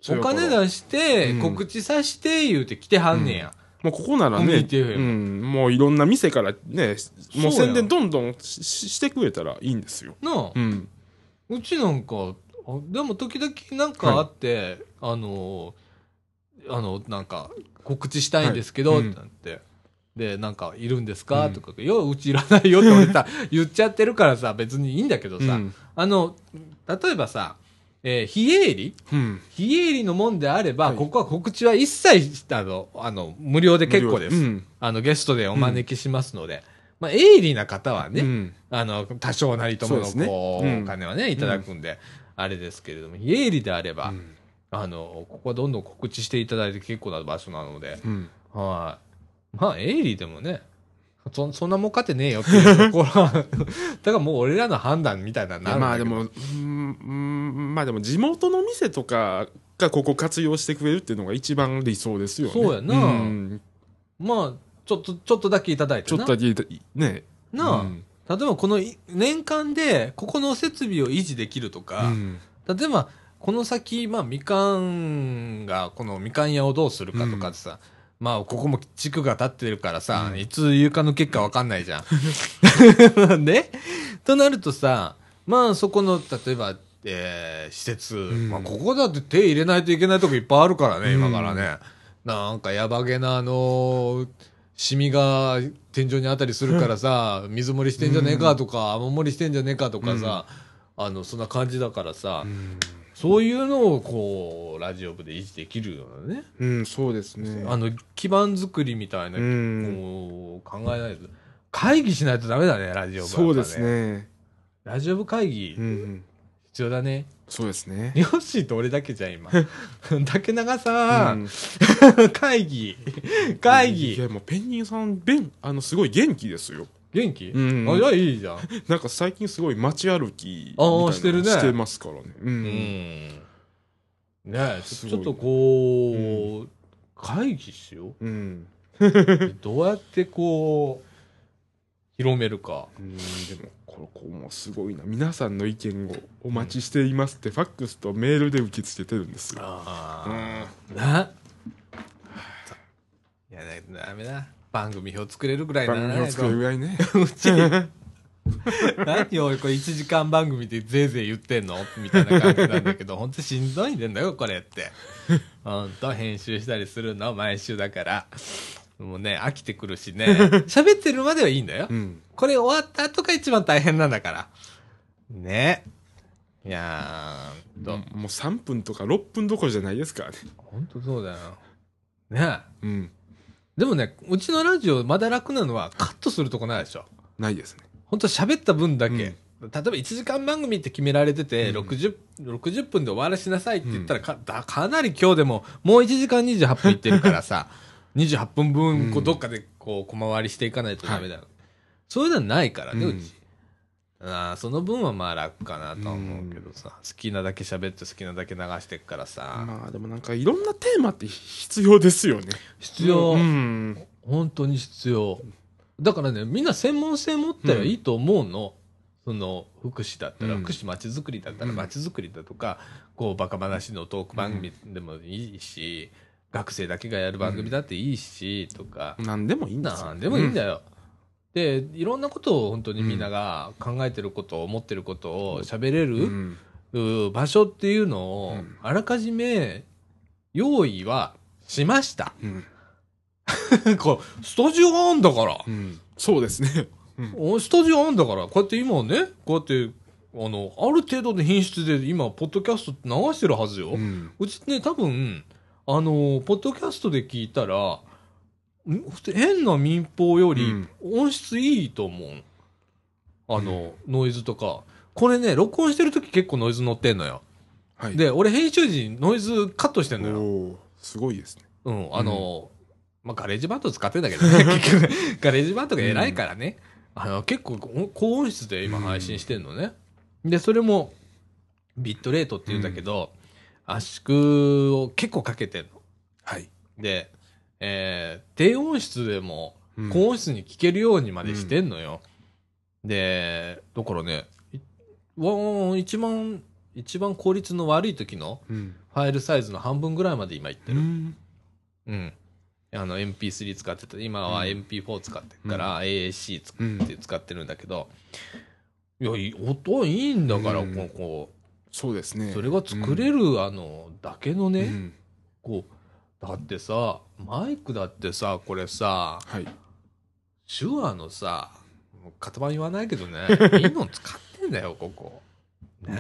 Speaker 2: そう
Speaker 1: お
Speaker 2: やから
Speaker 1: 金出して
Speaker 2: う、ん
Speaker 1: 告知さして言うて来てはんねんや。
Speaker 2: もうここなら
Speaker 1: コミュ
Speaker 2: ね
Speaker 1: ニ、ティ FM
Speaker 2: うん、もういろんな店からね、もう
Speaker 1: そうや
Speaker 2: 宣伝どんどんしししてくれたらいいんですよ。
Speaker 1: なあ
Speaker 2: うん。
Speaker 1: うちなんか、あでも時々なんかあって、あの、あの、なんか、告知したいんですけど、
Speaker 2: は
Speaker 1: っ
Speaker 2: い
Speaker 1: て
Speaker 2: うん
Speaker 1: なって。で、なんか、いるんですか、
Speaker 2: うん
Speaker 1: とか、よ、うちいらないよって俺さ、 言っちゃってるからさ、別にいいんだけど
Speaker 2: う
Speaker 1: さ、
Speaker 2: ん。
Speaker 1: あの、例えばさ、えー非営利
Speaker 2: うん。
Speaker 1: 非営利のもんであれば、
Speaker 2: はい
Speaker 1: ここは告知は一切、あの、あの、無料で結構です。
Speaker 2: うん。
Speaker 1: あの、ゲストでお招きしますので、まあ、営利な方はね、
Speaker 2: うん
Speaker 1: あの、多少なりともの、
Speaker 2: そうですね
Speaker 1: こ
Speaker 2: う
Speaker 1: う、
Speaker 2: ん
Speaker 1: お金はね、いただくんで、あれですけれども、非営利であれば、あの、ここはどんどん告知していただいて結構な場所なので、
Speaker 2: うん。
Speaker 1: はい。まあ、営利でもね、そそんな儲かってねえよっていうところは、 だからもう俺らの判断みたいなのになるん
Speaker 2: ま
Speaker 1: だ
Speaker 2: あ
Speaker 1: け
Speaker 2: で
Speaker 1: ど
Speaker 2: も、うんうん、まあでも地元の店とかがここ活用してくれるっていうのが一番理想ですよね。
Speaker 1: そうやなんまあ、ちょっと、ちょっとだけいただい
Speaker 2: ち
Speaker 1: て
Speaker 2: ょっと
Speaker 1: な。
Speaker 2: だけいた、ね。
Speaker 1: なあ、
Speaker 2: うん
Speaker 1: 例えばこのい年間で、ここの設備を維持できると
Speaker 2: う
Speaker 1: か、
Speaker 2: ん。
Speaker 1: 例えば、この先、まあ、みかんが、このみかん屋をどうするかとかってさ、まあ、ここも地区が立ってるからさ、
Speaker 2: うん
Speaker 1: いつ有価の結果わかんないじゃ ん。ねとなるとさ、まあ、そこの、例えば、えー施設、
Speaker 2: ん
Speaker 1: まあ、ここだって手入れないといけないとこいっぱいあるからね、
Speaker 2: うん
Speaker 1: 今からね。なんか、やばげな、あのーシミが天井にあったりするからさ、水盛りしてんじゃねえかとか、雨漏りしてんじゃねえかとかさ、あの、そんな感じだからさ、
Speaker 2: うん
Speaker 1: そういうのをこう、ラジオ部で維持できるようなね、
Speaker 2: うん、そうですね。
Speaker 1: あの、基盤作りみたいな、
Speaker 2: うん。
Speaker 1: こう、考えないと、会議しないとダメだね、ラジオ部、
Speaker 2: そうです。ね。
Speaker 1: ラジオ部会議
Speaker 2: う、ん。
Speaker 1: 必要だね。
Speaker 2: そうですね。
Speaker 1: ヨッシーと俺だけじゃん、 今。竹永さ
Speaker 2: うん
Speaker 1: ん、会議、会
Speaker 2: い
Speaker 1: 議、
Speaker 2: や、もうペンギンさん、べん、あの、すごい元気ですよ。
Speaker 1: 元気
Speaker 2: うん
Speaker 1: あ、じゃあいいじゃん。
Speaker 2: なんか最近すごい街歩きみた
Speaker 1: あ
Speaker 2: い
Speaker 1: ー
Speaker 2: なの
Speaker 1: してるね
Speaker 2: してますからね。う。
Speaker 1: うんん。ねえ、ち
Speaker 2: す
Speaker 1: ょ
Speaker 2: ご
Speaker 1: ち
Speaker 2: い
Speaker 1: ょっとこう、会議しよう。
Speaker 2: うん。
Speaker 1: どうやってこう、広めるか。
Speaker 2: うん、でも、これ、こうもうすごいな。皆さんの意見をお待ちしていますって、ファックスとメールで受け付けてるんですよ。
Speaker 1: ああ。な。いや、だダメだ。番組表作れるぐらいになら
Speaker 2: 番組
Speaker 1: ない
Speaker 2: を作る
Speaker 1: と。
Speaker 2: ぐらいね。
Speaker 1: うち 何をこれ1時間番組でぜいぜい言ってんのみたいな感じなんだけど、ほんとしんどいんだよ、これって。ほんと、編集したりするの、毎週だから。もうね、飽きてくるしね。喋ってるまではいいんだよ
Speaker 2: う。ん。
Speaker 1: これ終わった後が一番大変なんだから。ね。いやー、
Speaker 2: も
Speaker 1: と
Speaker 2: う、3分とか6分どころじゃないですからね。
Speaker 1: ほんとそうだよ。ね
Speaker 2: うん。
Speaker 1: でもね、うちのラジオまだ楽なのはカットするとこないでしょ。
Speaker 2: ないですね。
Speaker 1: ほんと喋った分だけ。例えば1時間番組って決められてて、
Speaker 2: うん
Speaker 1: 60、60分で終わらしなさいって言ったらか、だかなり今日でも、もう1時間28分いってるからさ、28分分、こ
Speaker 2: う
Speaker 1: うんどっかでこう、小回りしていかないとダメだよ。そういうのはないからね、う
Speaker 2: うん
Speaker 1: ち。あーその分はまあ楽かなとは思うけどさ、好きなだけ喋って好きなだけ流してくからさ、
Speaker 2: まあ、でもなんかいろんなテーマって必要ですよね。
Speaker 1: 必要、
Speaker 2: うん。
Speaker 1: 本当に必要。だからね、みんな専門性持ったらいいと思うの。その、福祉だったら、
Speaker 2: うん
Speaker 1: 福祉まちづくりだったら、
Speaker 2: うん
Speaker 1: まちづくりだとか、こう、バカ話のトーク番組でもいいし、学生だけがやる番組だっていいし、とか、
Speaker 2: 何でもいいんですよ
Speaker 1: なんでもいいんだ
Speaker 2: よ、
Speaker 1: よ。で、いろんなことを本当にみんなが考えてること、思ってることを喋れ
Speaker 2: う
Speaker 1: る
Speaker 2: ん
Speaker 1: うん場所っていうの
Speaker 2: う
Speaker 1: を
Speaker 2: ん、
Speaker 1: あらかじめ用意はしました。
Speaker 2: うん
Speaker 1: こう、スタジオあんだから。
Speaker 2: うんそうですね、うん
Speaker 1: おスタジオあんだから、こうやって今ね、こうやって、あの、ある程度の品質で今、ポッドキャストって流してるはずよ。う
Speaker 2: うん
Speaker 1: ちね、多分、あの、ポッドキャストで聞いたら、ん普通変な民放より
Speaker 2: うん
Speaker 1: 音質いいと思う。あの、ノイズとか。これね、録音してる時結構ノイズ乗ってんのよ。
Speaker 2: はい、
Speaker 1: で、俺編集時にノイズカットしてんのよ。
Speaker 2: おーすごいですね
Speaker 1: うん、あの、まあ、ガレージバンド使ってんだけど ね、結局、ガレージバンドが偉いからね、あの結構お高音質で今配信してんのね。で、それも、ビットレートって言うんだけど、圧縮を結構かけてんの。
Speaker 2: はい
Speaker 1: で、えー低音質でも
Speaker 2: うん
Speaker 1: 高音質に聞けるようにまでしてんのよ。で、だからね、いわー一番、一番効率の悪い時の
Speaker 2: うん
Speaker 1: ファイルサイズの半分ぐらいまで今いって
Speaker 2: う
Speaker 1: る。
Speaker 2: ん
Speaker 1: うん。あの MP3 使ってて、今は
Speaker 2: うん
Speaker 1: MP4 使ってるから、AAC 使
Speaker 2: うん
Speaker 1: って使ってるんだけど、いや、いい音いいんだから、
Speaker 2: うん
Speaker 1: こうこ
Speaker 2: そうです
Speaker 1: う、
Speaker 2: ね
Speaker 1: それが作れ
Speaker 2: る
Speaker 1: る、あの、だけのね、
Speaker 2: うん
Speaker 1: こう、だってさ、マイクだってさ、これさ、
Speaker 2: はい
Speaker 1: 手話のさ、もう片番言わないけど ね、いいの使ってんだよ、ここ。ね、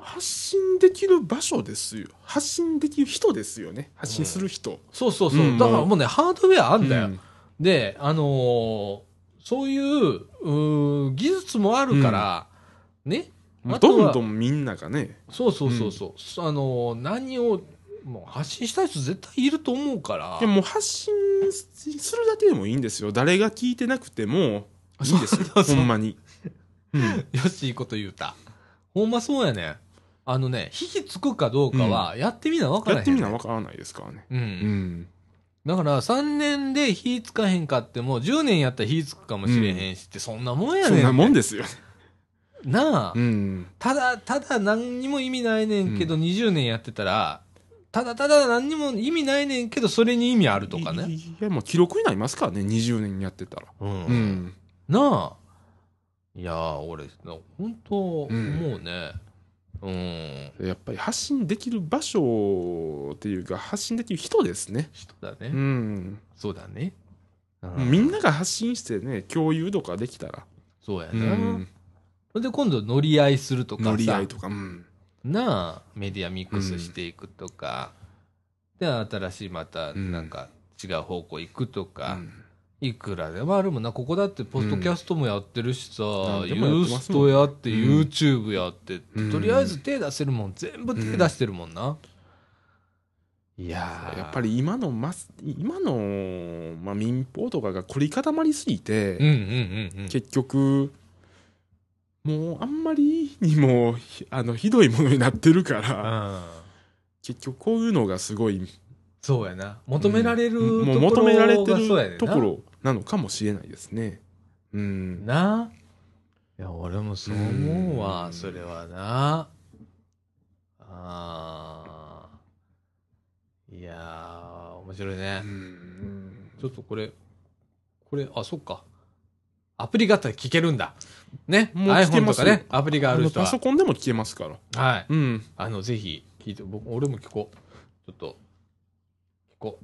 Speaker 2: 発信できる場所ですよ発信できる人ですよね発信する人、
Speaker 1: そうそうそう、
Speaker 2: うん
Speaker 1: だからもうね、ハードウェアあんだよ。
Speaker 2: うん
Speaker 1: で、あのーそういううー技術もあるから、ね、あと
Speaker 2: ど
Speaker 1: は
Speaker 2: んどんみんながね
Speaker 1: そうそうそうそう、あのー何をもう発信したい人絶対いると思うから
Speaker 2: で、もう発信するだけでもいいんですよ誰が聞いてなくてもいいですよ
Speaker 1: そうそう
Speaker 2: ほんまに、うん
Speaker 1: よし、いいこと言うた。ほんまそうやね。あのね、火つくかどうかは、やってみな分からへ
Speaker 2: や
Speaker 1: ん、
Speaker 2: ってみなわからないですからね
Speaker 1: うん、
Speaker 2: うん
Speaker 1: だから3年で火つかへんかっても10年やったら火つくかもしれへんしって、そんなもんや
Speaker 2: そ
Speaker 1: ね
Speaker 2: ん
Speaker 1: ん
Speaker 2: なもんですよ、
Speaker 1: なあ、
Speaker 2: うん、
Speaker 1: ただ、ただ何にも意味ないねんけど、20年やってたら、ただただ何にも意味ないねんけど、それに意味あるとかね。
Speaker 2: いやもう記録になりますからね20年やってたら
Speaker 1: うん
Speaker 2: うん、
Speaker 1: なあ。いやー、俺、な本当思うね。うん。
Speaker 2: やっぱり発信できる場所っていうか発信できる人ですね
Speaker 1: 人だ
Speaker 2: う
Speaker 1: ね。
Speaker 2: ん
Speaker 1: そうだね。う
Speaker 2: みんなが発信してね共有とかできたら、
Speaker 1: そうや
Speaker 2: う
Speaker 1: な。
Speaker 2: ん、
Speaker 1: それで今度乗り合いするとかさ。
Speaker 2: 乗り合いとか、うん
Speaker 1: なあメディアミックスしていくとか、で新しいまたなんか違う方向行くとか、
Speaker 2: うん
Speaker 1: いくらでもあるもんなここだってポッドキャストもやってるしさ、ユ
Speaker 2: ん何でもや
Speaker 1: ー
Speaker 2: ってま
Speaker 1: ス
Speaker 2: すもん
Speaker 1: トやって、
Speaker 2: うん
Speaker 1: YouTube やって、
Speaker 2: うん
Speaker 1: とりあえず手出せるもん全部手出してるもんな、いやー
Speaker 2: やっぱり今のマス今の、まあ、民放とかが凝り固まりすぎて、
Speaker 1: うんうんうんうん
Speaker 2: 結局もうあんまりにもひあのひどいものになってるから、
Speaker 1: うん
Speaker 2: 結局こういうのがすごい
Speaker 1: そうやな求められるところ
Speaker 2: も
Speaker 1: が
Speaker 2: う求められて
Speaker 1: そうやねんな
Speaker 2: るところなのかもしれないですね。うん、
Speaker 1: ないや俺もそう思うわ
Speaker 2: うん
Speaker 1: それはなあーいやー面白いね
Speaker 2: うん
Speaker 1: ちょっとこれこれあそっかアプリがあったら聞けるんだね
Speaker 2: もう聞け
Speaker 1: iPhone
Speaker 2: ま
Speaker 1: と
Speaker 2: す
Speaker 1: かねアプリがあ
Speaker 2: あ
Speaker 1: る
Speaker 2: の
Speaker 1: 人
Speaker 2: パ
Speaker 1: は
Speaker 2: ソコンでも聞けますから。
Speaker 1: はい
Speaker 2: うん、
Speaker 1: あのぜひ聞いて僕俺も聞こうちょっと聞こ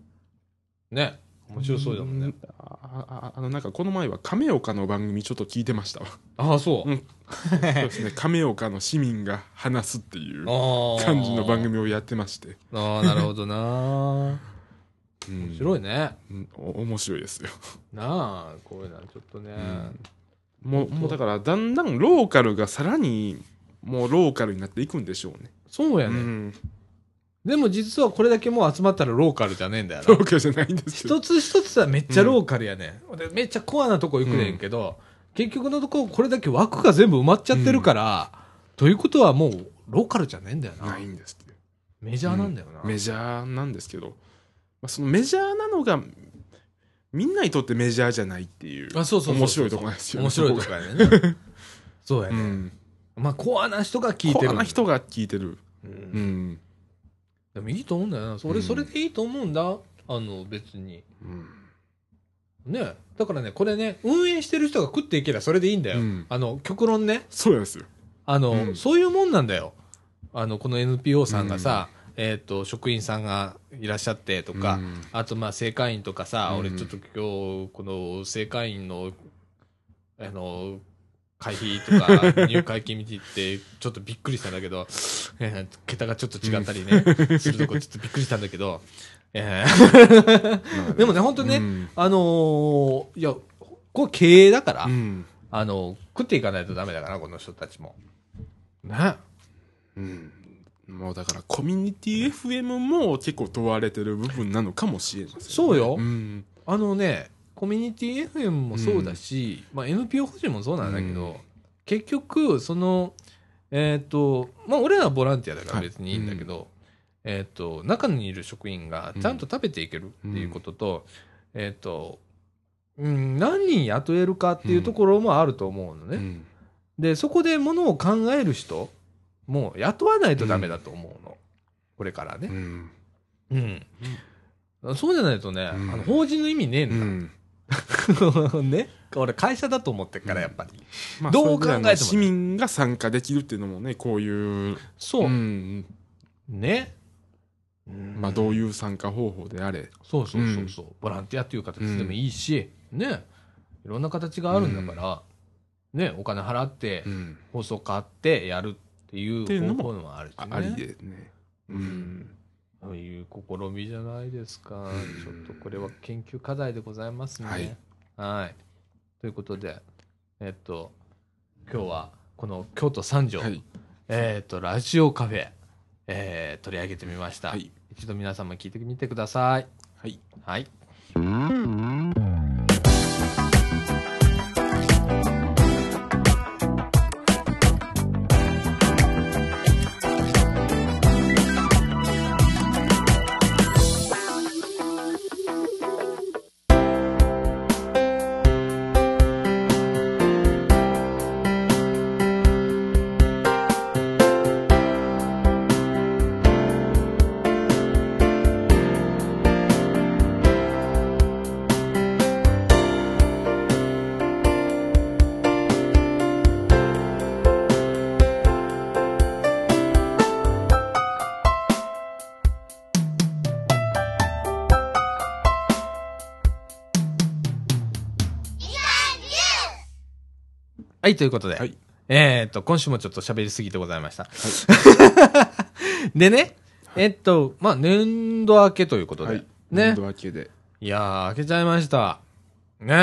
Speaker 1: うね面白そうだもんね
Speaker 2: んあああのなんかこの前は亀岡の番組ちょっと聞いてましたわ。
Speaker 1: ああそう
Speaker 2: うんそうですね、亀岡の市民が話すっていう
Speaker 1: あー
Speaker 2: 感じの番組をやってまして、
Speaker 1: ああなるほどな
Speaker 2: 面
Speaker 1: 面白
Speaker 2: い
Speaker 1: いね
Speaker 2: 面白いですよ
Speaker 1: なあこういうのはちょっとね、
Speaker 2: んもうもうだからだんだんローカルがさらにもうローカルになっていくんでしょうね
Speaker 1: そうや
Speaker 2: う
Speaker 1: ね、
Speaker 2: ん
Speaker 1: でも実はこれだけもう集まったらローカルじゃねえんだよ
Speaker 2: ロ
Speaker 1: な
Speaker 2: ーカルじゃないんですけど
Speaker 1: 一つ一つはめっちゃローカルやね、ん、でめっちゃコアなとこ行くねんけど、結局のとここれだけ枠が全部埋まっちゃってるから、ということはもうローカルじゃねえんだよな、
Speaker 2: ないんですって
Speaker 1: メジャーなんだよな、
Speaker 2: メジャーなんですけど、まあ、そのメジャーなのがみんなにとってメジャーじゃないっていう
Speaker 1: あそうそうそうそう
Speaker 2: 面白いとこなんですよね
Speaker 1: 面白いと
Speaker 2: そこ
Speaker 1: かやね そうや
Speaker 2: がう
Speaker 1: ね、
Speaker 2: ん
Speaker 1: まあコアな人が聞いて
Speaker 2: こ
Speaker 1: る
Speaker 2: んな人が聞いてる
Speaker 1: うん
Speaker 2: うん、
Speaker 1: でもいいと思うんだよな
Speaker 2: う
Speaker 1: 俺
Speaker 2: ん
Speaker 1: それでいいと思うんだ、あの別に
Speaker 2: うん
Speaker 1: ねだからねこれね運営してる人が食っていけばそれでいいんだよ、
Speaker 2: うん
Speaker 1: あの極論ね
Speaker 2: そうなんですよ
Speaker 1: あの、
Speaker 2: うん
Speaker 1: そういうもんなんだよあのこの NPO さんがさ、えっと職員さんがいらっしゃってとか、
Speaker 2: うん
Speaker 1: あとまあ正会員とかさ、
Speaker 2: うん
Speaker 1: 俺ちょっと今日この正会員のあの会費と か入会金見てってちょっとびっくりしたんだけど、えー桁がちょっと違ったりねするとこちょっとびっくりしたんだけど、え ーでもね本当にね、
Speaker 2: うん
Speaker 1: あのーいやこれ経営だから、
Speaker 2: うん
Speaker 1: あの食っていかないとダメだからこの人たちもね
Speaker 2: うんもうだからコミュニティ FM も結構問われてる部分なのかもしれませんね、
Speaker 1: そうよ
Speaker 2: うん
Speaker 1: あのね、コミュニティ FM もそうだし、まあ、NPO 法人もそうなんだけど、
Speaker 2: うん
Speaker 1: 結局、その、えっ、と、まあ、俺らはボランティアだから
Speaker 2: はい
Speaker 1: 別にいいんだけど、えっ、と、中にいる職員がちゃんと食べていけるっていうことと、えっ、と、うん、何人雇えるかっていうところもあると思うのね。
Speaker 2: うん
Speaker 1: で、そこでものを考える人も雇わないとダメだと思うの。これから
Speaker 2: う
Speaker 1: ね。
Speaker 2: ん
Speaker 1: うん。そうじゃないとね、
Speaker 2: うん
Speaker 1: あの法人の意味ねえん
Speaker 2: う
Speaker 1: だ。
Speaker 2: ん
Speaker 1: ね、俺会社だと思ってっからやっぱり、
Speaker 2: まあ
Speaker 1: どう考えてもね
Speaker 2: それぐらいの市民が参加できるっていうのもねこういう、
Speaker 1: そう、
Speaker 2: うん
Speaker 1: ね、
Speaker 2: まあ、どういう参加方法であれ
Speaker 1: そうそうそうそう、ボランティアっていう形でもいいし、ねいろんな形があるんだから、ねお金払って、
Speaker 2: うん
Speaker 1: 放送買ってやるってい
Speaker 2: っていう
Speaker 1: う
Speaker 2: の
Speaker 1: 方
Speaker 2: も
Speaker 1: 法もあるし、ね、
Speaker 2: あありでねうん
Speaker 1: そういう試みじゃないですか、ちょっとこれは研究課題でございますねはい、ということでえっと今日はこの京都三条、
Speaker 2: はい
Speaker 1: えっ、と、ラジオカフェ、えー取り上げてみました。
Speaker 2: はい
Speaker 1: 一度皆様聞いてみてください。
Speaker 2: はい
Speaker 1: はい。はい、ということで、
Speaker 2: はい
Speaker 1: えっ、と、今週もちょっと喋りすぎてございました。でね、えっと、まあ、年度明けということで、
Speaker 2: はい
Speaker 1: ね
Speaker 2: 年度。明けで
Speaker 1: いやー、明けちゃいました。ね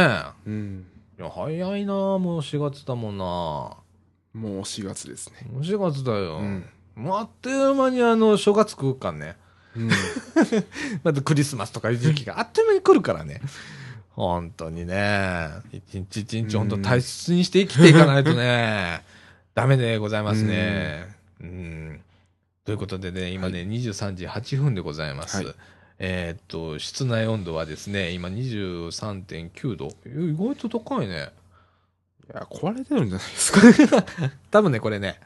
Speaker 1: え。
Speaker 2: うん
Speaker 1: いや、早いなーもう4月だもんな
Speaker 2: もう4月ですね
Speaker 1: もう4月だよ。
Speaker 2: うん
Speaker 1: もうあっという間にあの、正月食うかんね。
Speaker 2: うん
Speaker 1: またクリスマスとかいう時期があっという間に来るからね。本当にね。一日一日本当大切にして生きていかないとね、ダメでございますね。うん。ということでね、今ね、23時8分でございます。
Speaker 2: はい
Speaker 1: えーっと、室内温度はですね、今23.9度。え意外と高いね。
Speaker 2: いや壊れてるんじゃないですか
Speaker 1: 多分ね、これね、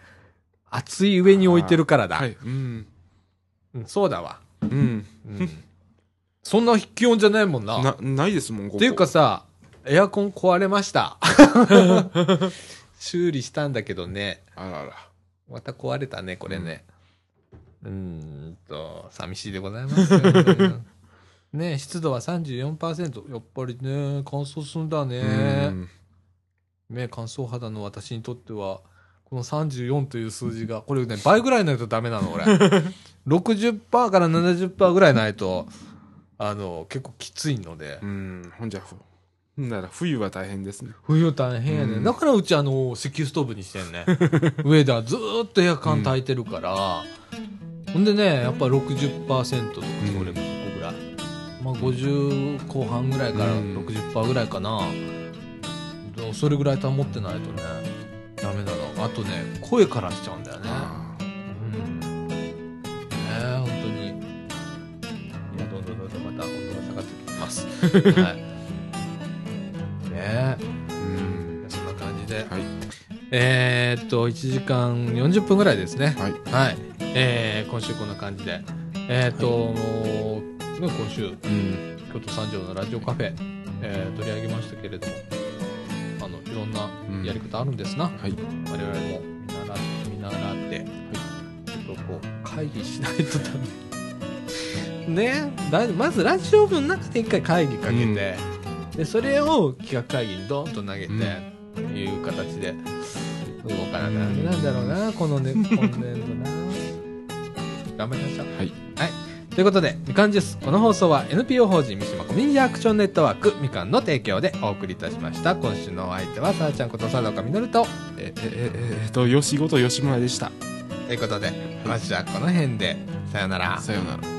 Speaker 1: 暑い上に置いてるからだ。
Speaker 2: はいうん
Speaker 1: うんそうだわ。
Speaker 2: うん
Speaker 1: うん、そんな気温じゃないもん
Speaker 2: なないですもんここ
Speaker 1: っていうかさ、エアコン壊れました。 修理したんだけどね、
Speaker 2: あらあら
Speaker 1: また壊れたね、これね。うーんと、寂しいでございます よ。ね湿度は34%。やっぱりね、乾燥するんだ
Speaker 2: う
Speaker 1: ね。
Speaker 2: ん
Speaker 1: ね乾燥肌の私にとっては、この34という数字が、これね、倍ぐらいないとダメなの、俺。60%から70%ぐらいないと、あの、結構きついので。
Speaker 2: うんほんじゃふほんなら冬は大変ですね
Speaker 1: 冬大変やね、
Speaker 2: うん
Speaker 1: だからうちあの石油ストーブにしてんね 上ではずーっとエアコン炊いてるから、ほんでねやっぱ60%とかそれこそぐらい、まあ50後半ぐらいから
Speaker 2: うん
Speaker 1: 60%ぐらいかな、どうそれぐらい保ってないとねダメなのあとね声からしちゃうんだよね
Speaker 2: あー
Speaker 1: うんねえ本 当にいやどんどんどんどんまた温度が下がってきますはいと1時間40分ぐらいですね。
Speaker 2: はい。
Speaker 1: はい。えー今週こんな感じで。えっ、と、もうね今週、
Speaker 2: うん。
Speaker 1: 京都三条のラジオカフェ、えー取り上げましたけれども、あの、いろんなやり方あるんですな。
Speaker 2: はい。
Speaker 1: 我々も見習って、見習って、ちょっとこう、会議しないとダメ。ねだまずラジオ部の中で一回会議かけて、
Speaker 2: うん
Speaker 1: で、それを企画会議にドンと投げて、いう形で動かなくなる。なんだろうな、こ のね、今年度な。頑張りましょう。
Speaker 2: はい。
Speaker 1: ということで、みかんジュース。この放送は NPO 法人三島コミュニティアクションネットワークみかんの提供でお送りいたしました。今週のお相手は、さあちゃんこと佐藤かみのると。
Speaker 2: え、え、え、えっと、吉ごと吉村でした。
Speaker 1: ということで、今週はこの辺で、さよなら。
Speaker 2: さようなら。